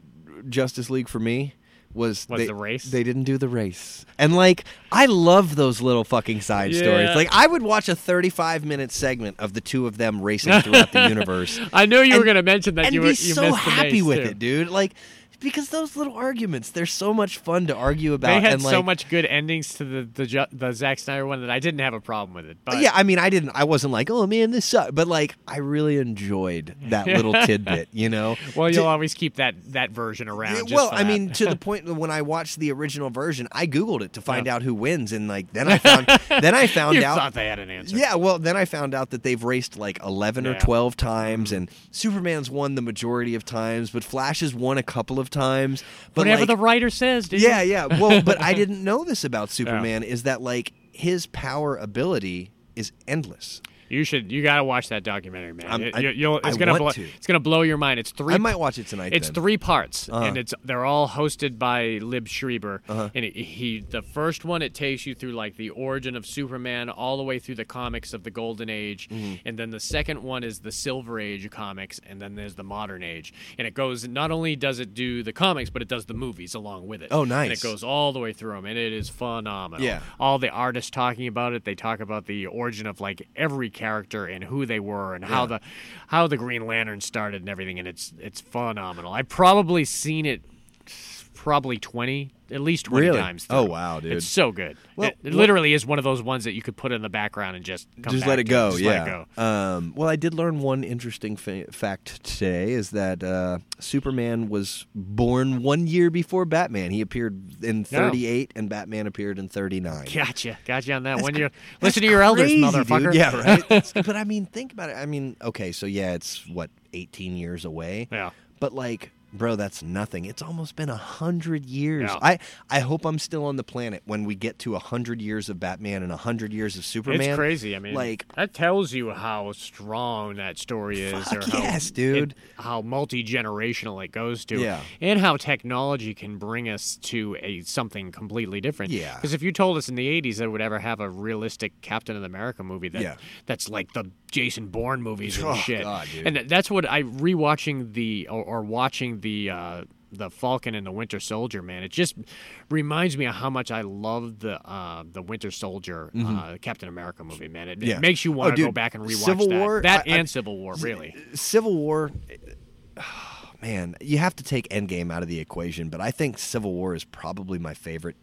Justice League for me was, Was they, the race? They didn't do the race. And like I love those little fucking side Yeah. stories. Like I would watch a 35 minute segment of the two of them racing throughout the universe I knew you were And- going to mention that and you be were you so missed the happy mace, with too. it, uh, dude. Like because those little arguments, they're so much fun to argue about They had and like so much good endings to the the Ju- the Zack Snyder one that I didn't have a problem with it. But yeah, I mean, I didn't. I wasn't like, oh man, this sucks. But like, I really enjoyed that little tidbit, you know. well, you'll To- always keep that that version around. Yeah, just well, for I that. mean, to the point that when I watched the original version, I googled it to find out who wins, and like then I found then I found you out. thought they had an answer. yeah, well, then I found out that they've raced like 11 or Yeah. Mm-hmm. 12 times, and Superman's won the majority of times, but Flash has won a couple of times. But Whatever like, the writer says, dude. yeah, yeah. Well, but I didn't know this about Superman is that like his power ability is endless. You should. You gotta watch that documentary, man. I'm- It- I- you- you'll- it's I gonna want blow. to. It's gonna blow your mind. It's three. I might Uh-huh. watch it tonight. It's then. three parts, and it's they're all hosted by Lib Schreiber. Uh-huh. And it, he, the first one, it takes you through like the origin of Superman, all the way through the comics of the Golden Age, Mm-hmm. and then the second one is the Silver Age comics, and then there's the Modern Age. And it goes. Not only does it do the comics, but it does the movies along with it. Oh, And nice. it goes all the way through them, and it is phenomenal. Yeah. All the artists talking about it. They talk about the origin of like every character and who they were and how the how the Green Lantern started and everything. And it's it's phenomenal. I've probably seen it probably twenty at least twenty Really? times. Oh, through. wow, dude. It's so good. Well, it, it literally is one of those ones that you could put in the background and just come just back let it to. go. Just yeah. Let it go. Um, well, I did learn one interesting fa- fact today is that uh, Superman was born one year before Batman. He appeared in 38, and Batman appered in 39. Gotcha, gotcha on that. When cr- you That's listen to your elders, crazy, dude. motherfucker. Yeah, right. It's- but I mean, think about it. I mean, okay, so yeah, it's what 18 years away. Yeah. But like, bro, that's nothing. It's almost been a hundred years. Yeah. I I hope I'm still on the planet when we get to a hundred years of Batman and a hundred years of Superman. It's crazy. I mean, like- that tells you how strong that story is, Fuck or how yes, dude. it- how multi generational it goes to, Yeah. and how technology can bring us to a something completely different. Yeah. because if you told us in the '80s that would ever have a realistic Captain America movie that Yeah. that's like the Jason Bourne movies and Oh, shit, God, dude. and th- that's what I rewatching the or, or watching the. Uh, the Falcon and the Winter Soldier, man, it just reminds me of how much I love the uh, the Winter Soldier, uh, Captain America movie, man. It, it Mm-hmm. Yeah. makes you Oh, want to go dude, back and rewatch Civil that. War, that I- I- and Civil War, really. Civil War. eh, Man, you have to take Endgame out of the equation, but I think Civil War is probably my favorite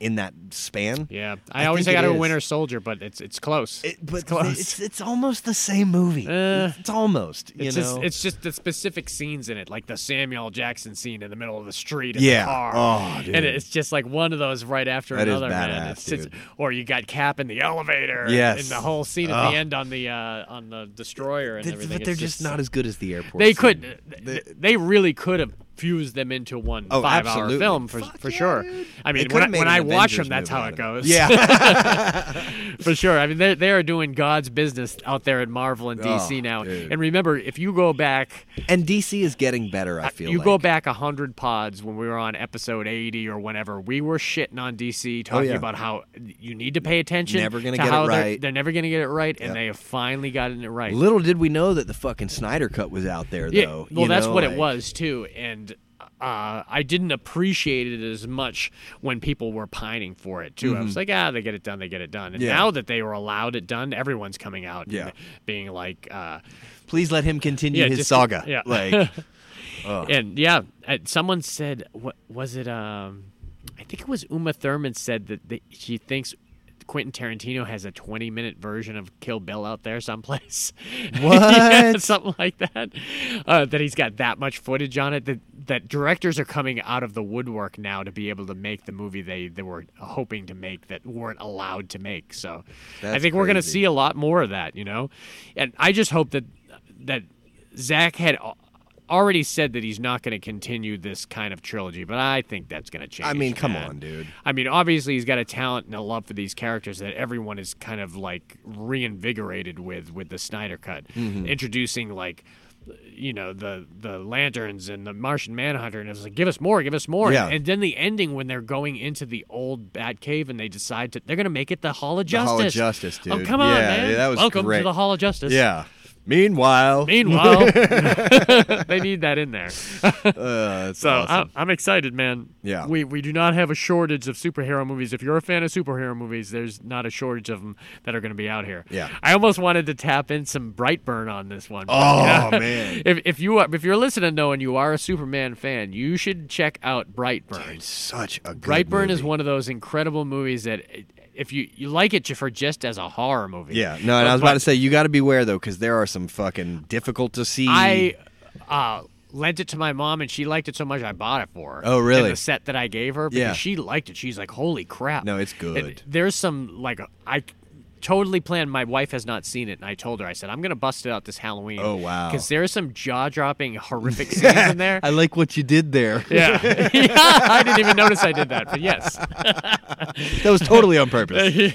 in that span. Yeah, I, I always think got it a is. Winter Soldier, but it's it's close. It, but it's close. It's, it's almost the same movie. Uh, it's almost, you It's know. just, it's just the specific scenes in it, like the Samuel L. Jackson scene in the middle of the street in Yeah. the car. Oh, dude. And it's just like one of those right after That is another, man. badass, It's just- dude. or you got Cap in the elevator. Yes. And the whole scene at the end on the uh, on the destroyer and Th- everything. but they're It's just, not as good as the airport. They scene. could. They, they really could have fused them into one Oh, five-hour absolutely. film for Fuck for yeah, sure. dude. I They mean, could when I, have made when an I watch Avengers them, that's movie how out it of goes. Yeah, for sure. I mean, they they are doing God's business out there at Marvel and DC Oh, now. dude. And remember, if you go back, and DC is getting better. I feel you like. go back a hundred pods when we were on episode eighty or whenever, we were shitting on DC, talking Oh, yeah. about how you need to pay attention. Never gonna to get it how they're- They're, right. never going to get it right, Yeah. and they have finally gotten it right. Little did we know that the fucking Snyder cut was out there, though. Well, you that's know, what it like- was too, and uh, I didn't appreciate it as much when people were pining for it too. I was like, ah, they get it done, they get it done. And Mm-hmm. Yeah. now that they were allowed it done, everyone's coming out, and Yeah. being like, uh, Please let him continue Yeah, his just- saga. yeah. Like, and yeah, and someone said, what was it? Um, I think it was Uma Thurman said that the, she thinks. Quentin Tarantino has a 20 minute version of Kill Bill out there someplace. yeah, What? something like that. Uh, that he's got that much footage on it. That that directors are coming out of the woodwork now to be able to make the movie they, they were hoping to make that weren't allowed to make. So I That's think we're going to crazy. see a lot more of that, you know. And I just hope that that Zach had al- already said that he's not going to continue this kind of trilogy, but I think that's going to change. I mean, come man. on, dude. I mean, obviously he's got a talent and a love for these characters that everyone is kind of like reinvigorated with with the Snyder cut, Mm-hmm. introducing like you know the the lanterns and the Martian Manhunter, and it was like, give us more, give us more, Yeah. and then the ending when they're going into the old Batcave and they decide to they're gonna make it the Hall of The Justice. Hall of Justice, Oh dude. come on, Yeah, man! yeah, that was Welcome great. to the Hall of Justice. yeah. Meanwhile, Meanwhile, they need that in there. uh, that's So awesome. I'm, I'm excited, man. Yeah. We we do not have a shortage of superhero movies. If you're a fan of superhero movies, there's not a shortage of them that are going to be out here. Yeah. I almost wanted to tap in some Brightburn on this one. Oh, Yeah. man. If if you are if you're listening though and you are a Superman fan, you should check out Brightburn. such a good Brightburn is movie. one of those incredible movies that if you you like it for just as a horror movie. Yeah, no, and I was But- about to say you got to beware though, because there are some fucking difficult to see. I uh, lent it to my mom, and she liked it so much I bought it for her. Oh, really? And the set that I gave her, because Yeah. she liked it. She's like, "Holy crap!" No, it's And good. there's some like I totally planned. My wife has not seen it, and I told her, I said, "I'm gonna bust it out this Halloween." Oh, wow. Because there's some jaw dropping horrific scenes in there. I like what you did there. yeah. yeah, I didn't even notice I did that, but yes. that was totally on purpose.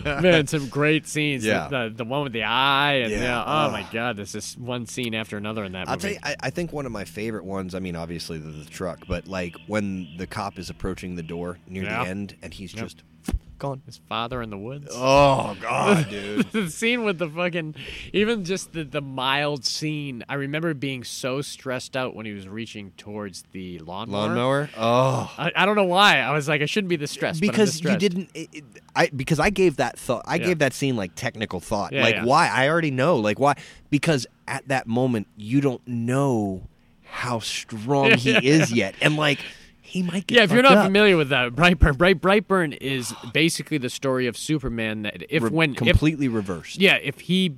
Man, some great scenes. The- Yeah. The, the, one with the eye, and Yeah. yeah, oh my god, there's just one scene after another in that I'll movie. tell you, I, I think one of my favorite ones. I mean, obviously the, the truck, but like when the cop is approaching the door near Yeah. the end, and he's just gone. His father in the woods. Oh god, dude. the scene with the fucking even just the, the mild scene i remember being so stressed out when he was reaching towards the lawnmower, Lawnmower. Oh. I, I don't know why i was like i shouldn't be this stressed but I'm this because you stressed. didn't it, it- i because i gave that thought i Yeah. gave that scene like technical thought Yeah, like yeah. why i already know like why because at that moment you don't know how strong he is yet and like he might get yeah if you're fucked not up. familiar with that brightburn Bright, brightburn is basically the story of superman that if Re- when if, completely reversed yeah if he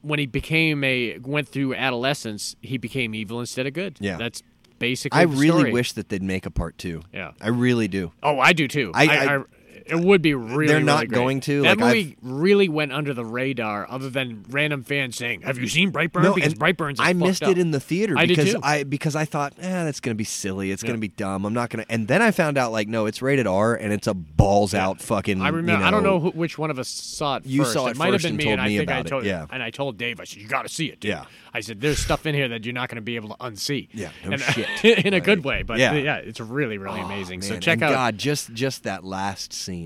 when he became a went through adolescence he became evil instead of good Yeah. that's basically i the really story. wish that they'd make a part two Yeah. i really do Oh, I do too. I- I, I- I, it would be really. They're not really great. going to, That like, I've- movie really went under the radar, other than random fans saying, "Have you seen Brightburn?" because and Brightburn's. I fucked missed up. it in the theater I did because too. I because I thought, eh, that's gonna be silly. It's gonna be dumb. I'm not gonna. And then I found out, like, no, it's rated R, and it's a balls out fucking. I remember. you I don't know who, which one of us saw it. You first. saw it might first have been and me, told and I me think about I it, told. yeah. And I told Dave. I said, "You got to see it." Dude. Yeah. I said, "There's stuff in here that you're not going to be able to unsee." Yeah, no And- shit. in a Like, good way, but yeah. yeah, it's really, really amazing. So Man, check and out. God, just just that last scene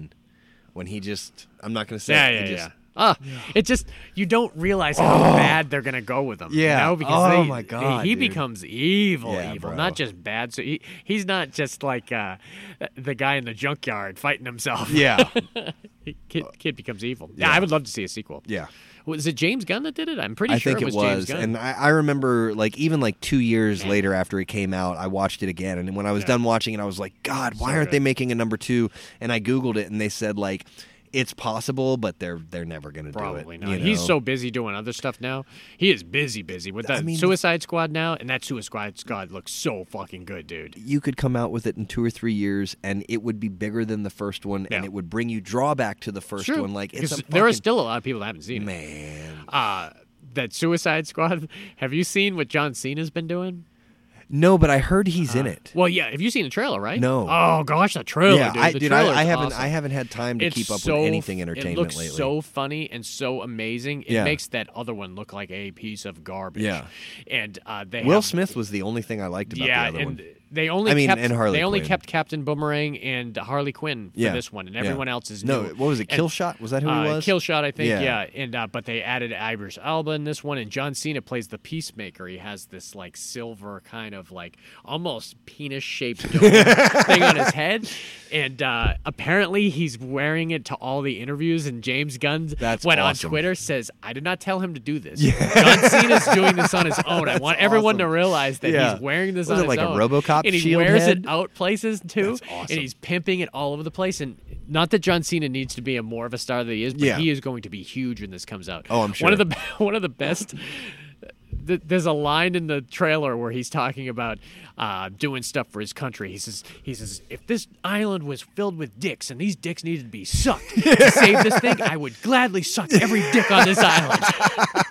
when he just I'm not gonna say Yeah, it, yeah, he yeah. just- Ah, it just you don't realize how bad they're gonna go with him. Oh. Yeah. You know? Because Oh, they- my they- God, he dude. becomes evil, Yeah, evil, bro. not just bad. So he, he's not just like uh, the guy in the junkyard fighting himself. yeah. He- kid, kid becomes evil. Yeah. I would love to see a sequel. Yeah. was it James Gunn that did it? I'm pretty I sure think it was, James Gunn. and I, I remember like even like two years later after it came out, I watched it again, and when I was done watching it, I was like, God, why aren't they making a number two? And I googled it, and they said like it's possible, but they're they're never gonna Probably do it. not. you He's know? so busy doing other stuff now. He is busy, busy with that mean- Suicide Squad now, and that Suicide Squad looks so fucking good, dude. you could come out with it in two or three years, and it would be bigger than the first one, Yeah. and it would bring you drawback to the first one. Like it's a Because fucking, there are still a lot of people that haven't seen it. man. uh, that Suicide Squad. Have you seen what John Cena's been doing? No, but I heard he's in it. Uh, Well, yeah. Have you seen the trailer? Right? No. Oh gosh, the trailer. yeah, dude. I, The dude, I, trailer's I haven't awesome. I haven't had time to It's keep up so- with anything entertainment It looks lately. so funny and so amazing. It Yeah. makes that other one look like a piece of garbage. Yeah. And uh, they Will have- Smith was the only thing I liked about Yeah, the other and one. they only I mean, kept, and Harley they only Quinn. kept Captain Boomerang and Harley Quinn for Yeah. this one, and Yeah. everyone else is No, new. what was it, And- Killshot? Was that who he uh, was? Killshot, I think. Yeah. Yeah, and uh, but they added Ibris Alba in this one, and John Cena plays the peacemaker. He has this like silver kind of like almost penis shaped thing on his head, and uh, apparently he's wearing it to all the interviews. And James Gunn That's went awesome. on Twitter says, "I did not tell him to do this. John Cena's doing this on his own. I want everyone to realize that Yeah. he's wearing this Was on it his like a own. RoboCop and he shield wears head? it out places too, awesome. and he's pimping it all over the place. And not that John Cena needs to be a more of a star than he is, but Yeah. he is going to be huge when this comes out. Oh, I'm One sure. of the one of the best. th- There's a line in the trailer where he's talking about uh, doing stuff for his country. He says, "He says if this island was filled with dicks and these dicks needed to be sucked to save this thing, I would gladly suck every dick on this island."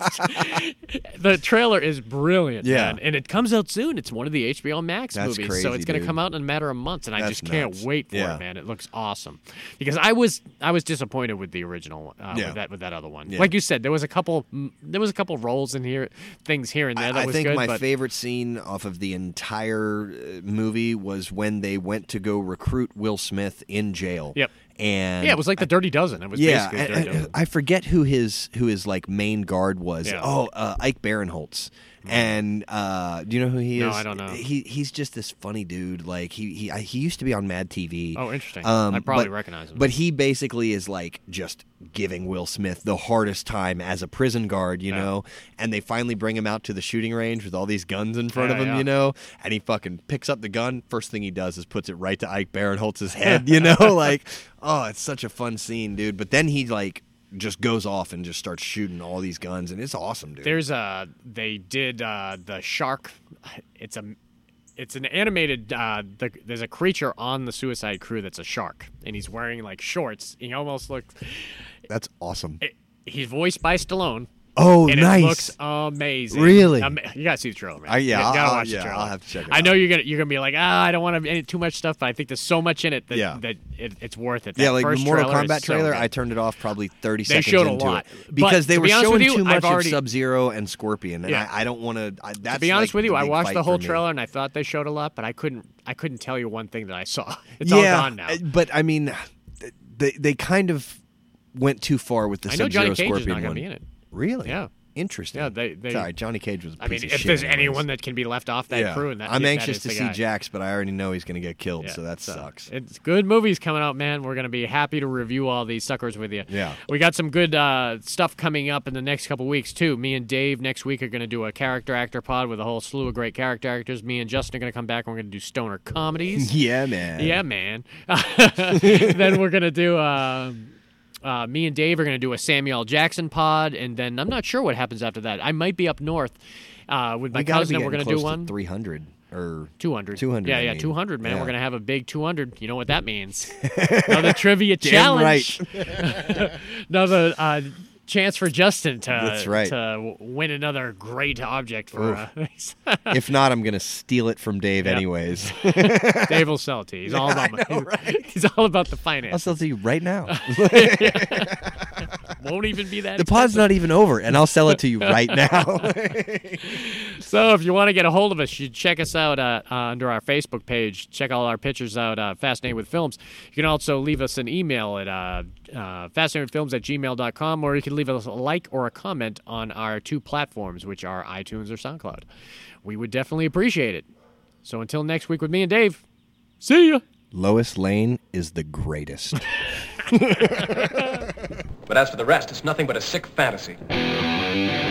the trailer is brilliant, Yeah. man. And it comes out soon. It's one of the HBO Max That's movies. crazy, so it's gonna dude. come out in a matter of months, and I That's just can't nuts. wait for Yeah. it, man. It looks awesome. Because I was I was disappointed with the original one, uh, Yeah. with that with that other one. Yeah. Like you said, there was a couple mm, there was a couple roles in here things things here and there that I was think good. my but favorite scene off of the entire uh, movie was when they went to go recruit Will Smith in jail. Yep. And yeah, it was like the Dirty Dozen. It was yeah, basically and- Dirty and- uh, Dozen. I forget who his who his like main guard was. Yeah. Mm-hmm. Oh, uh, Ike Barinholtz. And uh, do you know who he is? No, I don't know. He he's just this funny dude. Like he he I, he used to be on Mad TV. Oh, interesting. I probably but- recognize him. But he basically is like just giving Will Smith the hardest time as a prison guard, you know. And they finally bring him out to the shooting range with all these guns in front of Yeah, him, yeah. you know. And he fucking picks up the gun. First thing he does is puts it right to Ike Barinholtz's head, you know. like, oh, it's such a fun scene, dude. But then he like just goes off and just starts shooting all these guns, and it's awesome, dude. There's a they did uh, the shark. It's a it's an animated. Uh, the, there's a creature on the Suicide Crew that's a shark, and he's wearing like shorts. He almost looks. That's awesome. It, he's voiced by Stallone. Oh, and nice. it looks amazing. Really? Ama- you gotta see the trailer, man. I- yeah, you gotta I'll- watch yeah, the trailer. I'll have to check it I out. know you're gonna you're gonna be like, ah, I don't want to any too much stuff, but I think there's so much in it that Yeah. that it, it's worth it. yeah, That like the first Mortal trailer is Kombat so trailer, good. I turned it off probably thirty They seconds showed a into lot. it because But they to were be honest showing with you, too much I've already- of Sub Zero and Scorpion, and Yeah. I, I don't want to. That's to be honest like with you, the I big watched fight the whole for me. trailer and I thought they showed a lot, but I couldn't I couldn't tell you one thing that I saw. It's yeah, all gone now. uh, But I mean, th- they they kind of went too far with the I know Sub Johnny Zero Cage is Scorpion not gonna one. be in it. Really? Yeah. Interesting. Yeah, they- they- Sorry, Johnny Cage was. I I mean, if there's anyone that can be left off that yeah. crew, and that I'm that anxious is to the see guy. Jax, but I already know he's going to get killed, Yeah, so that sucks. It's good movies coming out, man. We're gonna be happy to review all these suckers with you. Yeah. we got some good uh, stuff coming up in the next couple weeks too. Me and Dave next week are gonna do a character actor pod with a whole slew of great character actors. Me and Justin are gonna come back. and We're gonna do stoner comedies. yeah, man. yeah, man. then we're gonna do. Um, uh, me and Dave are going to do a Samuel L. Jackson pod, and then I'm not sure what happens after that. I might be up north uh, with my we got to cousin. be and We're going going to do one. 300 or 200. 200, Yeah, I yeah, mean. 200, man. Yeah. We're going to have a big 200. You know what that means. Another trivia challenge. Another uh, chance for Justin to, That's to right. w- win another great object for uh, if not, I'm going to steal it from Dave Yeah. anyways. uh, Dave will sell it to you. He's all about, he's- he's all about the I'll finance. sell it to you right now. Won't even be that the pod's not even over, and I'll sell it to you right now. So if you want to get a hold of us, you check us out uh, uh, under our Facebook page. Check all our pictures out, uh, Fascinated with Films. You can also leave us an email at uh, uh, fascinatedfilms at gmail.com, or you can leave us a like or a comment on our two platforms, which are iTunes or SoundCloud. We would definitely appreciate it. So until next week with me and Dave, see ya. Lois Lane is the greatest. But as for the rest, it's nothing but a sick fantasy.